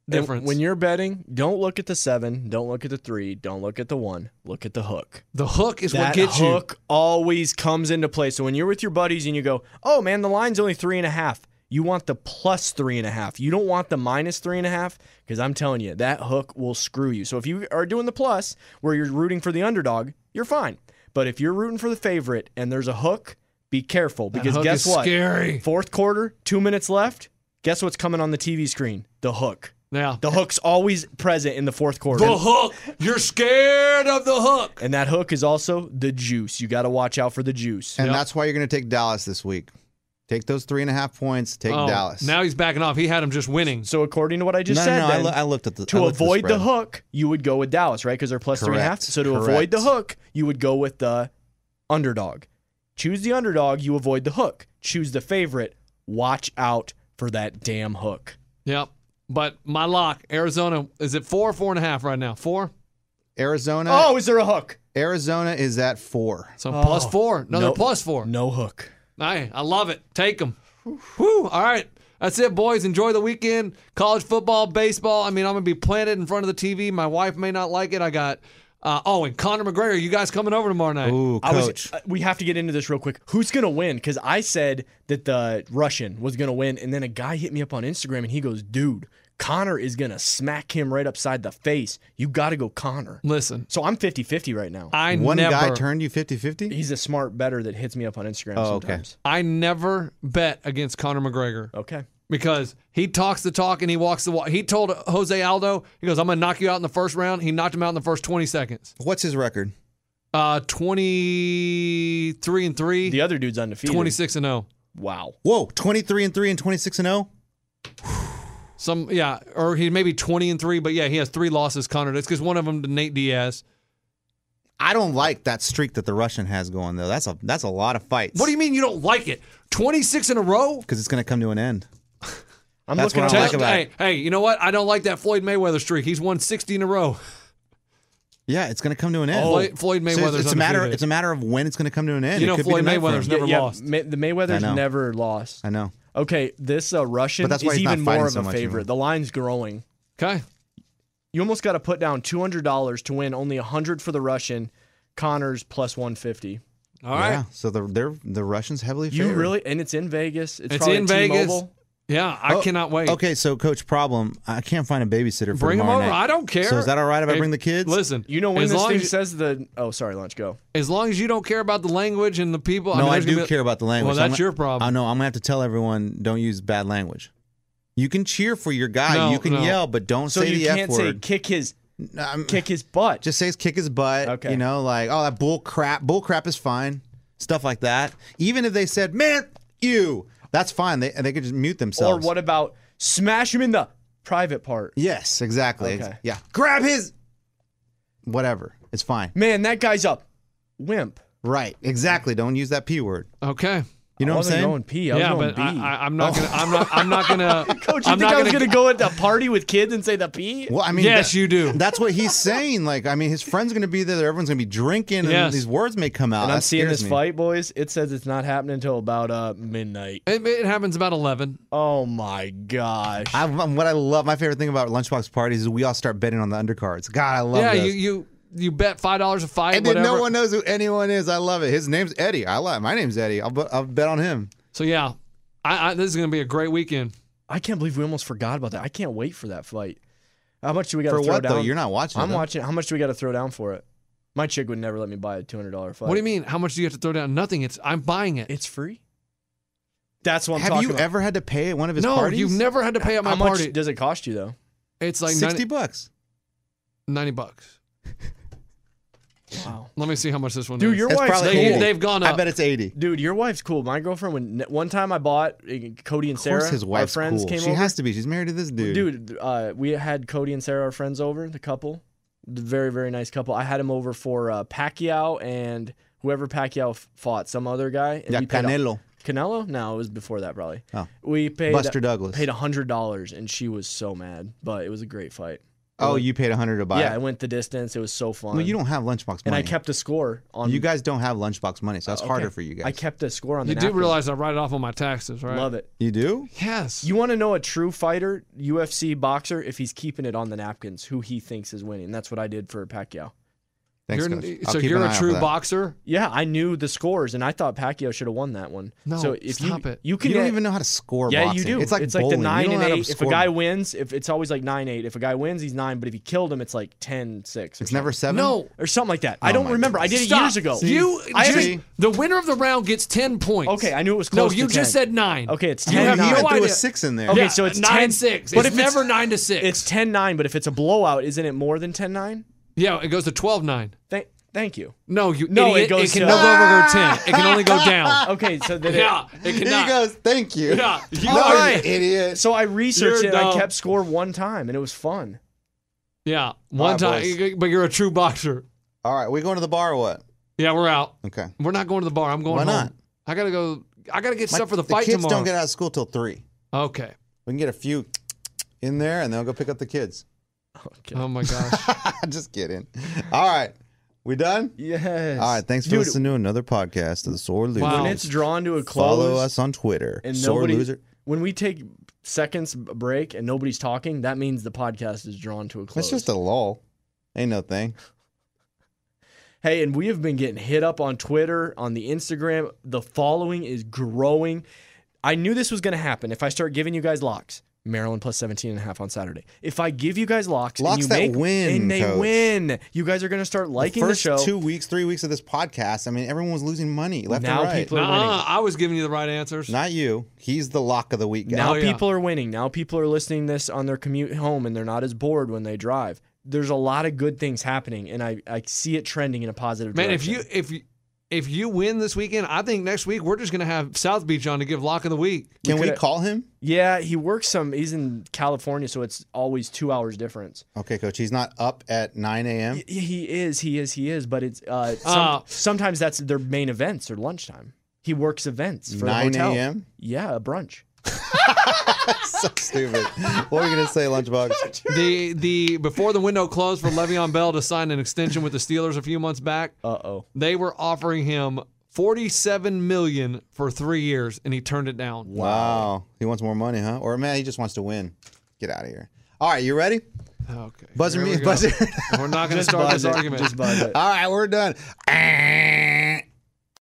[SPEAKER 4] And
[SPEAKER 3] difference.
[SPEAKER 4] When you're betting, don't look at the seven, don't look at the three, don't look at the one, look at the hook.
[SPEAKER 3] the hook is what
[SPEAKER 4] that
[SPEAKER 3] gets you.
[SPEAKER 4] hook always comes into play. So when you're with your buddies and you go, oh man, the line's only three and a half, you want the plus three and a half. You don't want the minus three and a half because I'm telling you, that hook will screw you. So if you are doing the plus where you're rooting for the underdog, you're fine. But if you're rooting for the favorite and there's a hook, be careful
[SPEAKER 3] That
[SPEAKER 4] because
[SPEAKER 3] hook is
[SPEAKER 4] guess what?
[SPEAKER 3] Scary.
[SPEAKER 4] Fourth quarter, two minutes left. Guess what's coming on the TV screen? The hook.
[SPEAKER 3] Yeah.
[SPEAKER 4] The hook's always present in the fourth quarter.
[SPEAKER 3] The hook. You're scared of the hook.
[SPEAKER 4] And that hook is also the juice. You got to watch out for the juice.
[SPEAKER 2] and that's why you're going to take Dallas this week. Take those three and a half points. Take
[SPEAKER 3] Oh,
[SPEAKER 2] Dallas.
[SPEAKER 3] Now he's backing off. He had him just winning.
[SPEAKER 4] So according to what I just
[SPEAKER 2] no,
[SPEAKER 4] said,
[SPEAKER 2] no, no, I,
[SPEAKER 4] then,
[SPEAKER 2] loo- I looked at the I
[SPEAKER 4] to
[SPEAKER 2] looked at
[SPEAKER 4] avoid the,
[SPEAKER 2] spread.
[SPEAKER 4] hook, you would go with Dallas, right? Because they're plus three and a half.
[SPEAKER 2] Correct,
[SPEAKER 4] So to
[SPEAKER 2] correct.
[SPEAKER 4] avoid the hook, you would go with the underdog. Choose the underdog. You avoid the hook. Choose the favorite. Watch out for that damn hook.
[SPEAKER 3] Yep. But my lock, Arizona, is it four or four and a half right now? Four?
[SPEAKER 2] Arizona.
[SPEAKER 4] Oh, is there a hook?
[SPEAKER 2] Arizona is at four.
[SPEAKER 3] So plus four. Another
[SPEAKER 4] Oh. Nope.
[SPEAKER 3] plus four.
[SPEAKER 4] No hook.
[SPEAKER 3] Hey, I love it. Take them. Whew. All right. That's it, boys. Enjoy the weekend. College football, baseball. I mean, I'm going to be planted in front of the TV. My wife may not like it. I got, uh, oh, and Connor McGregor, you guys coming over tomorrow night.
[SPEAKER 2] Ooh,
[SPEAKER 4] I was,
[SPEAKER 2] coach.
[SPEAKER 4] uh, we have to get into this real quick. Who's gonna win? Because I said that the Russian was gonna win, and then a guy hit me up on Instagram, and he goes, "Dude, Connor is gonna smack him right upside the face. You gotta go, Connor."
[SPEAKER 3] Listen,
[SPEAKER 4] So I'm 50-50 right now.
[SPEAKER 3] I
[SPEAKER 2] One
[SPEAKER 3] never.
[SPEAKER 2] guy turned you 50 50?
[SPEAKER 4] He's a smart better that hits me up on Instagram
[SPEAKER 2] Oh, okay.
[SPEAKER 4] sometimes.
[SPEAKER 3] I never bet against Conor McGregor
[SPEAKER 4] Okay.
[SPEAKER 3] because he talks the talk and he walks the walk. He told Jose Aldo, he goes, I'm going to knock you out in the first round. He knocked him out in the first 20 seconds.
[SPEAKER 2] What's his record?
[SPEAKER 3] Uh, 23 and 3,
[SPEAKER 4] The other dude's undefeated.
[SPEAKER 3] 26 and oh. 0.
[SPEAKER 4] Wow.
[SPEAKER 2] Whoa, 23 and 3 and 26 and oh? 0?
[SPEAKER 3] Some, yeah, or he maybe 20 and 3, but yeah, he has three losses, Connor. It's because one of them to Nate Diaz.
[SPEAKER 2] I don't like that streak that the Russian has going, though. That's a that's a lot of fights.
[SPEAKER 3] What do you mean you don't like it? 26 in a row?
[SPEAKER 2] Because it's going to come to an end.
[SPEAKER 4] I'm
[SPEAKER 2] That's
[SPEAKER 4] looking
[SPEAKER 2] what I
[SPEAKER 4] at
[SPEAKER 2] like about
[SPEAKER 3] hey,
[SPEAKER 2] it.
[SPEAKER 3] hey, you know what? I don't like that Floyd Mayweather streak. He's won 60 in a row.
[SPEAKER 2] Yeah, it's going to come to an end.
[SPEAKER 3] Oh, Floyd, Floyd
[SPEAKER 2] Oh. So it's-
[SPEAKER 3] Mayweather's
[SPEAKER 2] it's a matter.
[SPEAKER 3] undefeated.
[SPEAKER 2] It's a matter of when it's going to come to an end.
[SPEAKER 3] You
[SPEAKER 2] It
[SPEAKER 3] know
[SPEAKER 2] could be
[SPEAKER 3] Floyd
[SPEAKER 2] tonight for
[SPEAKER 3] Mayweather's
[SPEAKER 2] him.
[SPEAKER 3] never
[SPEAKER 4] yeah,
[SPEAKER 3] lost.
[SPEAKER 4] Ma- the
[SPEAKER 2] I
[SPEAKER 4] Mayweather's
[SPEAKER 2] know.
[SPEAKER 4] never lost.
[SPEAKER 2] I know.
[SPEAKER 4] Okay, this uh, Russian
[SPEAKER 2] But that's why
[SPEAKER 4] is
[SPEAKER 2] he's not
[SPEAKER 4] even
[SPEAKER 2] fighting
[SPEAKER 4] more of
[SPEAKER 2] so
[SPEAKER 4] a
[SPEAKER 2] much
[SPEAKER 4] favorite.
[SPEAKER 2] anymore.
[SPEAKER 4] The line's growing.
[SPEAKER 3] Okay.
[SPEAKER 4] You almost got to put down two hundred dollars to win. Only hundred for the Russian. Connors plus one fifty.
[SPEAKER 3] All right.
[SPEAKER 2] Yeah. So the they're the Russians heavily.
[SPEAKER 4] You
[SPEAKER 2] favored.
[SPEAKER 4] really? And it's in Vegas. It's,
[SPEAKER 3] It's
[SPEAKER 4] probably
[SPEAKER 3] in
[SPEAKER 4] at
[SPEAKER 3] Vegas.
[SPEAKER 4] T-Mobile.
[SPEAKER 3] Yeah, I cannot wait.
[SPEAKER 2] Oh. Okay, so coach, problem. I can't find a babysitter. For
[SPEAKER 3] Bring them
[SPEAKER 2] tomorrow
[SPEAKER 3] over.
[SPEAKER 2] night.
[SPEAKER 3] I don't care.
[SPEAKER 2] So is that all right if I
[SPEAKER 3] It-
[SPEAKER 2] bring the kids?
[SPEAKER 3] Listen,
[SPEAKER 4] You know when
[SPEAKER 3] as
[SPEAKER 4] this
[SPEAKER 3] long
[SPEAKER 4] thing
[SPEAKER 3] as,
[SPEAKER 4] says the oh sorry lunch go.
[SPEAKER 3] as long as you don't care about the language and the people.
[SPEAKER 2] no,
[SPEAKER 3] I, mean,
[SPEAKER 2] I
[SPEAKER 3] there's gonna
[SPEAKER 2] do
[SPEAKER 3] be-
[SPEAKER 2] care about the language.
[SPEAKER 3] Well, that's
[SPEAKER 2] I'm gonna-
[SPEAKER 3] your problem.
[SPEAKER 2] I know. I'm gonna have to tell everyone don't use bad language. You can cheer for your guy.
[SPEAKER 3] No,
[SPEAKER 2] you can
[SPEAKER 3] no.
[SPEAKER 2] yell, but don't
[SPEAKER 4] So
[SPEAKER 2] say
[SPEAKER 4] you
[SPEAKER 2] the
[SPEAKER 4] can't
[SPEAKER 2] f
[SPEAKER 4] say
[SPEAKER 2] word.
[SPEAKER 4] kick his
[SPEAKER 2] No, I'm-
[SPEAKER 4] kick his butt.
[SPEAKER 2] Just say it's kick his butt.
[SPEAKER 4] Okay.
[SPEAKER 2] You know, like oh that bull crap. Bull crap is fine. Stuff like that. Even if they said man you, that's fine. They they could just mute
[SPEAKER 4] or
[SPEAKER 2] themselves.
[SPEAKER 4] what about smash him in the private part?
[SPEAKER 2] Yes, exactly.
[SPEAKER 4] Okay.
[SPEAKER 2] Yeah. Grab his whatever. It's fine.
[SPEAKER 4] Man, that guy's a wimp.
[SPEAKER 2] Right. Exactly. Don't use that P word.
[SPEAKER 3] okay.
[SPEAKER 2] You know
[SPEAKER 4] I
[SPEAKER 2] what I'm
[SPEAKER 4] wasn't
[SPEAKER 2] saying?
[SPEAKER 4] going P. I
[SPEAKER 3] yeah,
[SPEAKER 4] was going
[SPEAKER 3] but
[SPEAKER 4] B.
[SPEAKER 3] I, I, I'm not gonna. I'm not. I'm not gonna.
[SPEAKER 4] Coach, you
[SPEAKER 3] I'm
[SPEAKER 4] think
[SPEAKER 3] not
[SPEAKER 4] I was gonna go at the party with kids and say the P?
[SPEAKER 2] Well, I mean,
[SPEAKER 3] Yes,
[SPEAKER 2] that-
[SPEAKER 3] you do.
[SPEAKER 2] That's what he's saying. Like, I mean, his friend's going to be there. Everyone's going to be drinking, and
[SPEAKER 3] Yes.
[SPEAKER 2] these words may come out.
[SPEAKER 4] And I'm
[SPEAKER 2] That
[SPEAKER 4] seeing
[SPEAKER 2] scares
[SPEAKER 4] this
[SPEAKER 2] me.
[SPEAKER 4] fight, boys. It says it's not happening until about uh midnight.
[SPEAKER 3] It, it happens about eleven.
[SPEAKER 4] Oh my gosh.
[SPEAKER 2] I, um, what I love, my favorite thing about lunchbox parties is we all start betting on the undercards. God, I love
[SPEAKER 3] yeah,
[SPEAKER 2] this.
[SPEAKER 3] you you you bet five dollars a fight.
[SPEAKER 2] and then
[SPEAKER 3] whatever.
[SPEAKER 2] no one knows who anyone is. I love it. His name's Eddie. I love. My name's Eddie. I'll, bet- I'll bet on him.
[SPEAKER 3] So yeah, I, I, this is going to be a great weekend.
[SPEAKER 4] I can't believe we almost forgot about that. I can't wait for that fight. How much do we got
[SPEAKER 2] For
[SPEAKER 4] to throw
[SPEAKER 2] what
[SPEAKER 4] down?
[SPEAKER 2] though? You're not watching. it,
[SPEAKER 4] I'm
[SPEAKER 2] though.
[SPEAKER 4] watching. How much do we got to throw down for it? My chick would never let me buy a two hundred dollar fight.
[SPEAKER 3] What do you mean? How much do you have to throw down? Nothing. It's I'm buying it.
[SPEAKER 4] It's free. That's what I'm
[SPEAKER 2] Have
[SPEAKER 4] talking
[SPEAKER 2] you
[SPEAKER 4] about.
[SPEAKER 2] ever had to pay at one of his
[SPEAKER 3] no,
[SPEAKER 2] parties?
[SPEAKER 3] you've never had to pay at my
[SPEAKER 4] How
[SPEAKER 3] party.
[SPEAKER 4] much does it cost you though?
[SPEAKER 3] it's like
[SPEAKER 2] sixty
[SPEAKER 3] 90,
[SPEAKER 2] bucks.
[SPEAKER 3] 90 bucks.
[SPEAKER 4] Wow.
[SPEAKER 3] Let me see how much this one
[SPEAKER 4] Dude,
[SPEAKER 3] is.
[SPEAKER 4] your
[SPEAKER 2] That's
[SPEAKER 4] wife's
[SPEAKER 2] probably
[SPEAKER 4] cool.
[SPEAKER 3] they, they've gone up.
[SPEAKER 2] I bet it's eighty.
[SPEAKER 4] Dude, your wife's cool. My girlfriend, when one time I bought uh, Cody and
[SPEAKER 2] Of course,
[SPEAKER 4] Sarah,
[SPEAKER 2] his
[SPEAKER 4] our
[SPEAKER 2] wife's
[SPEAKER 4] friends
[SPEAKER 2] cool.
[SPEAKER 4] came
[SPEAKER 2] she
[SPEAKER 4] over.
[SPEAKER 2] has to be. She's married to this dude.
[SPEAKER 4] Dude, uh, we had Cody and Sarah, our friends, over the couple, the very very nice couple. I had him over for uh, Pacquiao and whoever Pacquiao f- fought, some other guy. And
[SPEAKER 2] yeah,
[SPEAKER 4] we paid a-
[SPEAKER 2] Canelo.
[SPEAKER 4] Canelo? No, it was before that probably.
[SPEAKER 2] Oh.
[SPEAKER 4] We paid uh,
[SPEAKER 2] Buster Douglas.
[SPEAKER 4] paid hundred dollars, and she was so mad. But it was a great fight.
[SPEAKER 2] oh, you paid hundred to buy.
[SPEAKER 4] yeah, I
[SPEAKER 2] it.
[SPEAKER 4] went the distance. It was so fun.
[SPEAKER 2] Well, you don't have lunchbox money.
[SPEAKER 4] and I kept a score on
[SPEAKER 2] You guys don't have lunchbox money, so that's
[SPEAKER 4] Okay.
[SPEAKER 2] harder for you guys.
[SPEAKER 4] I kept a score on the
[SPEAKER 3] you do
[SPEAKER 4] napkin.
[SPEAKER 3] realize I write it off on my taxes, right?
[SPEAKER 4] Love it.
[SPEAKER 2] you do?
[SPEAKER 3] Yes.
[SPEAKER 4] You want to know a true fighter, UFC boxer, if he's keeping it on the napkins, who he thinks is winning. That's what I did for Pacquiao.
[SPEAKER 2] Thanks,
[SPEAKER 3] You're-
[SPEAKER 2] Coach.
[SPEAKER 4] uh,
[SPEAKER 2] I'll
[SPEAKER 3] so
[SPEAKER 2] keep an
[SPEAKER 3] you're
[SPEAKER 2] eye
[SPEAKER 3] a
[SPEAKER 2] out for
[SPEAKER 3] true
[SPEAKER 2] that.
[SPEAKER 3] boxer.
[SPEAKER 4] Yeah, I knew the scores, and I thought Pacquiao should have won that one.
[SPEAKER 3] No,
[SPEAKER 4] so if
[SPEAKER 3] stop
[SPEAKER 4] you,
[SPEAKER 3] it.
[SPEAKER 4] You can
[SPEAKER 2] You don't
[SPEAKER 4] get-
[SPEAKER 2] even know how to score.
[SPEAKER 4] Yeah,
[SPEAKER 2] boxing.
[SPEAKER 4] you do.
[SPEAKER 2] It's like
[SPEAKER 4] the
[SPEAKER 2] bowling. You
[SPEAKER 4] nine
[SPEAKER 2] don't
[SPEAKER 4] and
[SPEAKER 2] know how to
[SPEAKER 4] eight. If a
[SPEAKER 2] score.
[SPEAKER 4] guy wins, if it's always like nine eight. If a guy wins, he's nine. But if you killed him, it's like 10 6. Or
[SPEAKER 2] it's never
[SPEAKER 4] something.
[SPEAKER 2] seven.
[SPEAKER 3] No.
[SPEAKER 4] or something like that. I don't
[SPEAKER 2] my
[SPEAKER 4] remember. I did it
[SPEAKER 3] Stop.
[SPEAKER 4] years ago.
[SPEAKER 3] You
[SPEAKER 4] I haven't-
[SPEAKER 3] just, the winner of the round gets ten points.
[SPEAKER 4] okay, I knew it was
[SPEAKER 3] No,
[SPEAKER 4] close.
[SPEAKER 3] you
[SPEAKER 4] to
[SPEAKER 3] just
[SPEAKER 4] 10.
[SPEAKER 3] said nine.
[SPEAKER 4] Okay, it's
[SPEAKER 3] You
[SPEAKER 2] You
[SPEAKER 4] ten
[SPEAKER 3] have
[SPEAKER 4] nine.
[SPEAKER 3] no
[SPEAKER 2] even threw
[SPEAKER 3] idea.
[SPEAKER 2] a six in there.
[SPEAKER 4] Okay,
[SPEAKER 3] Yeah,
[SPEAKER 4] so it's
[SPEAKER 3] nine
[SPEAKER 4] 10
[SPEAKER 3] six.
[SPEAKER 4] but
[SPEAKER 3] it's
[SPEAKER 4] if it's-
[SPEAKER 3] never nine to six.
[SPEAKER 4] It's 10 9, but if it's a blowout, isn't it more than 10 9?
[SPEAKER 3] yeah, it goes to 12-9.
[SPEAKER 4] Thank, thank you.
[SPEAKER 3] No, you
[SPEAKER 4] No, it
[SPEAKER 3] idiot. It,
[SPEAKER 4] goes
[SPEAKER 3] can
[SPEAKER 4] to-
[SPEAKER 3] no longer go ten. It can only go down.
[SPEAKER 4] Okay, so then it-
[SPEAKER 3] Yeah, it
[SPEAKER 2] He
[SPEAKER 3] cannot.
[SPEAKER 2] goes, thank you.
[SPEAKER 3] Yeah, you
[SPEAKER 2] No,
[SPEAKER 3] are-
[SPEAKER 2] you idiot.
[SPEAKER 4] So I researched
[SPEAKER 3] You're
[SPEAKER 4] it. and I
[SPEAKER 3] dumb.
[SPEAKER 4] kept score one time, and it was fun.
[SPEAKER 3] Yeah, one
[SPEAKER 2] right,
[SPEAKER 3] time.
[SPEAKER 2] boys.
[SPEAKER 3] But you're a true boxer.
[SPEAKER 2] All right, we going to the bar or what?
[SPEAKER 3] Yeah, we're out.
[SPEAKER 2] Okay.
[SPEAKER 3] We're not going to the bar. I'm going
[SPEAKER 2] Why
[SPEAKER 3] home.
[SPEAKER 2] not?
[SPEAKER 3] I gotta go. I gotta get
[SPEAKER 2] My-
[SPEAKER 3] stuff for the fight
[SPEAKER 2] kids
[SPEAKER 3] tomorrow.
[SPEAKER 2] don't get out of school till three.
[SPEAKER 3] okay.
[SPEAKER 2] We can get a few in there, and then I'll go pick up the kids.
[SPEAKER 3] Oh my gosh.
[SPEAKER 2] Just kidding. All right, we done.
[SPEAKER 4] Yes.
[SPEAKER 2] All right, thanks for
[SPEAKER 4] Dude,
[SPEAKER 2] listening to another podcast of the Sore Loser.
[SPEAKER 3] Wow.
[SPEAKER 4] When it's drawn to a close,
[SPEAKER 2] Follow us on Twitter.
[SPEAKER 4] and
[SPEAKER 2] Sore
[SPEAKER 4] nobody,
[SPEAKER 2] Loser.
[SPEAKER 4] when we take seconds b- break and nobody's talking, that means the podcast is drawn to a close.
[SPEAKER 2] That's just a lull. Ain't no thing.
[SPEAKER 4] Hey, and we have been getting hit up on Twitter, on the Instagram. The following is growing. I knew this was going to happen if I start giving you guys locks. Maryland plus 17 and a half on Saturday. If I give you guys locks, and
[SPEAKER 2] Locks
[SPEAKER 4] you
[SPEAKER 2] that
[SPEAKER 4] make,
[SPEAKER 2] win,
[SPEAKER 4] and they
[SPEAKER 2] coach.
[SPEAKER 4] win, you guys are going to start liking the,
[SPEAKER 2] First
[SPEAKER 4] show.
[SPEAKER 2] two weeks, three weeks of this podcast, I mean, everyone was losing money left
[SPEAKER 4] Now
[SPEAKER 2] and right.
[SPEAKER 4] people are-
[SPEAKER 3] Nuh-uh, uh, I was giving you the right answers.
[SPEAKER 2] Not you. He's the lock of the week guy.
[SPEAKER 4] Now
[SPEAKER 3] Oh, yeah.
[SPEAKER 4] people are winning. Now people are listening this on their commute home and they're not as bored when they drive. There's a lot of good things happening and I, I see it trending in a positive
[SPEAKER 3] Man, if
[SPEAKER 4] direction.
[SPEAKER 3] you if you if you win this weekend, I think next week we're just gonna have South Beach on to give lock of the week.
[SPEAKER 2] Can we
[SPEAKER 4] coulda-
[SPEAKER 2] call him?
[SPEAKER 4] Yeah, he works some he's in California, so it's always two hours difference.
[SPEAKER 2] Okay, coach. He's not up at 9 a.m.
[SPEAKER 4] Y- He is, he is, he is, but it's uh, some,
[SPEAKER 3] Uh,
[SPEAKER 4] sometimes that's their main events or lunchtime. He works events for the
[SPEAKER 2] 9
[SPEAKER 4] hotel.
[SPEAKER 2] a.m.?
[SPEAKER 4] Yeah, a brunch.
[SPEAKER 2] so stupid. What are you going to say, Lunchbox?
[SPEAKER 3] The the before the window closed for Le'Veon Bell to sign an extension with the Steelers a few months back,
[SPEAKER 4] Uh oh.
[SPEAKER 3] they were offering him forty seven million for three years, and he turned it down.
[SPEAKER 2] Wow. He wants more money, huh? Or, man, he just wants to win. Get out of here. All right, you ready?
[SPEAKER 3] Okay,
[SPEAKER 2] Buzzer
[SPEAKER 3] here
[SPEAKER 2] me.
[SPEAKER 3] we go.
[SPEAKER 2] Buzzer.
[SPEAKER 3] We're not gonna start this
[SPEAKER 4] it.
[SPEAKER 3] argument.
[SPEAKER 4] Just buzz it.
[SPEAKER 2] All right, we're done.